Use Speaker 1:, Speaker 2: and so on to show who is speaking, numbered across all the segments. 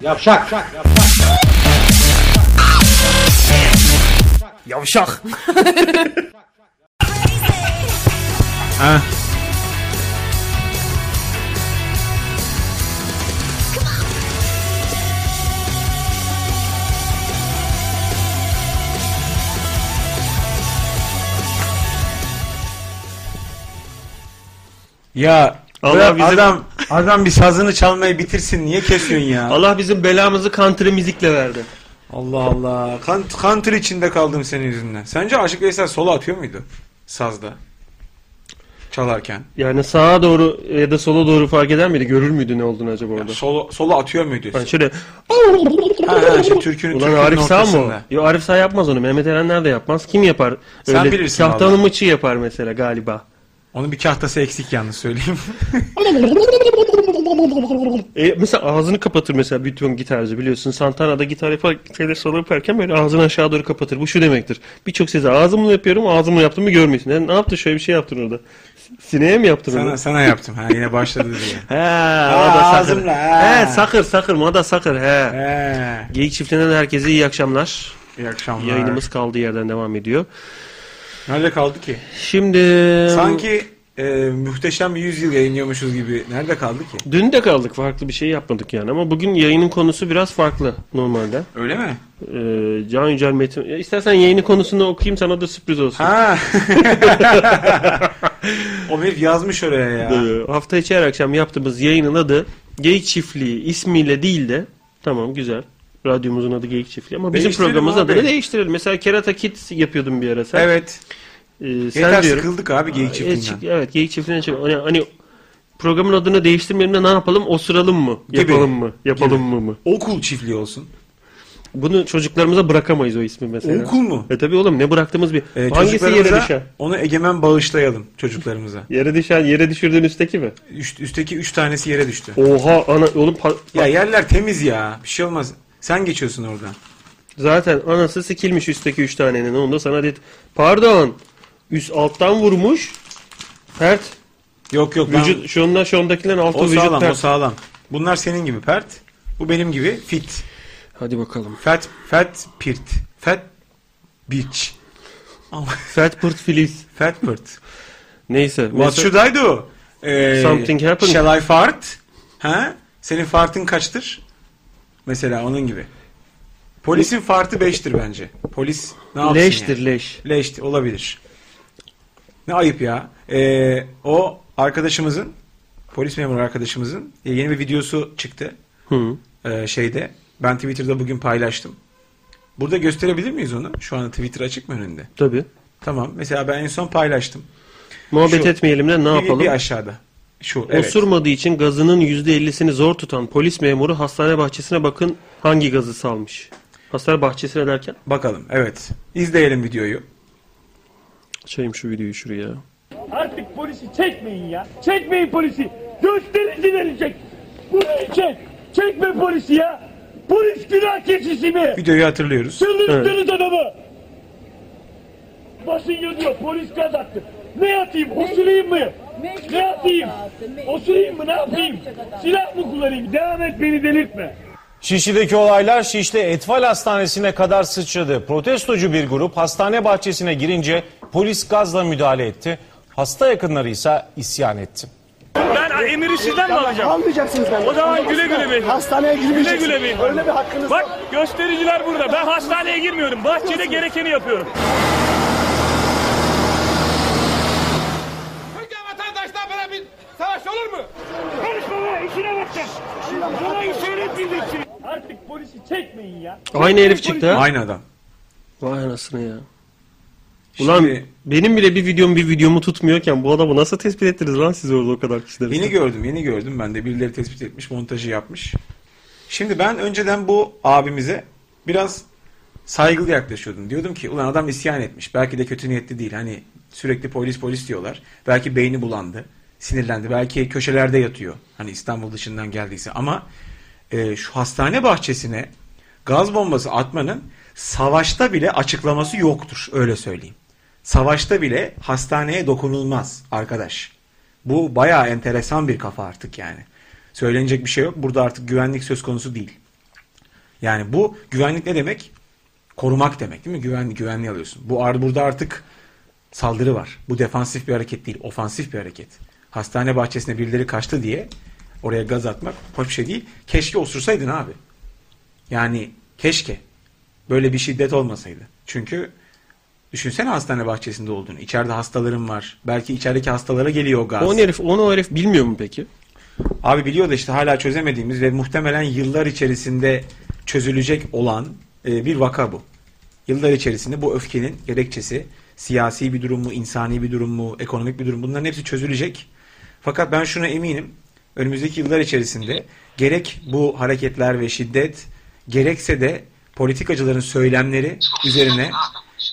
Speaker 1: Yavşak.
Speaker 2: Yavşak.
Speaker 3: Ya
Speaker 2: Allah
Speaker 3: bırak
Speaker 2: bizim-
Speaker 3: adam adam bir sazını çalmayı bitirsin niye kesiyorsun ya?
Speaker 2: Allah bizim belamızı country müzikle verdi.
Speaker 3: Allah Allah. Kan, country içinde kaldım senin yüzünden. Sence Aşık Veysel sola atıyor muydu sazda? Çalarken.
Speaker 2: Yani sağa doğru ya da sola doğru fark eder miydi? Görür müydü ne olduğunu acaba orada?
Speaker 3: Solo, sola atıyor muydu?
Speaker 2: Ben şöyle
Speaker 3: Ha, ha, şimdi türkünün,
Speaker 2: Ulan
Speaker 3: türkünün
Speaker 2: Arif sağ
Speaker 3: ortasında.
Speaker 2: mı? o? Yo Arif sağ yapmaz onu. Mehmet Erenler de yapmaz. Kim yapar?
Speaker 3: Sen bilirsin
Speaker 2: Kahtanın
Speaker 3: vallahi.
Speaker 2: mıçı yapar mesela galiba.
Speaker 3: Onun bir kahtası eksik yalnız söyleyeyim.
Speaker 2: E, mesela ağzını kapatır mesela bütün gitarcı biliyorsun. Santana'da gitar yapar, şeyler solo yaparken böyle ağzını aşağı doğru kapatır. Bu şu demektir. Birçok sesi ağzımla yapıyorum, ağzımla yaptığımı görmüyorsun. Yani ne yaptın? Şöyle bir şey yaptın orada. S- Sineğe mi yaptın onu?
Speaker 3: sana, sana yaptım. Ha, yine başladı diye.
Speaker 2: He, o da sakır.
Speaker 3: ağzımla, he.
Speaker 2: He, sakır, sakır, o da sakır, he.
Speaker 3: He,
Speaker 2: Geyik çiftliğinden herkese iyi akşamlar.
Speaker 3: iyi akşamlar.
Speaker 2: Yayınımız kaldığı yerden devam ediyor.
Speaker 3: Nerede kaldı ki?
Speaker 2: Şimdi...
Speaker 3: Sanki e, muhteşem bir yüzyıl yayınlıyormuşuz gibi. Nerede kaldı ki?
Speaker 2: Dün de kaldık, farklı bir şey yapmadık yani. Ama bugün yayının konusu biraz farklı normalde.
Speaker 3: Öyle mi?
Speaker 2: Ee, Can Yücel Metin... Ya İstersen yayını konusunu okuyayım sana da sürpriz olsun.
Speaker 3: Ha. o herif yazmış oraya ya.
Speaker 2: Ee, hafta içi her akşam yaptığımız yayının adı Geyik Çiftliği ismiyle değil de tamam güzel. Radyomuzun adı Geyik Çiftliği ama bizim
Speaker 3: Değiştirelim
Speaker 2: programımızın
Speaker 3: abi.
Speaker 2: adını değiştirelim. Mesela Kerata Kids yapıyordum bir ara sen.
Speaker 3: Evet.
Speaker 2: Ee, sen
Speaker 3: Yeter
Speaker 2: diyorum.
Speaker 3: sıkıldık abi geyik
Speaker 2: Ee,
Speaker 3: çiftliğinden.
Speaker 2: çık- evet Geyik Çiftliği'ne çık. Hani, hani programın adını değiştirmeyelim de ne yapalım? Osuralım mı?
Speaker 3: Gibi.
Speaker 2: Yapalım mı? Yapalım mı mı?
Speaker 3: Okul çiftliği olsun.
Speaker 2: Bunu çocuklarımıza bırakamayız o ismi mesela.
Speaker 3: Okul mu?
Speaker 2: E tabi oğlum ne bıraktığımız bir.
Speaker 3: Ee,
Speaker 2: Hangisi yere
Speaker 3: çocuklarımıza
Speaker 2: düşen?
Speaker 3: Onu egemen bağışlayalım çocuklarımıza.
Speaker 2: Yere düşen, yere düşürdüğün üstteki mi?
Speaker 3: Üst, üstteki üç tanesi yere düştü.
Speaker 2: Oha ana oğlum pa-
Speaker 3: Ya yerler temiz ya. Bir şey olmaz. Sen geçiyorsun oradan.
Speaker 2: Zaten anası sikilmiş üstteki 3 tanenin. Onu da sana dedi. Pardon. Üst alttan vurmuş. Pert.
Speaker 3: Yok yok. ben-
Speaker 2: Vücut şundan şundakilerin altı
Speaker 3: o
Speaker 2: vücut
Speaker 3: sağlam o
Speaker 2: pert.
Speaker 3: sağlam. Bunlar senin gibi pert. Bu benim gibi fit.
Speaker 2: Hadi bakalım.
Speaker 3: Fat, fat pirt. Fat bitch. Ama-
Speaker 2: Fat pırt filiz.
Speaker 3: fat pırt.
Speaker 2: Neyse.
Speaker 3: What
Speaker 2: mesela-
Speaker 3: should I do? Ee,
Speaker 2: Something happened.
Speaker 3: Shall I fart? Ha? Senin fartın kaçtır? Mesela onun gibi. Polisin fartı 5'tir bence. Polis ne yapsın
Speaker 2: Leştir
Speaker 3: yani?
Speaker 2: leş.
Speaker 3: Leş olabilir. Ne ayıp ya. Ee, o arkadaşımızın, polis memuru arkadaşımızın yeni bir videosu çıktı.
Speaker 2: Hı.
Speaker 3: Ee, şeyde. Ben Twitter'da bugün paylaştım. Burada gösterebilir miyiz onu? Şu an Twitter açık mı önünde?
Speaker 2: Tabii.
Speaker 3: Tamam. Mesela ben en son paylaştım.
Speaker 2: Muhabbet
Speaker 3: Şu-
Speaker 2: etmeyelim de ne
Speaker 3: Bir-
Speaker 2: yapalım?
Speaker 3: Bir aşağıda. Şu. Evet.
Speaker 2: Osurmadığı için gazının %50'sini zor tutan polis memuru hastane bahçesine bakın hangi gazı salmış. Hastane bahçesine derken
Speaker 3: Bakalım. Evet. İzleyelim videoyu.
Speaker 2: açayım şu videoyu şuraya.
Speaker 4: Artık polisi çekmeyin ya. Çekmeyin polisi. Gösterici verecek. Bunu çek. Çekme polisi ya. Polis günah keçisi mi?
Speaker 3: Videoyu hatırlıyoruz.
Speaker 4: Çıldırttınız adamı. Basın yazıyor. Polis gaz attı. Ne atayım? Osurayım mı?
Speaker 5: Mecbur
Speaker 4: Ne atayım?
Speaker 5: oldu, mecbur.
Speaker 4: Osurayım mı? Ne yapayım?
Speaker 5: yapacak adam?
Speaker 4: Silah mı kullanayım? Devam et beni delirtme.
Speaker 6: Şişli'deki olaylar Şişli Etfal Hastanesi'ne kadar sıçradı. Protestocu bir grup hastane bahçesine girince polis gazla müdahale etti. Hasta yakınları ise isyan etti.
Speaker 4: Ben emiri sizden mi alacağım?
Speaker 7: Almayacaksınız benden.
Speaker 4: O zaman güle güle beyefendi.
Speaker 7: Hastaneye girmeyeceksiniz.
Speaker 4: Güle güle beyefendi.
Speaker 7: Öyle bir hakkınız
Speaker 4: Bak göstericiler burada. Ben hastaneye girmiyorum. Bahçede gerekeni yapıyorum.
Speaker 8: Önce vatandaşla böyle bir savaş olur mu?
Speaker 4: Karışma be işine bakacağım. Bana iş öğretmeyeceksin. Artık polisi çekmeyin ya.
Speaker 2: Aynı herif çıktı ha.
Speaker 3: Aynı adam.
Speaker 2: Vay anasını ya. Ulan
Speaker 3: Şimdi-
Speaker 2: benim bile bir videom bir videomu tutmuyorken bu adamı nasıl tespit ettiniz lan siz orada o kadar kişileri?
Speaker 3: Yeni gördüm, yeni gördüm. Ben de birileri tespit etmiş, montajı yapmış. Şimdi ben önceden bu abimize biraz saygılı yaklaşıyordum. Diyordum ki ulan adam isyan etmiş. Belki de kötü niyetli değil. Hani sürekli polis polis diyorlar. Belki beyni bulandı. Sinirlendi. Belki köşelerde yatıyor. Hani İstanbul dışından geldiyse. Ama e, şu hastane bahçesine gaz bombası atmanın savaşta bile açıklaması yoktur. Öyle söyleyeyim. Savaşta bile hastaneye dokunulmaz arkadaş. Bu bayağı enteresan bir kafa artık yani. Söylenecek bir şey yok. Burada artık güvenlik söz konusu değil. Yani bu güvenlik ne demek? Korumak demek değil mi? Güvenli güvenli alıyorsun. Bu ar- burada artık saldırı var. Bu defansif bir hareket değil, ofansif bir hareket. Hastane bahçesine birileri kaçtı diye oraya gaz atmak hoş bir şey değil. Keşke osursaydın abi. Yani keşke böyle bir şiddet olmasaydı. Çünkü düşünsene hastane bahçesinde olduğunu. İçeride hastaların var. Belki içerideki hastalara geliyor o gaz.
Speaker 2: O herif, onu o herif bilmiyor mu peki?
Speaker 3: Abi biliyor da işte hala çözemediğimiz ve muhtemelen yıllar içerisinde çözülecek olan e, bir vaka bu. Yıllar içerisinde bu öfkenin gerekçesi siyasi bir durum mu, insani bir durum mu, ekonomik bir durum mu, bunların hepsi çözülecek. Fakat ben şuna eminim. Önümüzdeki yıllar içerisinde gerek bu hareketler ve şiddet gerekse de politikacıların söylemleri üzerine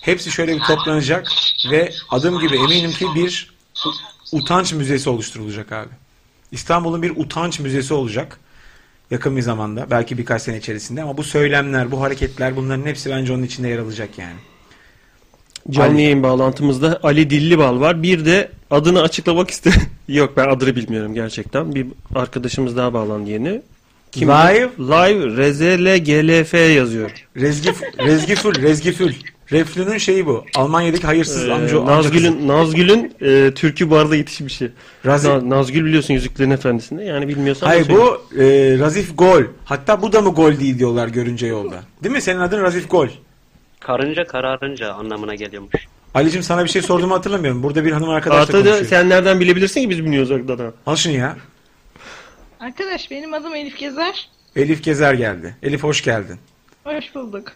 Speaker 3: hepsi şöyle bir toplanacak ve adım gibi eminim ki bir utanç müzesi oluşturulacak abi. İstanbul'un bir utanç müzesi olacak yakın bir zamanda. Belki birkaç sene içerisinde ama bu söylemler, bu hareketler bunların hepsi bence onun içinde yer alacak yani.
Speaker 2: Canlı
Speaker 3: Ali-
Speaker 2: yayın bağlantımızda Ali Dillibal var. Bir de adını açıklamak iste. Yok ben adını bilmiyorum gerçekten. Bir arkadaşımız daha bağlandı yeni. Kim?
Speaker 3: Live?
Speaker 2: Live Rezele GLF yazıyor.
Speaker 3: Rezgi, Rezgifül, Rezgifül. Reflünün şeyi bu. Almanya'daki hayırsız
Speaker 2: Ee,
Speaker 3: amca. amca kızı.
Speaker 2: Nazgül'ün Nazgül'ün e, türkü barda yetişmişi.
Speaker 3: Razi-
Speaker 2: Na- Nazgül biliyorsun Yüzüklerin Efendisi'nde. Yani bilmiyorsan
Speaker 3: Hayır
Speaker 2: söyle.
Speaker 3: bu e, Razif Gol. Hatta bu da mı gol değil diyorlar görünce yolda. Değil mi? Senin adın Razif Gol.
Speaker 1: Karınca kararınca anlamına geliyormuş.
Speaker 3: Ali'cim sana bir şey sorduğumu hatırlamıyorum. Burada bir hanım arkadaşla
Speaker 2: Artı da
Speaker 3: konuşuyor.
Speaker 2: sen nereden bilebilirsin ki biz bilmiyoruz Akdağ'dan.
Speaker 3: Al şunu ya.
Speaker 5: Arkadaş benim adım Elif Gezer.
Speaker 3: Elif Gezer geldi. Elif hoş geldin.
Speaker 5: Hoş bulduk.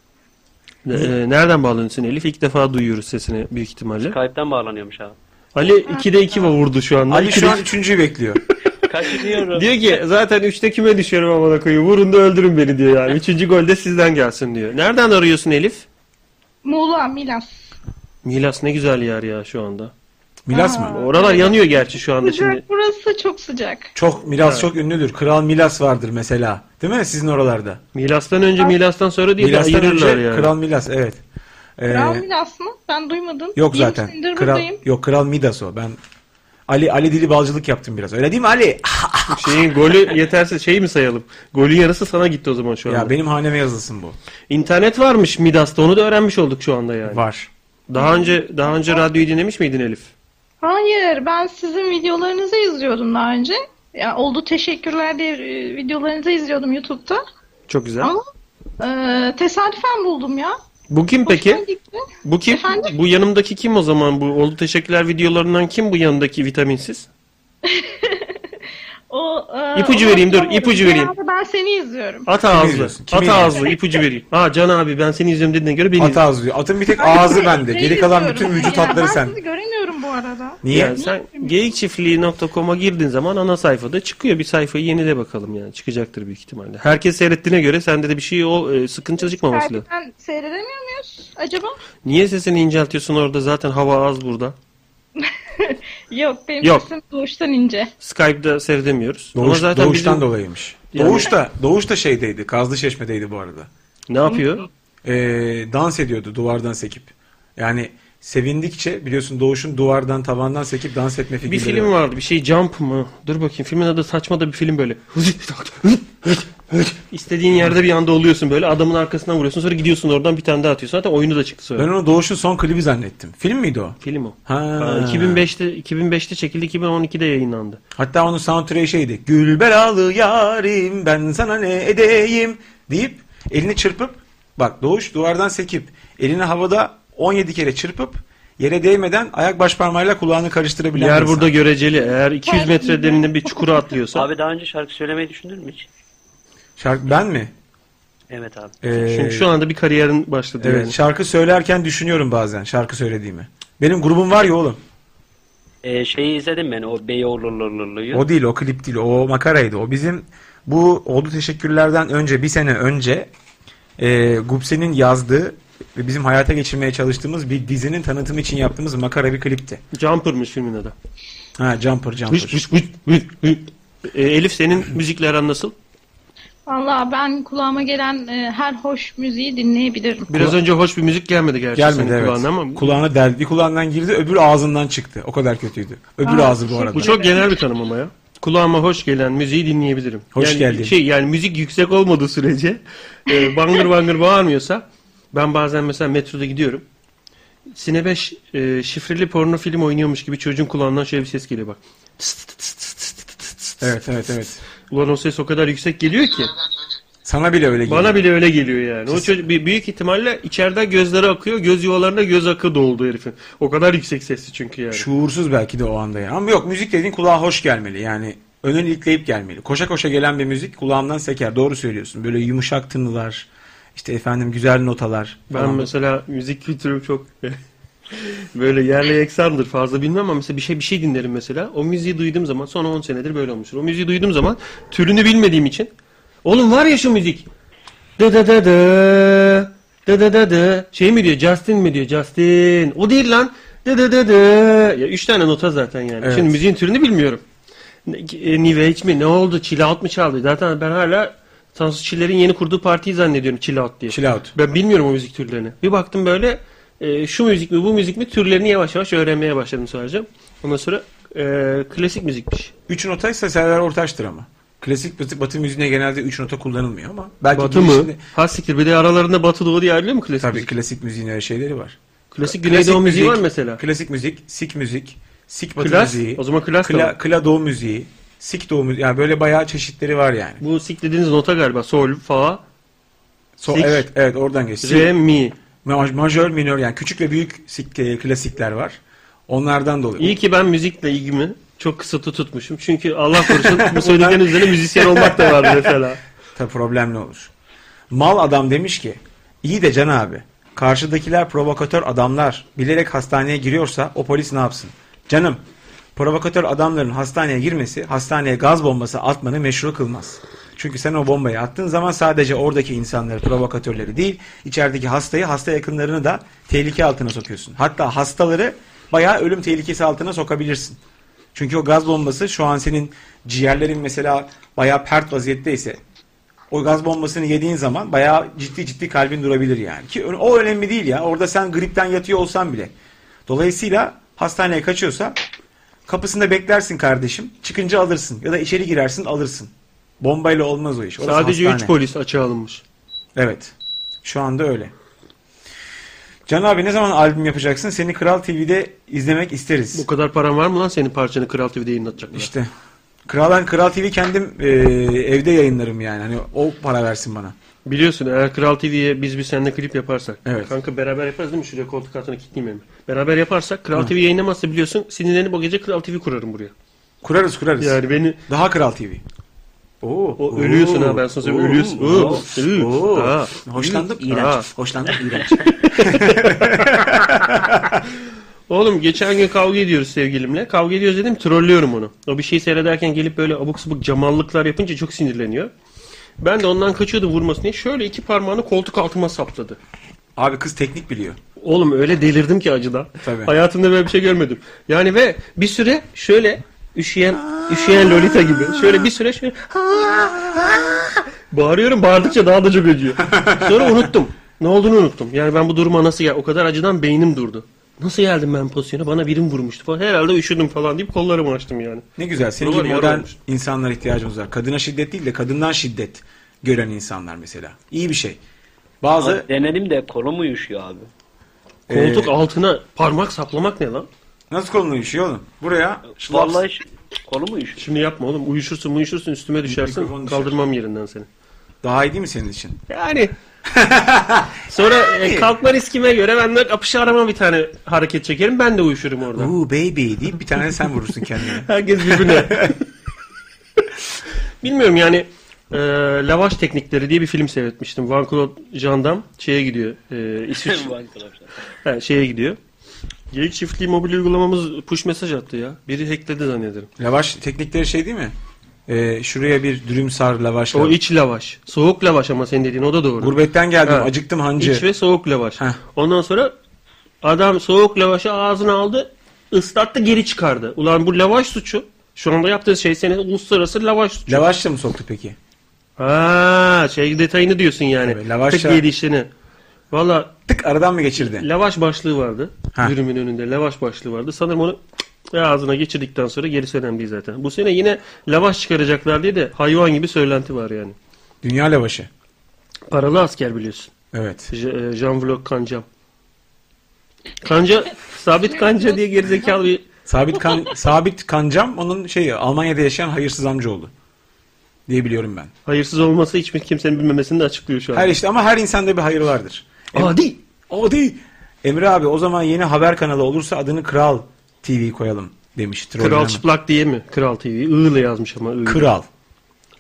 Speaker 2: Ee, nereden bağlanıyorsun Elif? İlk defa duyuyoruz sesini büyük ihtimalle.
Speaker 1: Skype'den bağlanıyormuş abi.
Speaker 2: Ali 2'de 2 vurdu şu anda.
Speaker 3: Ali
Speaker 2: İkide-
Speaker 3: şu an üçüncüyü bekliyor.
Speaker 1: Kaçırıyorum.
Speaker 2: Diyor ki zaten 3'te küme düşüyorum amına koyayım. Vurun da öldürün beni diyor yani. 3. golde sizden gelsin diyor. Nereden arıyorsun Elif?
Speaker 5: Muğla, Milas.
Speaker 2: Milas ne güzel yer ya şu anda.
Speaker 3: Milas mı?
Speaker 2: Oralar yanıyor gerçi şu anda şimdi.
Speaker 5: Sıcak burası çok sıcak.
Speaker 3: Çok Milas çok ünlüdür. Kral Milas vardır mesela. Değil mi sizin oralarda?
Speaker 2: Milas'tan önce Milas'tan sonra değil de
Speaker 3: Milas'tan önce
Speaker 2: ayırırlar yani.
Speaker 3: Kral Milas evet. Ee,
Speaker 5: Kral Milas mı? Ben duymadım.
Speaker 3: yok
Speaker 5: Yirmi
Speaker 3: zaten.
Speaker 5: senedir
Speaker 3: Kral
Speaker 5: buradayım.
Speaker 3: yok Kral Midas o. Ben Ali Ali dili balcılık yaptım biraz. Öyle değil mi Ali?
Speaker 2: Şeyin golü yetersiz şey mi sayalım? Golün yarısı sana gitti o zaman şu anda.
Speaker 3: ya benim haneme yazılsın bu.
Speaker 2: İnternet varmış Midas'ta onu da öğrenmiş olduk şu anda yani.
Speaker 3: Var.
Speaker 2: Daha önce daha önce radyoyu dinlemiş miydin Elif?
Speaker 5: Hayır ben sizin videolarınızı izliyordum daha önce. Ya oldu teşekkürler diye e, videolarınızı izliyordum YouTube'da.
Speaker 2: Çok güzel.
Speaker 5: Ama e, tesadüfen buldum ya.
Speaker 2: Bu kim
Speaker 5: Hoşuma
Speaker 2: peki?
Speaker 5: gitti.
Speaker 2: Bu kim?
Speaker 5: Efendim?
Speaker 2: Bu yanımdaki kim o zaman? Bu oldu teşekkürler videolarından kim bu yanındaki vitaminsiz?
Speaker 5: O, e,
Speaker 2: İpucu
Speaker 5: onu
Speaker 2: vereyim, dur,
Speaker 5: hatırlamıyorum.
Speaker 2: ipucu vereyim.
Speaker 5: Genelde Ben seni izliyorum.
Speaker 2: At ağızlı.
Speaker 3: izliyorsun? Kimi
Speaker 2: At ağızlı ipucu vereyim. Ha Can abi ben seni izliyorum dediğine göre beni
Speaker 3: At
Speaker 2: izliyorsun.
Speaker 3: ağzı diyor. Atın bir tek ağzı
Speaker 5: şey
Speaker 3: bende. Geri kalan bütün
Speaker 5: İzliyorum.
Speaker 3: vücut
Speaker 5: Ya,
Speaker 3: hatları
Speaker 5: Ben
Speaker 3: sen.
Speaker 5: sizi göremiyorum bu arada.
Speaker 3: Niye?
Speaker 2: Yani sen geyikçiftliği.com'a girdiğin zaman ana sayfada çıkıyor. Bir sayfayı yenile bakalım yani. Çıkacaktır büyük ihtimalle. Herkes seyrettiğine göre sende de bir şey o e, sıkıntı çıkmaması lazım.
Speaker 5: Kalpten seyredemiyor muyuz acaba?
Speaker 2: Niye sesini inceltiyorsun orada? Zaten hava az burada.
Speaker 5: Yok benim
Speaker 2: Yok.
Speaker 5: sesim doğuştan ince.
Speaker 2: Skype'da seyredemiyoruz.
Speaker 3: Doğuş,
Speaker 2: Ama zaten
Speaker 3: doğuştan
Speaker 2: bizim-
Speaker 3: dolayıymış.
Speaker 2: Yani-
Speaker 3: Doğuş da Doğuş da şeydeydi. Kazlı Çeşme'deydi bu arada.
Speaker 2: Ne yapıyor?
Speaker 3: Ee, dans ediyordu duvardan sekip. Yani sevindikçe biliyorsun Doğuş'un duvardan tavandan sekip dans etme
Speaker 2: Bir
Speaker 3: figürleri
Speaker 2: film vardı. Bir şey Jump mı? Dur bakayım. Filmin adı saçma da bir film böyle. İstediğin yerde bir anda oluyorsun böyle. Adamın arkasından vuruyorsun. Sonra gidiyorsun oradan bir tane daha atıyorsun. Zaten oyunu da çıktı sonra.
Speaker 3: Ben onu Doğuş'un son klibi zannettim. Film miydi o?
Speaker 2: Film o.
Speaker 3: Ha.
Speaker 2: Ha, 2005'te 2005'te çekildi, 2012'de yayınlandı.
Speaker 3: Hatta onun soundtrack'i şeydi. Gül belalı yarim ben sana ne edeyim deyip elini çırpıp bak Doğuş duvardan sekip elini havada 17 kere çırpıp yere değmeden ayak baş parmağıyla kulağını karıştırabilen bir
Speaker 2: Yer
Speaker 3: insan.
Speaker 2: burada göreceli. Eğer 200 metre derinde bir çukura atlıyorsa
Speaker 1: Abi daha önce şarkı söylemeyi düşündün mü hiç?
Speaker 3: Şarkı ben mi?
Speaker 1: Evet abi.
Speaker 3: Ee,
Speaker 2: çünkü şu anda bir kariyerin başladı.
Speaker 3: evet
Speaker 2: yani.
Speaker 3: şarkı söylerken düşünüyorum bazen şarkı söylediğimi. Benim grubum var ya oğlum.
Speaker 1: Ee, şeyi izledim ben o Beyoğlu'lu
Speaker 3: O değil o klip değil o makaraydı. O bizim bu oldu teşekkürlerden önce bir sene önce e, Gupse'nin yazdığı ve bizim hayata geçirmeye çalıştığımız bir dizinin tanıtımı için yaptığımız makara bir klipti.
Speaker 2: Jumper'mış filmin adı.
Speaker 3: Ha Jumper Jumper.
Speaker 2: E, Hış, hış, hış, hış, hış. Ee, Elif senin müzikle aran nasıl?
Speaker 5: Valla ben kulağıma gelen e, her hoş müziği dinleyebilirim.
Speaker 2: Biraz önce hoş bir müzik gelmedi gerçi senin
Speaker 3: Gelmedi evet.
Speaker 2: kulağına ama
Speaker 3: Kulağına deldi. Bir kulağından girdi öbür ağzından çıktı. O kadar kötüydü. Öbür
Speaker 5: Aa,
Speaker 3: ağzı bu arada.
Speaker 2: bu çok genel bir tanım ama ya. Kulağıma hoş gelen müziği dinleyebilirim.
Speaker 3: Hoş
Speaker 2: yani
Speaker 3: geldin.
Speaker 2: Şey yani müzik yüksek olmadığı sürece e, bangır bangır bağırmıyorsa ben bazen mesela metroda gidiyorum. Sine 5 e, şifreli porno film oynuyormuş gibi çocuğun kulağından şöyle bir ses geliyor bak.
Speaker 3: Evet evet evet.
Speaker 2: Ulan o ses o kadar yüksek geliyor ki.
Speaker 3: Sana bile öyle geliyor.
Speaker 2: Bana bile öyle geliyor yani. O çocuk bi- büyük ihtimalle içeriden gözleri akıyor. Göz yuvalarına göz akı doldu herifin. O kadar yüksek sesli çünkü yani.
Speaker 3: Şuursuz belki de o anda ya. Ama yok müzik dediğin kulağa hoş gelmeli. Yani önünü ilikleyip gelmeli. Koşa koşa gelen bir müzik kulağımdan seker. Doğru söylüyorsun. Böyle yumuşak tınılar. işte efendim güzel notalar.
Speaker 2: Ben
Speaker 3: falan.
Speaker 2: mesela müzik kültürüm çok böyle yerle yeksandır fazla bilmem ama mesela bir şey bir şey dinlerim mesela. O müziği duyduğum zaman son 10 senedir böyle olmuştur. O müziği duyduğum zaman türünü bilmediğim için oğlum var ya şu müzik. Da da da da da da da da şey mi diyor Justin mi diyor Justin o değil lan da da da da ya üç tane nota zaten yani
Speaker 3: Evet.
Speaker 2: şimdi müziğin türünü bilmiyorum Ne- e, New Age mi ne oldu chill out mu çaldı zaten ben hala Tansu Çiller'in yeni kurduğu partiyi zannediyorum chill out diye
Speaker 3: Chill out.
Speaker 2: ben bilmiyorum o müzik türlerini. Bir baktım böyle e, şu müzik mi bu müzik mi türlerini yavaş yavaş öğrenmeye başladım sadece. Ondan sonra e, klasik müzikmiş.
Speaker 3: Üç notaysa Serdar Ortaç'tır ama. Klasik batı, batı müziğine genelde üç nota kullanılmıyor ama. Belki
Speaker 2: Batı mı?
Speaker 3: girişinde-
Speaker 2: Ha siktir bir de aralarında Batı Doğu diye ayrılıyor mu klasik
Speaker 3: Tabii
Speaker 2: müzik?
Speaker 3: klasik müziğin öyle şeyleri var.
Speaker 2: Klasik Güneydoğu
Speaker 3: Klasik
Speaker 2: müziği var
Speaker 3: müzik,
Speaker 2: mesela.
Speaker 3: Klasik müzik, sik müzik, sik batı
Speaker 2: Klas,
Speaker 3: müziği.
Speaker 2: o zaman klas da
Speaker 3: kla,
Speaker 2: var.
Speaker 3: kla doğu müziği, sik doğu müziği. Yani böyle bayağı çeşitleri var yani.
Speaker 2: Bu sik dediğiniz nota galiba. Sol, fa,
Speaker 3: So,
Speaker 2: Sik.
Speaker 3: evet evet oradan geç. Sik,
Speaker 2: re, mi.
Speaker 3: ma- majör, minör yani küçük ve büyük sik, e, klasikler var. Onlardan dolayı.
Speaker 2: İyi ki ben müzikle ilgimi çok kısıtlı tutmuşum. Çünkü Allah korusun bu söylediğiniz üzerine müzisyen olmak da var mesela.
Speaker 3: Tabii problemli olur. Mal adam demiş ki, iyi de Can abi, karşıdakiler provokatör adamlar bilerek hastaneye giriyorsa o polis ne yapsın? Canım, provokatör adamların hastaneye girmesi, hastaneye gaz bombası atmanı meşru kılmaz. Çünkü sen o bombayı attığın zaman sadece oradaki insanları, provokatörleri değil, içerideki hastayı, hasta yakınlarını da tehlike altına sokuyorsun. Hatta hastaları bayağı ölüm tehlikesi altına sokabilirsin. Çünkü o gaz bombası şu an senin ciğerlerin mesela bayağı pert vaziyetteyse o gaz bombasını yediğin zaman bayağı ciddi ciddi kalbin durabilir yani. Ki ö- o önemli değil ya. Orada sen gripten yatıyor olsan bile. Dolayısıyla hastaneye kaçıyorsa kapısında beklersin kardeşim. Çıkınca alırsın. Ya da içeri girersin alırsın. Bombayla olmaz o iş. Orası
Speaker 2: Sadece 3
Speaker 3: hastane.
Speaker 2: polis açığa alınmış.
Speaker 3: Evet. Şu anda öyle. Can abi ne zaman albüm yapacaksın? Seni Kral TV'de izlemek isteriz.
Speaker 2: Bu kadar paran var mı lan senin parçanı Kral TV'de yayınlatacaklar?
Speaker 3: İşte. Kral ben Kral TV kendim e, evde yayınlarım yani. Hani o para versin bana.
Speaker 2: Biliyorsun eğer Kral TV'ye biz bir seninle klip yaparsak.
Speaker 3: Evet.
Speaker 2: Kanka beraber yaparız değil mi? Şuraya koltuk altına kilitleyeyim ben. Beraber yaparsak Kral TV yayınlamazsa biliyorsun sinirlenip o gece Kral TV kurarım buraya.
Speaker 3: Kurarız kurarız.
Speaker 2: Yani beni
Speaker 3: Daha Kral TV. Oo,
Speaker 2: o, ölüyorsun ha ben sana söyleyeyim ölüyorsun. Oo, oo, ha.
Speaker 3: Hoşlandım.
Speaker 2: Hı, ha.
Speaker 3: Hoşlandım. iğrenç.
Speaker 2: Oğlum geçen gün kavga ediyoruz sevgilimle. Kavga ediyoruz dedim trollüyorum onu. O bir şey seyrederken gelip böyle abuk sabuk camallıklar yapınca çok sinirleniyor. Ben de ondan kaçıyordum vurmasın diye. Şöyle iki parmağını koltuk altıma sapladı.
Speaker 3: Abi kız teknik biliyor.
Speaker 2: Oğlum öyle delirdim ki acıdan.
Speaker 3: Tabii.
Speaker 2: Hayatımda böyle bir şey görmedim. Yani ve bir süre şöyle üşüyen üşüyen Lolita gibi. Şöyle bir süre şöyle bağırıyorum bağırdıkça daha da çok acıyor. Sonra unuttum. Ne olduğunu unuttum. Yani ben bu duruma nasıl gel? O kadar acıdan beynim durdu. Nasıl geldim ben pozisyona? Bana birim vurmuştu falan. Herhalde üşüdüm falan deyip kollarımı açtım yani.
Speaker 3: Ne güzel. Senin gibi
Speaker 2: Buralar yara
Speaker 3: modern
Speaker 2: olmuş.
Speaker 3: insanlara ihtiyacımız var. Kadına şiddet değil de kadından şiddet gören insanlar mesela. İyi bir şey. Bazı
Speaker 1: Abi Denedim de kolum uyuşuyor abi.
Speaker 2: Koltuk
Speaker 3: Ee,
Speaker 2: altına parmak saplamak ne lan?
Speaker 3: nasıl kolunu üşüyor oğlum? Buraya şlaps-
Speaker 1: Vallahi ş- kolum uyuşuyor.
Speaker 2: Şimdi yapma oğlum. Uyuşursun uyuşursun üstüme
Speaker 3: Mikrofon
Speaker 2: düşersin.
Speaker 3: düşer.
Speaker 2: Kaldırmam yerinden seni.
Speaker 3: daha iyi değil mi senin için?
Speaker 2: Yani. Sonra e, kalkma riskime göre ben de kapışı arama bir tane hareket çekerim. Ben de uyuşurum orada.
Speaker 3: Ooh baby deyip bir tane sen vurursun kendine.
Speaker 2: Herkes birbirine. Bilmiyorum yani e, Lavaş Teknikleri diye bir film seyretmiştim. Van Claude Jean Damme şeye gidiyor. E, İsviçre,
Speaker 1: Bak arkadaşlar.
Speaker 2: ha, şeye gidiyor. Geyik çiftliği mobil uygulamamız push mesaj attı ya. Biri hackledi zannederim.
Speaker 3: Lavaş teknikleri şey değil mi? Ee, şuraya bir dürüm sar lavaşla.
Speaker 2: O iç lavaş. Soğuk lavaş ama senin dediğin o da doğru.
Speaker 3: Gurbetten geldim
Speaker 2: Ha.
Speaker 3: acıktım hancı.
Speaker 2: İç ve soğuk lavaş.
Speaker 3: Heh.
Speaker 2: Ondan sonra adam soğuk lavaşı ağzına aldı, ıslattı geri çıkardı. Ulan bu lavaş suçu. Şu anda yaptığınız şey senin uluslararası lavaş suçu.
Speaker 3: Lavaşla mı soktu peki?
Speaker 2: Ha, şey detayını diyorsun yani.
Speaker 3: Tabii, lavaşa-
Speaker 2: Tek yedişini. Valla
Speaker 3: Tık aradan mı geçirdi?
Speaker 2: lavaş başlığı vardı.
Speaker 3: Ha.
Speaker 2: Dürümün önünde lavaş başlığı vardı. Sanırım onu ağzına geçirdikten sonra gerisi önemli değil zaten. Bu sene yine lavaş çıkaracaklar diye de hayvan gibi söylenti var yani.
Speaker 3: Dünya lavaşı.
Speaker 2: Paralı asker biliyorsun.
Speaker 3: Evet.
Speaker 2: J- e, Jean Vlog Kancam. Kanca, sabit kanca diye gerizekalı bir
Speaker 3: Sabit kan Sabit Kancam onun şeyi Almanya'da yaşayan hayırsız amca oldu. Diye biliyorum ben.
Speaker 2: hayırsız olması hiçbir kimsenin bilmemesini de açıklıyor şu an.
Speaker 3: Her işte ama her insanda bir hayır vardır. Em-
Speaker 2: Adi!
Speaker 3: Adi! Emre abi o zaman yeni haber kanalı olursa adını Kral TV koyalım demiş. trollüne
Speaker 2: Kral
Speaker 3: ama.
Speaker 2: çıplak diye mi? Kral TV. I ile yazmış ama. I.
Speaker 3: Kral.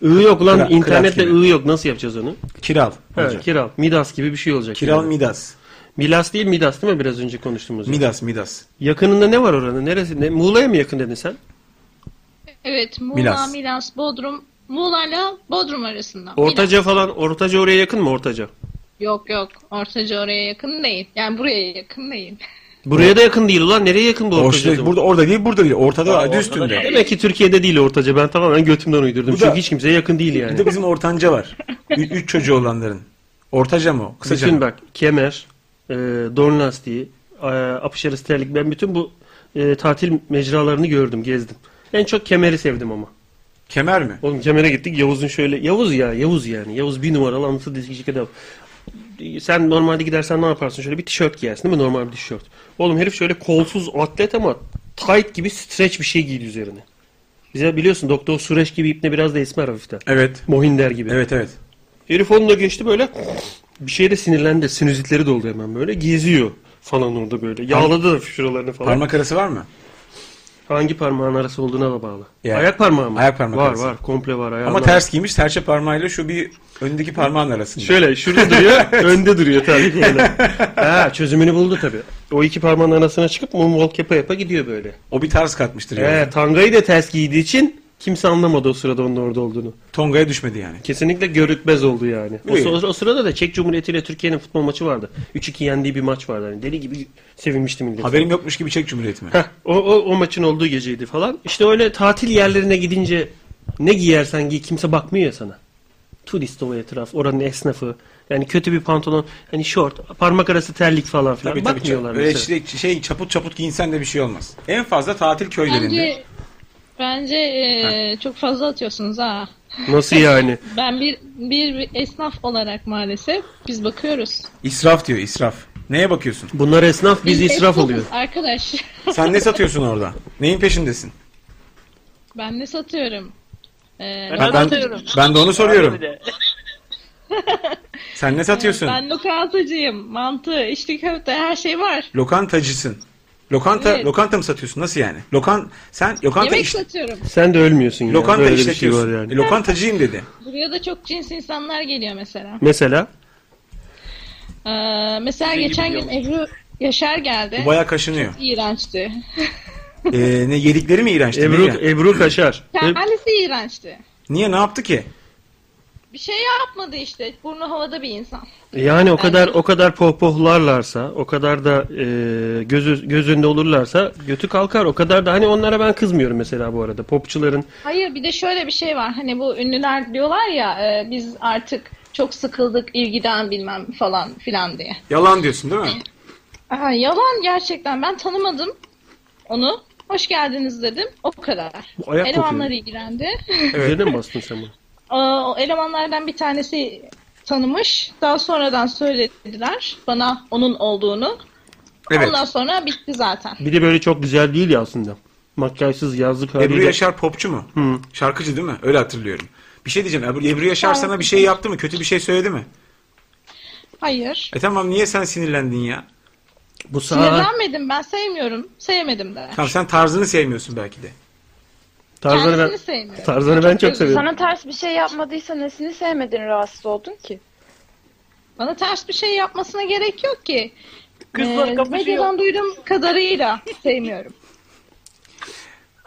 Speaker 2: I yok lan.
Speaker 3: Kral-
Speaker 2: İnternette
Speaker 3: kral
Speaker 2: I yok. Nasıl yapacağız onu?
Speaker 3: Kiral.
Speaker 2: Evet,
Speaker 3: olacak.
Speaker 2: kiral. Midas gibi bir şey olacak.
Speaker 3: Kiral
Speaker 2: yani.
Speaker 3: Midas.
Speaker 2: Milas değil Midas değil mi biraz önce konuştuğumuz? yer?
Speaker 3: Midas Midas.
Speaker 2: Yakınında ne var oranın? Neresinde? Muğla'ya mı yakın dedin sen?
Speaker 5: Evet Muğla,
Speaker 3: Milas.
Speaker 5: Milas, Bodrum. Muğla'yla Bodrum arasında. Milas.
Speaker 2: Ortaca falan. Ortaca oraya yakın mı? Ortaca.
Speaker 5: Yok yok. Ortaca oraya yakın değil. Yani buraya yakın değil.
Speaker 2: Buraya da yakın değil ulan. Nereye yakın bu Ortaca?
Speaker 3: Ortada,
Speaker 2: da?
Speaker 3: burada orada değil burada değil. Ortada
Speaker 1: ortada
Speaker 3: düz üstünde.
Speaker 1: değil.
Speaker 2: Demek ki Türkiye'de değil Ortaca. Ben tamamen götümden
Speaker 3: Bu
Speaker 2: uydurdum.
Speaker 3: da-
Speaker 2: Çünkü hiç kimseye yakın değil yani.
Speaker 3: Bir de bizim ortanca var. Ü- Üç çocuğu olanların. Ortaca mı? o? Kısaca
Speaker 2: Bütün
Speaker 3: mı?
Speaker 2: bak kemer, e, don lastiği, e, apışarı sterlik ben bütün bu e, tatil mecralarını gördüm, gezdim. En çok kemeri sevdim ama.
Speaker 3: Kemer mi?
Speaker 2: Oğlum kemere gittik Yavuz'un şöyle Yavuz ya Yavuz yani Yavuz bir numaralı anlatı dizgici kadar. Sen normalde gidersen ne yaparsın şöyle bir tişört giyersin değil mi normal bir tişört. Oğlum herif şöyle kolsuz atlet ama tight gibi streç bir şey giydi üzerine. Bize biliyorsun Doktor Sureş gibi ipne biraz da esmer hafiften.
Speaker 3: Evet.
Speaker 2: Mohinder gibi.
Speaker 3: Evet evet.
Speaker 2: Herif onunla geçti böyle bir şeye de sinirlendi. Sinüzitleri doldu hemen böyle. Geziyor falan orada böyle. Yağladı da şuralarını falan.
Speaker 3: Parmak arası var mı?
Speaker 2: Hangi parmağın arası olduğuna da bağlı.
Speaker 3: Ya.
Speaker 2: Ayak parmağı mı?
Speaker 3: Ayak parmak
Speaker 2: Var
Speaker 3: arası.
Speaker 2: var. Komple var. Ayağına.
Speaker 3: Ama ters giymiş serçe parmağıyla şu bir öndeki parmağın arasında.
Speaker 2: Şöyle şurada duruyor. önde duruyor tabii böyle. ha, çözümünü buldu tabii. O iki parmağın arasına çıkıp moonwalk yapa yapa gidiyor böyle.
Speaker 3: O bir tarz katmıştır yani.
Speaker 2: He, tangayı da ters giydiği için kimse anlamadı o sırada onun orada olduğunu.
Speaker 3: Tonga'ya düşmedi yani.
Speaker 2: Kesinlikle görükmez oldu yani. O,
Speaker 3: İyi.
Speaker 2: o- o sırada da Çek Cumhuriyeti ile Türkiye'nin futbol maçı vardı. 3-2 yendiği bir maç vardı. Hani deli gibi sevinmiştim millet.
Speaker 3: Haberim yokmuş gibi çek cumhuriyetimi.
Speaker 2: Heh, o, o, o maçın olduğu geceydi falan. İşte öyle tatil yerlerine gidince ne giyersen giy kimse bakmıyor ya sana. Turist o etraf, oranın esnafı. Yani kötü bir pantolon, hani short, parmak arası terlik falan filan.
Speaker 3: Tabii tabii.
Speaker 2: Bakmıyorlar
Speaker 3: ça- Böyle
Speaker 2: mesela.
Speaker 3: şey, şey çaput çaput giyinsen de bir şey olmaz. En fazla tatil köylerinde.
Speaker 5: Bence bence e, çok fazla atıyorsunuz ha.
Speaker 2: Nasıl yani?
Speaker 5: Ben bir bir esnaf olarak maalesef biz bakıyoruz.
Speaker 3: İsraf diyor israf. Neye bakıyorsun?
Speaker 2: Bunlar esnaf, biz israf
Speaker 5: esnafız
Speaker 2: oluyor.
Speaker 5: Arkadaş
Speaker 3: Sen ne satıyorsun orada? Neyin peşindesin?
Speaker 5: ben ne satıyorum? Ee,
Speaker 1: Ben-
Speaker 3: Ha,
Speaker 1: Ben
Speaker 3: ben,
Speaker 1: satıyorum.
Speaker 3: ben de onu soruyorum.
Speaker 1: Öyle.
Speaker 3: Sen ne satıyorsun?
Speaker 5: Ben lokantacıyım. Mantı, içli köfte her şey var.
Speaker 3: Lokantacısın. Lokanta
Speaker 5: Evet.
Speaker 3: lokanta mı satıyorsun? Nasıl yani? Lokan sen lokanta
Speaker 5: Yemek
Speaker 3: iş,
Speaker 5: satıyorum.
Speaker 2: Sen de ölmüyorsun ya.
Speaker 3: lokanta
Speaker 2: Böyle bir şey
Speaker 3: işletiyorsun.
Speaker 2: var yani.
Speaker 3: E, Lokantacıyım dedi.
Speaker 5: Buraya da çok cins insanlar geliyor mesela.
Speaker 2: Mesela?
Speaker 5: Ee, mesela geçen gün Ebru Yaşar geldi.
Speaker 3: Bu bayağı kaşınıyor.
Speaker 5: İğrençti.
Speaker 3: E, ne yedikleri mi iğrençti?
Speaker 2: Ebru,
Speaker 3: Niye?
Speaker 2: Ebru Kaşar. Hep-
Speaker 5: Kendisi iğrençti.
Speaker 3: Niye ne yaptı ki?
Speaker 5: Bir şey yapmadı işte. Burnu havada bir insan.
Speaker 2: Yani o kadar o kadar pohpohlarlarsa, o kadar da e, gözü göz önünde olurlarsa götü kalkar. O kadar da hani onlara ben kızmıyorum mesela bu arada. Popçuların
Speaker 5: Hayır bir de şöyle bir şey var. Hani bu ünlüler diyorlar ya e, biz artık çok sıkıldık ilgiden bilmem falan filan diye.
Speaker 3: Yalan diyorsun değil mi?
Speaker 5: Aha, yalan gerçekten. Ben tanımadım onu. Hoş geldiniz dedim. O kadar.
Speaker 2: Bu ayak
Speaker 5: Elemanlar
Speaker 2: kokuyor.
Speaker 5: ilgilendi.
Speaker 2: üzerine mi bastın sen bunu?
Speaker 5: Ee, o elemanlardan bir tanesi tanımış. Daha sonradan söylediler bana onun olduğunu.
Speaker 3: Evet.
Speaker 5: Ondan sonra bitti zaten.
Speaker 2: Bir de böyle çok güzel değil ya aslında. Makyajsız yazlık
Speaker 3: Ebru
Speaker 2: haliyle.
Speaker 3: Yaşar popçu mu? Şarkıcı değil mi? Öyle hatırlıyorum. Bir şey diyeceğim. Ebru, Ebru Yaşar sana bir şey yaptı mı? Kötü bir şey söyledi mi?
Speaker 5: Hayır.
Speaker 3: E tamam niye sen sinirlendin ya?
Speaker 2: Bu saat
Speaker 5: Sinirlenmedim ben sevmiyorum. Sevmedim de.
Speaker 3: Tamam sen tarzını sevmiyorsun belki de.
Speaker 2: Tarzan'ı ben
Speaker 5: Kendisini sevmiyorum.
Speaker 2: Tarzan'ı ben çok seviyorum.
Speaker 7: Sana ters bir şey yapmadıysa nesini sevmedin rahatsız oldun ki?
Speaker 5: Bana ters bir şey yapmasına gerek yok ki.
Speaker 1: Kızlar
Speaker 5: Ee,
Speaker 1: kapışıyor.
Speaker 5: medyadan duyduğum kadarıyla sevmiyorum.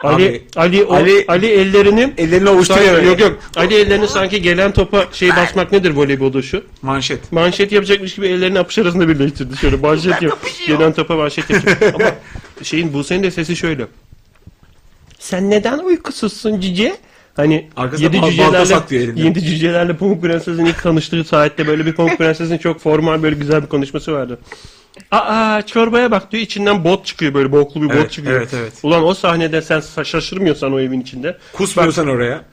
Speaker 2: Ali
Speaker 3: Abi,
Speaker 2: Ali o-
Speaker 3: Ali-
Speaker 2: Ali, ellerini
Speaker 3: Ellerini ovuşturuyor.
Speaker 2: sanki,
Speaker 3: böyle.
Speaker 2: yok yok. Ali ellerini sanki gelen topa şey basmak nedir voleybolda şu?
Speaker 3: Manşet.
Speaker 2: manşet yapacakmış gibi ellerini apış arasında birleştirdi. Şöyle manşet yap. Gelen topa manşet yapacak. Ama şeyin Buse'nin de sesi şöyle. Sen neden uykusuzsun cici? Hani
Speaker 3: Arkasında
Speaker 2: yedi
Speaker 3: bal- balta
Speaker 2: cücelerle,
Speaker 3: saklıyor elinde.
Speaker 2: yedi cücelerle Pamuk Prenses'in ilk tanıştığı saatte böyle bir Pamuk Prenses'in çok formal böyle güzel bir konuşması vardı. Aa çorbaya bak diyor içinden bot çıkıyor böyle boklu bir
Speaker 3: Evet,
Speaker 2: bot çıkıyor.
Speaker 3: evet, evet.
Speaker 2: Ulan o sahnede sen sa- şaşırmıyorsan o evin içinde.
Speaker 3: Kusmuyorsan oraya.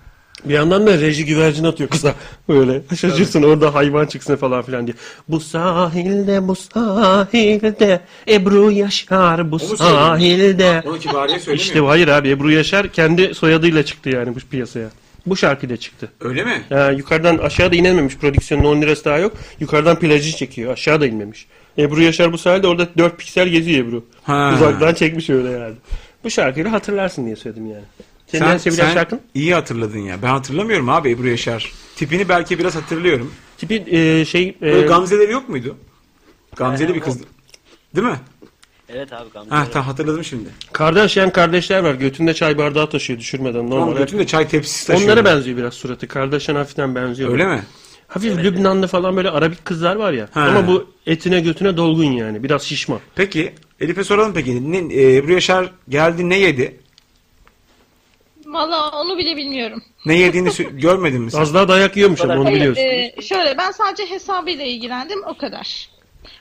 Speaker 2: Bir yandan da reji güvercin atıyor kıza. Böyle şaşırsın orada hayvan çıksın falan filan diye. Bu sahilde bu sahilde Ebru Yaşar bu
Speaker 3: söylüyor.
Speaker 2: sahilde.
Speaker 3: Onu kibariye söylemiyor.
Speaker 2: İşte hayır abi Ebru Yaşar kendi soyadıyla çıktı yani bu piyasaya. Bu şarkıyla çıktı.
Speaker 3: Öyle mi?
Speaker 2: Ha, yukarıdan aşağıda inememiş prodüksiyonun 10 lirası daha yok. Yukarıdan plajı çekiyor aşağıda inmemiş. Ebru Yaşar bu sahilde orada 4 piksel geziyor Ebru.
Speaker 3: Ha.
Speaker 2: Uzaktan çekmiş öyle yani. Bu şarkıyla hatırlarsın diye söyledim yani. Senin en sevilen şarkın?
Speaker 3: iyi hatırladın ya. Ben hatırlamıyorum abi Ebru Yaşar. Tipini belki biraz hatırlıyorum.
Speaker 2: Tipi e, şey... e,
Speaker 3: Böyle gamzeleri yok muydu? Gamzeli bir
Speaker 2: Ee,
Speaker 3: kızdı. Değil mi?
Speaker 1: Evet abi Gamze.
Speaker 3: Ha tamam hatırladım şimdi.
Speaker 2: Kardashian kardeşler var. Götünde çay bardağı taşıyor düşürmeden
Speaker 3: Tamam
Speaker 2: normal.
Speaker 3: götüm de çay tepsisi taşıyordu.
Speaker 2: Onlara benziyor biraz suratı. Kardashian hafiften benziyor.
Speaker 3: Öyle mi?
Speaker 2: Hafif Lübnanlı falan böyle Arabik kızlar var ya.
Speaker 3: Ha.
Speaker 2: Ama bu etine götüne dolgun yani. Biraz şişman.
Speaker 3: Peki Elif'e soralım peki. Ne, e, Ebru Yaşar geldi ne yedi?
Speaker 5: Valla onu bile bilmiyorum.
Speaker 3: Ne yediğini sö- görmedin mi sen?
Speaker 2: Az daha dayak yiyormuş ama onu
Speaker 5: Hayır,
Speaker 2: biliyoruz.
Speaker 5: e, şöyle ben sadece hesabıyla ilgilendim o kadar.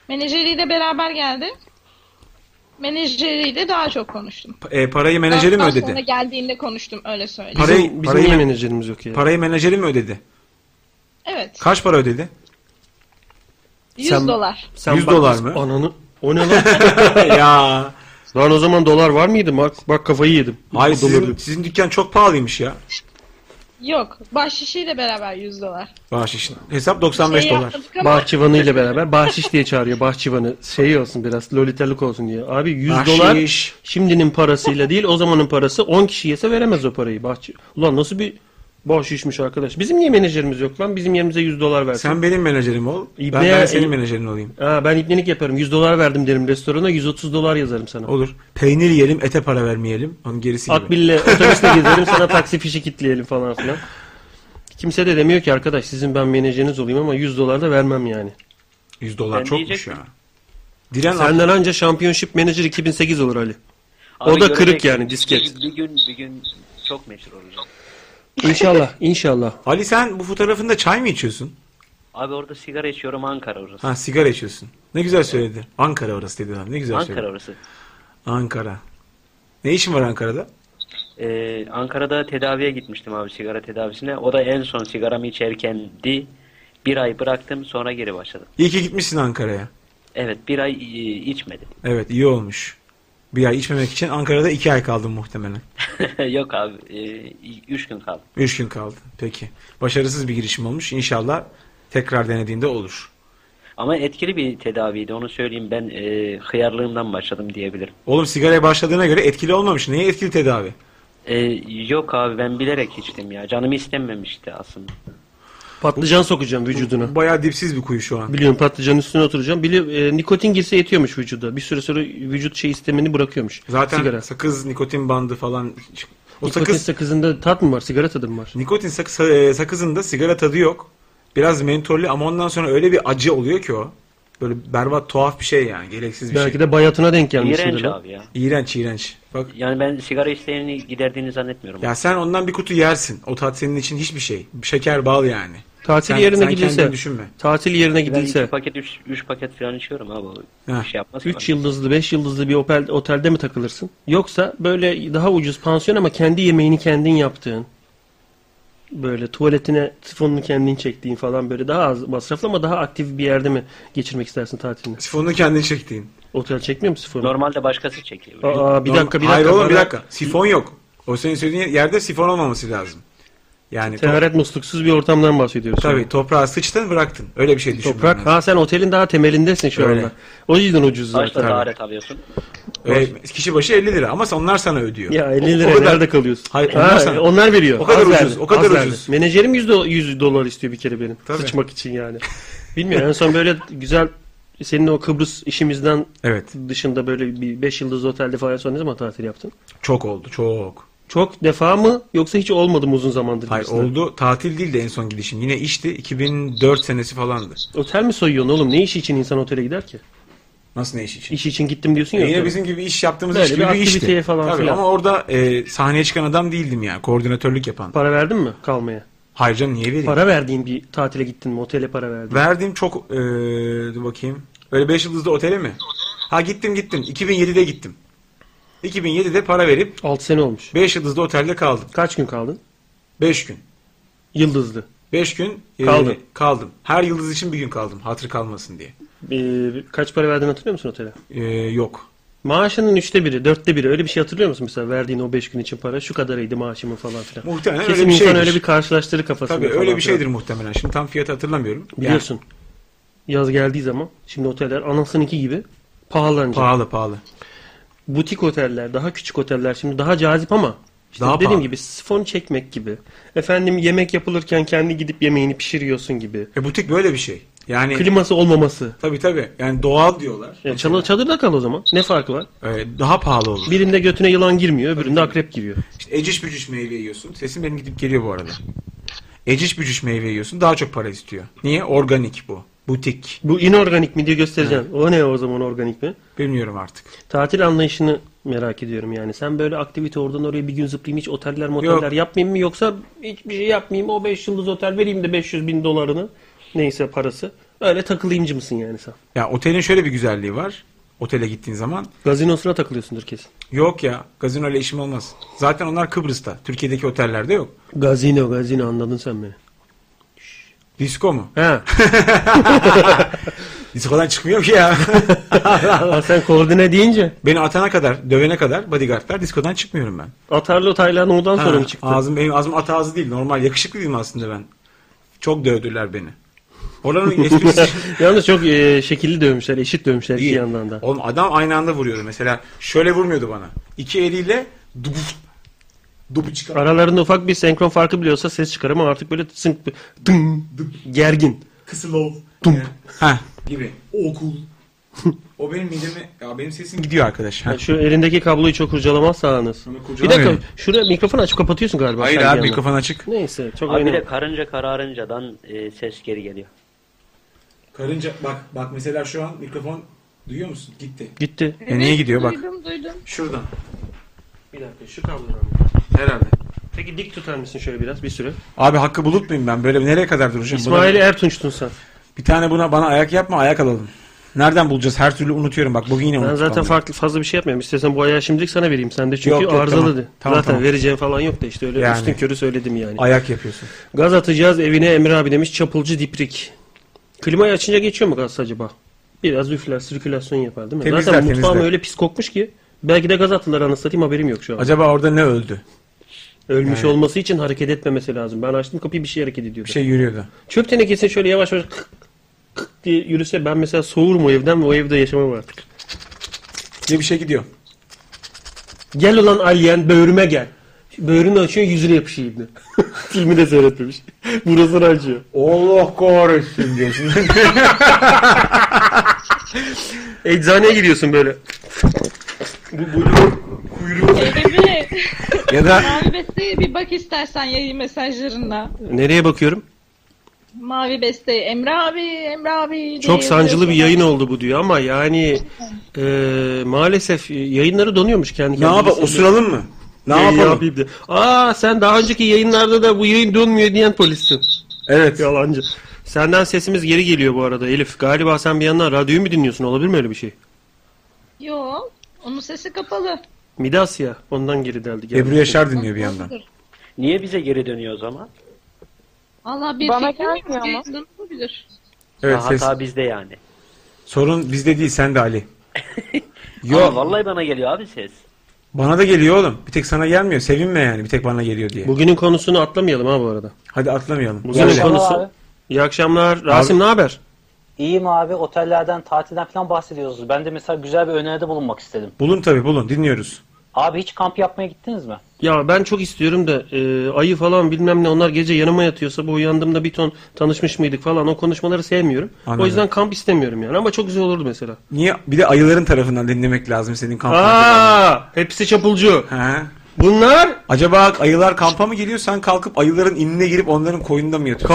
Speaker 5: Menajeriyle beraber geldi. Menajeriyle daha çok konuştum.
Speaker 3: E, parayı menajeri mi
Speaker 5: Daha Sonra
Speaker 3: ödedi?
Speaker 5: geldiğinde konuştum öyle söyleyeyim.
Speaker 3: Para-
Speaker 2: Parayı,
Speaker 3: parayı-
Speaker 2: bizim,
Speaker 3: parayı-
Speaker 2: niye menajerimiz yok ya?
Speaker 3: Parayı menajeri mi ödedi?
Speaker 5: Evet.
Speaker 3: Kaç para ödedi?
Speaker 5: 100
Speaker 2: Sen-
Speaker 5: dolar.
Speaker 2: Sen
Speaker 3: 100
Speaker 2: bak-
Speaker 3: dolar mı?
Speaker 2: Ananı. O ne lan?
Speaker 3: ya.
Speaker 2: lan o zaman dolar var mıydı? Bak, bak kafayı yedim.
Speaker 3: Hayır
Speaker 2: O doları-
Speaker 3: sizin, sizin dükkan çok pahalıymış ya.
Speaker 5: Yok. Bahşişiyle beraber 100 dolar.
Speaker 3: Bahşişin. Hesap 95
Speaker 5: Şey
Speaker 3: dolar.
Speaker 5: yapmadık ama
Speaker 2: Bahçıvanı ile beraber bahşiş diye çağırıyor bahçıvanı. Şey olsun biraz loliterlik olsun diye. Abi 100
Speaker 3: Bahşiş.
Speaker 2: dolar şimdinin parasıyla değil o zamanın parası 10 kişi yese veremez o parayı. Bahçı... Ulan nasıl bir bahşişmiş arkadaş. Bizim niye menajerimiz yok lan? Bizim yerimize 100 dolar versin.
Speaker 3: Sen benim menajerim ol.
Speaker 2: İbne-
Speaker 3: ben, ben senin
Speaker 2: El-
Speaker 3: menajerin olayım.
Speaker 2: Ha, ben ipnelik yaparım. 100 dolar verdim derim restorana 130 dolar yazarım sana.
Speaker 3: Olur. Peynir yiyelim, ete para vermeyelim. Onun gerisi gibi.
Speaker 2: Akbil'le otobüsle gezerim sana taksi fişi kitleyelim falan filan. Kimse de demiyor ki arkadaş sizin ben menajeriniz olayım ama 100 dolar da vermem yani.
Speaker 3: 100 dolar
Speaker 1: Ben
Speaker 3: çokmuş
Speaker 1: diyecektim.
Speaker 3: ya. Diren Ak-
Speaker 2: Senden anca Championship Manager 2008 olur Ali.
Speaker 1: Abi
Speaker 2: o da
Speaker 1: göreceksin.
Speaker 2: kırık yani, disket.
Speaker 1: Bir, bir gün bir gün çok meşhur olacak.
Speaker 2: İnşallah, inşallah.
Speaker 3: Ali sen bu fotoğrafında çay mı içiyorsun?
Speaker 1: Abi orada sigara içiyorum Ankara orası.
Speaker 3: Ha sigara içiyorsun. Ne güzel söyledi. Ankara orası dedi abi. Ne güzel
Speaker 1: Ankara
Speaker 3: söyledi.
Speaker 1: orası.
Speaker 3: Ankara. Ne işin var Ankara'da?
Speaker 1: Ee, Ankara'da tedaviye gitmiştim abi sigara tedavisine. O da en son sigaramı içerkendi. Bir ay bıraktım sonra geri başladım.
Speaker 3: İyi ki gitmişsin Ankara'ya.
Speaker 1: Evet bir ay e, içmedim.
Speaker 3: Evet iyi olmuş. Bir ay içmemek için Ankara'da iki ay kaldın muhtemelen.
Speaker 1: Yok abi e, üç gün kaldı.
Speaker 3: Üç gün kaldı. Peki. Başarısız bir girişim olmuş. İnşallah tekrar denediğinde olur.
Speaker 1: Ama etkili bir tedaviydi onu söyleyeyim ben e, hıyarlığımdan başladım diyebilirim.
Speaker 3: Oğlum sigaraya başladığına göre etkili olmamış. Neye etkili tedavi?
Speaker 1: E, yok abi ben bilerek içtim ya canım istenmemişti aslında.
Speaker 2: Patlıcan sokacağım vücuduna.
Speaker 3: Bayağı dipsiz bir kuyu şu an.
Speaker 2: Biliyorum patlıcanın üstüne oturacağım. Bili e, nikotin girse yetiyormuş vücuda. Bir süre sonra vücut şey istemini bırakıyormuş.
Speaker 3: Zaten
Speaker 2: sigara.
Speaker 3: sakız, nikotin bandı falan. O
Speaker 2: Nikotin
Speaker 3: sakız,
Speaker 2: sakızında tat mı var? Sigara tadı mı var?
Speaker 3: nikotin sakız, e, sakızında sigara tadı yok. Biraz mentollü ama ondan sonra öyle bir acı oluyor ki o. Böyle berbat tuhaf bir şey yani. Gereksiz bir
Speaker 2: Belki
Speaker 3: şey.
Speaker 2: de bayatına denk gelmişsindir.
Speaker 1: İğrenç
Speaker 2: lan.
Speaker 1: abi ya.
Speaker 3: İğrenç iğrenç. Bak
Speaker 1: Yani ben sigara isteğini giderdiğini zannetmiyorum.
Speaker 3: ya sen ondan bir kutu yersin. O tat senin için hiçbir şey. Şeker bal yani.
Speaker 2: Tatil
Speaker 3: Sen-
Speaker 2: yerine
Speaker 3: sen
Speaker 2: gidilse.
Speaker 3: kendini düşünme.
Speaker 2: Tatil yerine
Speaker 1: Ben iki
Speaker 2: gidilse.
Speaker 1: paket, üç, üç paket falan içiyorum abi. o
Speaker 3: Heh.
Speaker 1: Bir şey yapmaz ki
Speaker 2: 3 yıldızlı, 5 yıldızlı bir otel, otelde mi takılırsın? Yoksa böyle daha ucuz pansiyon ama kendi yemeğini kendin yaptığın, böyle tuvaletine sifonunu kendin çektiğin falan böyle daha az masraflı ama daha aktif bir yerde mi geçirmek istersin tatilini?
Speaker 3: Sifonunu kendin çektiğin.
Speaker 2: Otel çekmiyor mu sifonu?
Speaker 1: Normalde başkası çekiyor.
Speaker 2: Aa, bir
Speaker 3: Normal-
Speaker 2: dakika bir dakika.
Speaker 3: Hayır oğlum bir
Speaker 2: bana
Speaker 3: dakika. Sifon yok. O senin söylediğin yerde sifon olmaması lazım. Yani to-
Speaker 2: Teharet musluksuz bir ortamdan bahsediyoruz.
Speaker 3: tabii toprağa sıçtın bıraktın. Öyle bir şey düşün.
Speaker 2: Toprak. Ha sen otelin daha temelindesin şu
Speaker 3: Öyle.
Speaker 2: anda. O yüzden ucuz
Speaker 1: Başta
Speaker 2: zaten.
Speaker 1: taharet alıyorsun.
Speaker 3: Ee, kişi başı 50 lira ama onlar sana ödüyor.
Speaker 2: Ya 50
Speaker 3: O-
Speaker 2: lira
Speaker 3: o kadar-
Speaker 2: nerede kalıyorsun?
Speaker 3: Hayır,
Speaker 2: Ha,
Speaker 3: onlar sana-
Speaker 2: onlar veriyor.
Speaker 3: O kadar
Speaker 2: Az
Speaker 3: ucuz,
Speaker 2: verdi,
Speaker 3: o kadar
Speaker 2: az verdi.
Speaker 3: ucuz.
Speaker 2: Menajerim 100, do- 100 dolar istiyor bir kere benim.
Speaker 3: Tabii.
Speaker 2: Sıçmak için yani. Bilmiyorum en son böyle güzel senin o Kıbrıs işimizden
Speaker 3: Evet.
Speaker 2: dışında böyle bir 5 yıldız otelde falan en son ne zaman tatil yaptın?
Speaker 3: Çok oldu. Çok.
Speaker 2: Çok defa mı yoksa hiç olmadı mı uzun zamandır?
Speaker 3: Hayır
Speaker 2: gibisinden?
Speaker 3: oldu. Tatil değil de en son gidişim. Yine işti. 2004 senesi falandı.
Speaker 2: Otel mi soyuyorsun oğlum? Ne iş için insan otele gider ki?
Speaker 3: Nasıl ne iş için?
Speaker 2: İş için gittim diyorsun
Speaker 3: E
Speaker 2: ya.
Speaker 3: yine bizim gibi iş yaptığımız
Speaker 2: Böyle
Speaker 3: iş
Speaker 2: bir
Speaker 3: gibi bir
Speaker 2: aktiviteye
Speaker 3: işti.
Speaker 2: falan
Speaker 3: Tabii
Speaker 2: filan.
Speaker 3: ama orada e, sahneye çıkan adam değildim yani. Koordinatörlük yapan.
Speaker 2: Para verdin mi kalmaya?
Speaker 3: Hayır canım niye vereyim?
Speaker 2: Para verdiğin bir tatile gittin mi? Otele para verdin.
Speaker 3: Verdiğim çok e, dur bakayım. Öyle 5 yıldızlı otele mi? Ha gittim gittim. 2007'de gittim. 2007'de para verip
Speaker 2: 6 sene olmuş.
Speaker 3: 5 yıldızlı otelde kaldım.
Speaker 2: Kaç gün kaldın?
Speaker 3: 5 gün.
Speaker 2: Yıldızlı.
Speaker 3: 5 gün e,
Speaker 2: Kaldın.
Speaker 3: kaldım. Her yıldız için bir gün kaldım. Hatır kalmasın diye.
Speaker 2: Ee, kaç para verdin hatırlıyor musun otele?
Speaker 3: E, yok.
Speaker 2: Maaşının üçte biri, dörtte biri öyle bir şey hatırlıyor musun mesela verdiğin o beş gün için para şu kadarıydı maaşımın falan filan.
Speaker 3: Muhtemelen öyle
Speaker 2: Kesin
Speaker 3: bir
Speaker 2: insan
Speaker 3: şeydir.
Speaker 2: öyle bir karşılaştırır kafasında
Speaker 3: Tabii
Speaker 2: falan
Speaker 3: öyle bir
Speaker 2: filan.
Speaker 3: şeydir muhtemelen. Şimdi tam fiyatı hatırlamıyorum. Yani
Speaker 2: Biliyorsun. Yaz geldiği zaman şimdi oteller anasınınki gibi pahalanacak.
Speaker 3: pahalı pahalı.
Speaker 2: Butik oteller, daha küçük oteller şimdi daha cazip ama işte
Speaker 3: Daha
Speaker 2: dediğim
Speaker 3: pahalı.
Speaker 2: gibi sifon çekmek gibi. Efendim yemek yapılırken kendi gidip yemeğini pişiriyorsun gibi.
Speaker 3: E butik böyle bir şey. Yani
Speaker 2: Kliması olmaması.
Speaker 3: tabii tabii. Yani doğal diyorlar.
Speaker 2: Ya çalı- çadırda kal o zaman. Ne farkı var?
Speaker 3: E, daha pahalı olur.
Speaker 2: Birinde götüne yılan girmiyor, öbüründe akrep giriyor.
Speaker 3: İşte eciş bücüş meyve yiyorsun. Sesim benim gidip geliyor bu arada. Eciş bücüş meyve yiyorsun. Daha çok para istiyor. Niye? Organik bu. Butik.
Speaker 2: Bu inorganik mi diye göstereceğim. O ne o zaman organik mi?
Speaker 3: Bilmiyorum artık.
Speaker 2: Tatil anlayışını merak ediyorum yani. Sen böyle aktivite oradan oraya bir gün zıplayayım hiç oteller moteller
Speaker 3: Yok.
Speaker 2: yapmayayım mı yoksa hiçbir şey yapmayayım o 5 yıldız otel vereyim de 500 bin dolarını neyse parası. Öyle takılayımcı mısın yani sen?
Speaker 3: Ya otelin şöyle bir güzelliği var. Otele gittiğin zaman.
Speaker 2: Gazinosuna takılıyorsundur kesin.
Speaker 3: Yok ya. Gazino ile işim olmaz. Zaten onlar Kıbrıs'ta. Türkiye'deki otellerde yok.
Speaker 2: Gazino gazino anladın sen beni.
Speaker 3: Disko mu?
Speaker 2: He.
Speaker 3: Diskodan çıkmıyorum ki ya.
Speaker 2: Aa, sen koordine deyince
Speaker 3: Beni atana kadar, dövene kadar bodyguardlar diskodan çıkmıyorum ben.
Speaker 2: atarlı taylan odan sonra mı
Speaker 3: Ha,
Speaker 2: çıktı?
Speaker 3: Ağzım benim ağzım at ağzı değil. Normal yakışıklıyım aslında ben. Çok dövdüler beni. Oranın esprisi.
Speaker 2: Yalnız çok e, şekilli dövmüşler, eşit dövmüşler iki
Speaker 3: İyi.
Speaker 2: yandan da.
Speaker 3: Oğlum adam aynı anda vuruyordu mesela. Şöyle vurmuyordu bana. İki eliyle dubu dubu çıkar.
Speaker 2: Aralarında ufak bir senkron farkı bile olsa ses çıkar ama artık böyle sınk, dın, gergin.
Speaker 3: Kısılov. Ha. Gibi. Okul. o benim mideme ya benim sesim gidiyor arkadaş. Ha.
Speaker 2: Yani şu elindeki kabloyu çok kurcalamazsanız. Bir dakika
Speaker 3: kurcalamıyorum.
Speaker 2: şuraya mikrofonu açıp kapatıyorsun galiba.
Speaker 3: Hayır
Speaker 2: sen bir
Speaker 3: abi
Speaker 2: yandan.
Speaker 3: mikrofon açık.
Speaker 2: Neyse çok
Speaker 1: Abi bir de
Speaker 2: önemli.
Speaker 1: karınca kararıncadan e, ses geri geliyor.
Speaker 3: Karınca bak bak mesela şu an mikrofon duyuyor musun? Gitti.
Speaker 2: Gitti.
Speaker 3: E niye gidiyor bak.
Speaker 5: Duydum duydum.
Speaker 3: Şuradan.
Speaker 2: Bir dakika şu kablodan.
Speaker 3: Herhalde.
Speaker 2: Peki dik tutar mısın şöyle biraz bir süre?
Speaker 3: Abi hakkı bulut muyum ben? Böyle nereye kadar duracağım?
Speaker 2: İsmail Ertunç'tun sen.
Speaker 3: Bir tane buna bana ayak yapma ayak alalım. Nereden bulacağız? Her türlü unutuyorum bak bugün yine
Speaker 2: Ben
Speaker 3: unuttum.
Speaker 2: zaten farklı fazla bir şey yapmıyorum. İstersen bu ayağı şimdilik sana vereyim. Sen de çünkü
Speaker 3: Yok, yok,
Speaker 2: arızalı.
Speaker 3: tamam.
Speaker 2: de.
Speaker 3: Tamam,
Speaker 2: zaten
Speaker 3: tamam.
Speaker 2: vereceğim falan yok da işte öyle
Speaker 3: Yani.
Speaker 2: üstün körü söyledim yani.
Speaker 3: Ayak yapıyorsun.
Speaker 2: Gaz atacağız evine Emre abi demiş çapulcu diprik. Klimayı açınca geçiyor mu gaz acaba? Biraz üfler, sirkülasyon yapar değil mi?
Speaker 3: Temizler,
Speaker 2: Zaten mutfağım
Speaker 3: temizler.
Speaker 2: öyle pis kokmuş ki belki de gaz attılar anasını satayım haberim yok şu an.
Speaker 3: Acaba orada ne öldü?
Speaker 2: Ölmüş olması için hareket etmemesi lazım. Ben açtım kapıyı bir şey hareket ediyordu.
Speaker 3: Bir şey yürüyordu.
Speaker 2: Çöp tenekesini şöyle yavaş yavaş kık kık diye yürüse ben mesela soğurum o evden ve o evde yaşamam artık.
Speaker 3: Diye bir şey gidiyor.
Speaker 2: Gel ulan alien böğrüme gel. Böğrünü açıyor yüzüne yapışıyor ibne. Filmi de seyretmemiş. Burasını açıyor.
Speaker 3: Allah korusun diyorsun.
Speaker 2: Eczaneye giriyorsun böyle.
Speaker 5: Emre
Speaker 3: ya da
Speaker 5: Şey, Mavi Beste'ye bir bak istersen yayın mesajlarında.
Speaker 2: Nereye bakıyorum?
Speaker 5: Mavi Beste Emre abi Emre abi diye
Speaker 2: Çok sancılı bir yayın
Speaker 5: yazıyorsun.
Speaker 2: oldu bu diyor ama yani e, maalesef e, yayınları donuyormuş kendi
Speaker 3: ne yapalım? Osuralım mı? Ne yapalım?
Speaker 2: yapayım diye. Aa sen daha önceki yayınlarda da bu yayın donmuyor diyen polissin.
Speaker 3: Evet.
Speaker 2: Yalancı. Senden sesimiz geri geliyor bu arada Elif. Galiba sen bir yandan radyoyu mu dinliyorsun? Olabilir mi öyle bir şey?
Speaker 5: Yo onun sesi kapalı.
Speaker 2: Midas ya. Ondan geri deldi. geldi.
Speaker 3: Ebru Yaşar dinliyor bir yandan.
Speaker 1: Niye bize geri dönüyor o zaman?
Speaker 5: Valla bir
Speaker 7: Bana
Speaker 5: fikrim yok.
Speaker 7: gelmiyor ama.
Speaker 5: Yayından olabilir.
Speaker 3: Evet
Speaker 1: Ha,
Speaker 3: ses.
Speaker 1: hata bizde yani.
Speaker 3: Sorun bizde değil sende Ali.
Speaker 1: Ama
Speaker 3: Yo
Speaker 1: vallahi bana geliyor abi ses.
Speaker 3: bana da geliyor oğlum. Bir tek sana gelmiyor. Sevinme yani bir tek bana geliyor diye.
Speaker 2: Bugünün konusunu atlamayalım ha bu arada.
Speaker 3: Hadi atlamayalım.
Speaker 2: Bugünün
Speaker 3: Güzel.
Speaker 2: konusu...
Speaker 9: abi.
Speaker 2: İyi akşamlar. Rasim ne haber?
Speaker 9: İyiyim abi otellerden tatilden falan bahsediyorsunuz. Ben de mesela güzel bir öneride bulunmak istedim.
Speaker 3: Bulun tabii bulun dinliyoruz.
Speaker 9: Abi hiç kamp yapmaya gittiniz mi?
Speaker 2: Ya ben çok istiyorum da e, ayı falan bilmem ne onlar gece yanıma yatıyorsa bu uyandığımda bir ton tanışmış mıydık falan o konuşmaları sevmiyorum.
Speaker 3: Anladım.
Speaker 2: O yüzden kamp istemiyorum yani ama çok güzel olurdu mesela.
Speaker 3: Niye? Bir de ayıların tarafından dinlemek lazım senin kampına.
Speaker 2: Aa, hepsi çapulcu.
Speaker 3: Ha.
Speaker 2: Bunlar
Speaker 3: Acaba ayılar kampa mı geliyor? Sen kalkıp ayıların inine girip onların koyununda mı yatıyorsun?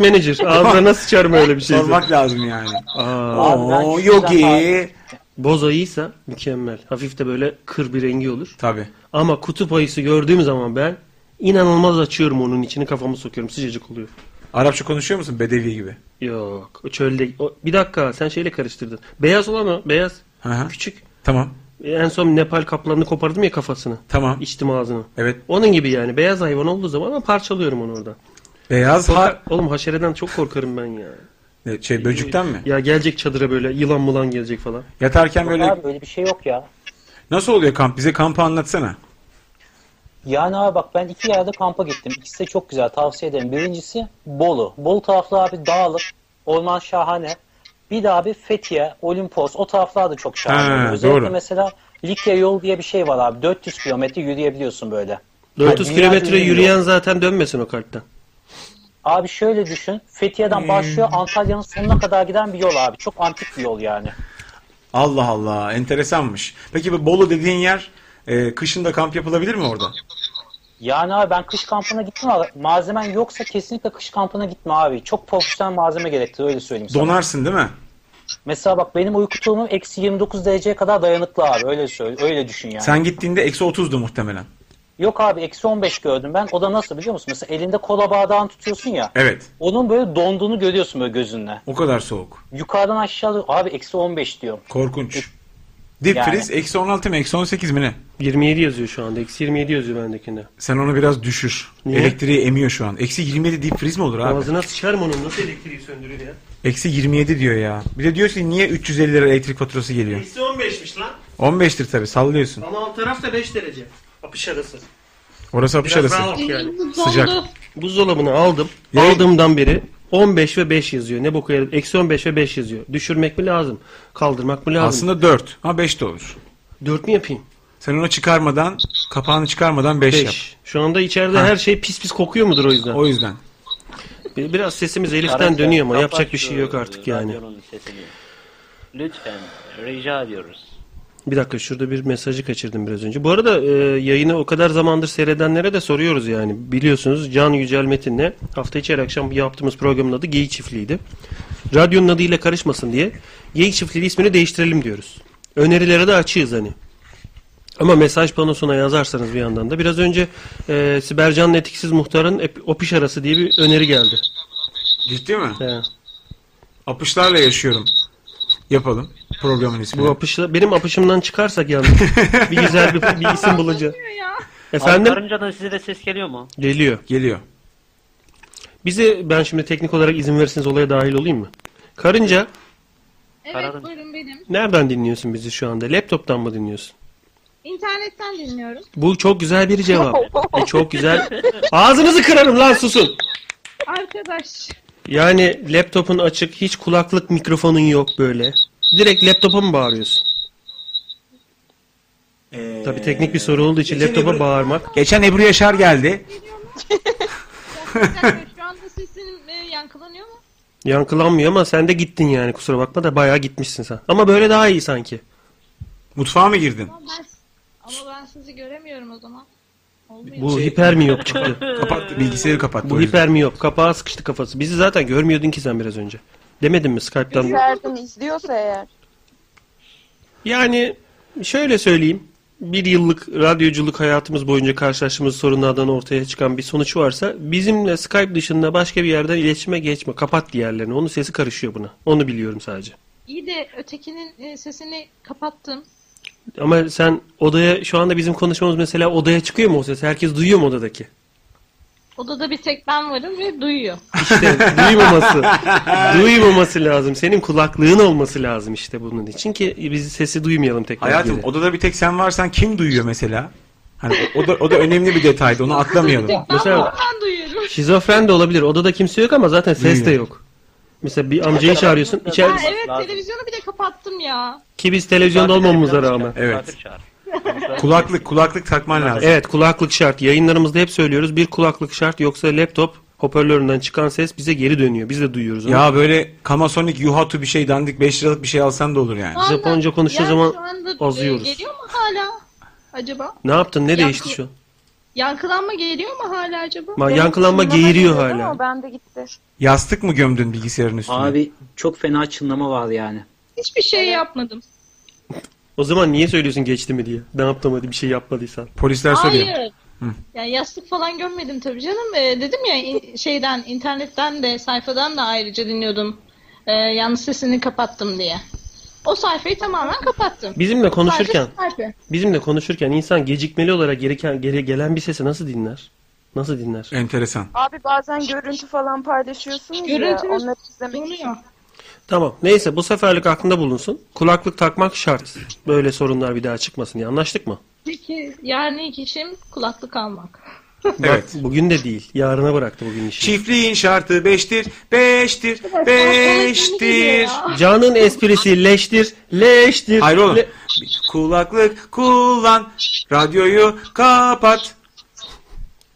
Speaker 2: Manager. Ağzına nasıl çarmı öyle bir şey? şeyse.
Speaker 3: Sormak lazım yani.
Speaker 2: Aa,
Speaker 9: Abi ben
Speaker 3: Oo,
Speaker 9: şu yüzden
Speaker 3: yogi.
Speaker 9: tatil-
Speaker 2: Boz ayıysa mükemmel. Hafif de böyle kır bir rengi olur.
Speaker 3: Tabii.
Speaker 2: Ama kutup ayısı gördüğüm zaman ben inanılmaz açıyorum onun içini kafamı sokuyorum sıcacık oluyor.
Speaker 3: Arapça konuşuyor musun Bedevi gibi?
Speaker 2: Yok o çölde o, bir dakika sen şeyle karıştırdın. Beyaz olan o beyaz
Speaker 3: Hı hı.
Speaker 2: küçük.
Speaker 3: Tamam.
Speaker 2: E, En son Nepal kaplanını kopardım ya kafasını.
Speaker 3: Tamam.
Speaker 2: İçtim ağzını.
Speaker 3: Evet.
Speaker 2: Onun gibi yani beyaz hayvan olduğu zaman ama parçalıyorum onu orada.
Speaker 3: Beyaz har...
Speaker 2: Oğlum haşereden çok korkarım ben ya.
Speaker 3: Ne, Şey böcükten mi?
Speaker 2: Ya gelecek çadıra böyle yılan mulan gelecek falan.
Speaker 3: Yatarken
Speaker 9: Yok
Speaker 3: böyle
Speaker 9: abi öyle bir şey yok ya.
Speaker 3: nasıl oluyor kamp? Bize kampı anlatsana.
Speaker 9: Yani abi bak ben iki yerde kampa gittim. İkisi de çok güzel tavsiye ederim. Birincisi Bolu. Bolu taraflı abi dağlık. Orman şahane. Bir de abi Fethiye, Olimpos o taraflar da çok şahane.
Speaker 3: Ha,
Speaker 9: Özellikle
Speaker 3: doğru.
Speaker 9: mesela Likya yol diye bir şey var abi. 400 kilometre yürüyebiliyorsun böyle.
Speaker 2: 400
Speaker 9: Ha, dünya
Speaker 2: kilometre
Speaker 9: ünlü.
Speaker 2: yürüyen zaten dönmesin o kalpten.
Speaker 9: Abi şöyle düşün. Fethiye'den başlıyor Antalya'nın sonuna kadar giden bir yol abi. Çok antik bir yol yani.
Speaker 3: Allah Allah enteresanmış. Peki bu Bolu dediğin yer e, kışın da kamp yapılabilir mi orada?
Speaker 9: Yani abi ben kış kampına gittim ama malzemen yoksa kesinlikle kış kampına gitme abi. Çok profesyonel malzeme gerektirir öyle söyleyeyim sana.
Speaker 3: Donarsın değil mi?
Speaker 9: Mesela bak benim uyku tulumum eksi 29 dereceye kadar dayanıklı abi. Öyle söyle, öyle düşün yani.
Speaker 3: Sen gittiğinde eksi 30'du muhtemelen.
Speaker 9: Yok abi eksi 15 gördüm ben. O da nasıl biliyor musun? Mesela elinde kola bardağını tutuyorsun ya.
Speaker 3: Evet.
Speaker 9: Onun böyle donduğunu görüyorsun böyle gözünle.
Speaker 3: O kadar soğuk.
Speaker 9: Yukarıdan aşağı doğru- abi eksi 15 diyorum.
Speaker 3: Korkunç. Deep
Speaker 9: Yani.
Speaker 3: freeze eksi 16 mı eksi 18 mi ne?
Speaker 2: 27 yazıyor şu anda. Eksi 27 yazıyor bendekinde.
Speaker 3: Sen onu biraz düşür.
Speaker 2: Niye?
Speaker 3: Elektriği emiyor şu an. Eksi 27 deep freeze mi olur abi?
Speaker 2: Ağzına sıçar mı onun? Nasıl elektriği söndürür ya?
Speaker 3: Eksi 27 diyor ya. Bir de diyor ki niye 350 lira elektrik faturası geliyor?
Speaker 2: Eksi 15'miş lan.
Speaker 3: 15'tir tabi sallıyorsun.
Speaker 2: Ama alt taraf da 5 derece. Apış arası.
Speaker 3: Orası apış
Speaker 2: Biraz
Speaker 3: arası.
Speaker 2: daha ok yani.
Speaker 3: Sıcak.
Speaker 5: Dondu.
Speaker 2: Buzdolabını aldım.
Speaker 3: Yayın-
Speaker 2: Aldığımdan beri 15 ve 5 yazıyor. Ne boku yarıyor? Eksi 15 ve 5 yazıyor. Düşürmek mi lazım? Kaldırmak mı lazım?
Speaker 3: Aslında 4 ama 5 de olur.
Speaker 2: 4 mü yapayım?
Speaker 3: Sen onu çıkarmadan, kapağını çıkarmadan 5 yap.
Speaker 2: 5. Şu anda içeride
Speaker 3: Ha.
Speaker 2: her şey pis pis kokuyor mudur o yüzden?
Speaker 3: O yüzden.
Speaker 2: Bir- Biraz sesimiz Elif'ten
Speaker 1: Karakter,
Speaker 2: dönüyor ama
Speaker 1: kapat
Speaker 2: yapacak bir
Speaker 1: şu
Speaker 2: şey yok artık yani.
Speaker 1: radyonun sesini. Lütfen rica ediyoruz.
Speaker 2: Bir dakika şurada bir mesajı kaçırdım biraz önce. Bu arada e, yayını o kadar zamandır seyredenlere de soruyoruz yani. Biliyorsunuz Can Yücel Metin'le hafta içi her akşam yaptığımız programın adı Geyik Çiftliği'ydi. Radyonun adıyla karışmasın diye Geyik Çiftliği ismini değiştirelim diyoruz. Önerilere de açığız hani. Ama mesaj panosuna yazarsanız bir yandan da. Biraz önce e, Sibercan'la Etiksiz Muhtar'ın ep- Opiş Arası diye bir öneri geldi.
Speaker 3: Ciddi mi?
Speaker 2: He.
Speaker 3: Apışlarla yaşıyorum. Yapalım programın ismini.
Speaker 2: Bu apışla, benim apışımdan çıkarsak yalnız bir güzel bir, bir isim bulacağız. Efendim?
Speaker 1: Karıncadan size de ses geliyor mu?
Speaker 2: Geliyor.
Speaker 3: Geliyor.
Speaker 2: Bize ben şimdi teknik olarak izin verirseniz olaya dahil olayım mı? Karınca
Speaker 1: Karadın.
Speaker 5: Evet buyurun benim.
Speaker 2: nereden dinliyorsun bizi şu anda? Laptop'tan mı dinliyorsun?
Speaker 5: İnternetten dinliyorum.
Speaker 2: Bu çok güzel bir cevap. E, çok güzel. Ağzınızı kırarım lan susun.
Speaker 5: Arkadaş.
Speaker 2: Yani laptopun açık, hiç kulaklık mikrofonun yok böyle. Direkt laptopa mı bağırıyorsun? Tabii teknik bir soru olduğu için
Speaker 3: geçen
Speaker 2: laptopa
Speaker 3: Ebru-
Speaker 2: bağırmak.
Speaker 3: Geçen Ebru Yaşar geldi.
Speaker 5: Bir dakika, şu anda sesim e, yankılanıyor mu?
Speaker 2: Yankılanmıyor ama sen de gittin yani kusura bakma da bayağı gitmişsin sen. Ama böyle daha iyi sanki.
Speaker 3: Mutfağa mı girdin?
Speaker 5: Ama ben, ama ben sizi göremiyorum o zaman. Olmuyor.
Speaker 2: Bu hipermiyop çıktı.
Speaker 3: Kapattı. Bilgisayarı kapattı. o
Speaker 2: Bu
Speaker 3: yüzden.
Speaker 2: hipermiyop. Kapağa sıkıştı kafası. Bizi zaten görmüyordun ki sen biraz önce. Demedin mi Skype'tan?
Speaker 7: Serdim izliyorsa eğer.
Speaker 2: Yani şöyle söyleyeyim. Bir yıllık radyoculuk hayatımız boyunca karşılaştığımız sorunlardan ortaya çıkan bir sonuç varsa bizimle Skype dışında başka bir yerden iletişime geçme. Kapat diğerlerini. Onun sesi karışıyor buna. Onu biliyorum sadece.
Speaker 5: İyi de ötekinin e, sesini kapattım.
Speaker 2: Ama sen odaya şu anda bizim konuşmamız mesela odaya çıkıyor mu o ses? Herkes duyuyor mu odadaki?
Speaker 5: Odada bir tek ben varım ve duyuyor.
Speaker 2: İşte duymaması. duymaması lazım. Senin kulaklığın olması lazım işte bunun için ki biz sesi duymayalım tekrar.
Speaker 3: Hayatım
Speaker 2: geri.
Speaker 3: odada bir tek sen varsan kim duyuyor mesela? Hani o, o da, o da önemli bir detaydı. Onu atlamayalım.
Speaker 5: Ben
Speaker 2: Mesela-
Speaker 5: buradan duyuyorum.
Speaker 2: Şizofren de olabilir. Odada kimse yok ama zaten ses de
Speaker 3: Duyuyor.
Speaker 2: yok. Mesela bir amcayı çağırıyorsun.
Speaker 5: Ha,
Speaker 2: içeride
Speaker 5: evet
Speaker 1: Lazım.
Speaker 5: televizyonu bir de kapattım ya.
Speaker 2: ki biz televizyonda olmamamıza
Speaker 1: Misafir
Speaker 2: rağmen.
Speaker 1: çağır,
Speaker 3: Evet.
Speaker 1: misafir çağır.
Speaker 3: kulaklık, kulaklık takman lazım.
Speaker 2: Evet kulaklık şart. Yayınlarımızda hep söylüyoruz. Bir kulaklık şart yoksa laptop hoparlöründen çıkan ses bize geri dönüyor. Biz de duyuyoruz onu.
Speaker 3: Ya böyle Kamasonic, Yuhatu bir şey dandik 5 liralık bir şey alsan da olur yani.
Speaker 5: Şu anda-
Speaker 2: Japonca konuştuğu
Speaker 5: yani
Speaker 2: zaman
Speaker 5: şu anda, e,
Speaker 2: azıyoruz.
Speaker 5: Geliyor mu hala acaba?
Speaker 2: Ne yaptın? Ne değişti
Speaker 5: Yankı-
Speaker 2: şu an?
Speaker 5: Yankılanma geliyor mu hala acaba?
Speaker 2: Ma-
Speaker 7: Benim
Speaker 2: Yankılanma
Speaker 7: çınlama
Speaker 2: geğiriyor
Speaker 7: geliyordu Ama
Speaker 2: hala.
Speaker 7: ben de gitti.
Speaker 3: Yastık mı gömdün bilgisayarın üstüne?
Speaker 9: Abi çok fena çınlama var yani.
Speaker 5: Hiçbir şey yapmadım.
Speaker 2: O zaman niye söylüyorsun geçti mi diye? Ne yaptım hadi bir şey yapmadıysan.
Speaker 3: Polisler soruyor.
Speaker 5: Hayır. Yani yastık falan görmedim tabii canım. Ee, dedim ya in- şeyden internetten de sayfadan da ayrıca dinliyordum. Ee, yalnız sesini kapattım diye. O sayfayı tamamen kapattım.
Speaker 2: Bizimle konuşurken,
Speaker 5: Sadece sayfa.
Speaker 2: bizimle konuşurken insan gecikmeli olarak gereken geri gelen bir sesi nasıl dinler? Nasıl dinler?
Speaker 3: Enteresan.
Speaker 7: Abi bazen görüntü falan paylaşıyorsunuz
Speaker 5: Görüntü-
Speaker 7: ya onları izlemek için.
Speaker 5: Donuyor.
Speaker 2: Tamam. Neyse bu seferlik aklında bulunsun. Kulaklık takmak şart. Böyle sorunlar bir daha çıkmasın diye. Anlaştık mı?
Speaker 5: Peki yani ilk işim kulaklık almak.
Speaker 3: Evet.
Speaker 2: Bak, bugün de değil. Yarına bıraktı bugün işi.
Speaker 3: Çiftliğin şartı beştir, beştir,
Speaker 5: Beştir.
Speaker 3: beştir.
Speaker 2: Canın esprisi leştir, leştir.
Speaker 3: Hayır oğlum.
Speaker 2: le-
Speaker 3: Kulaklık kullan. Radyoyu kapat.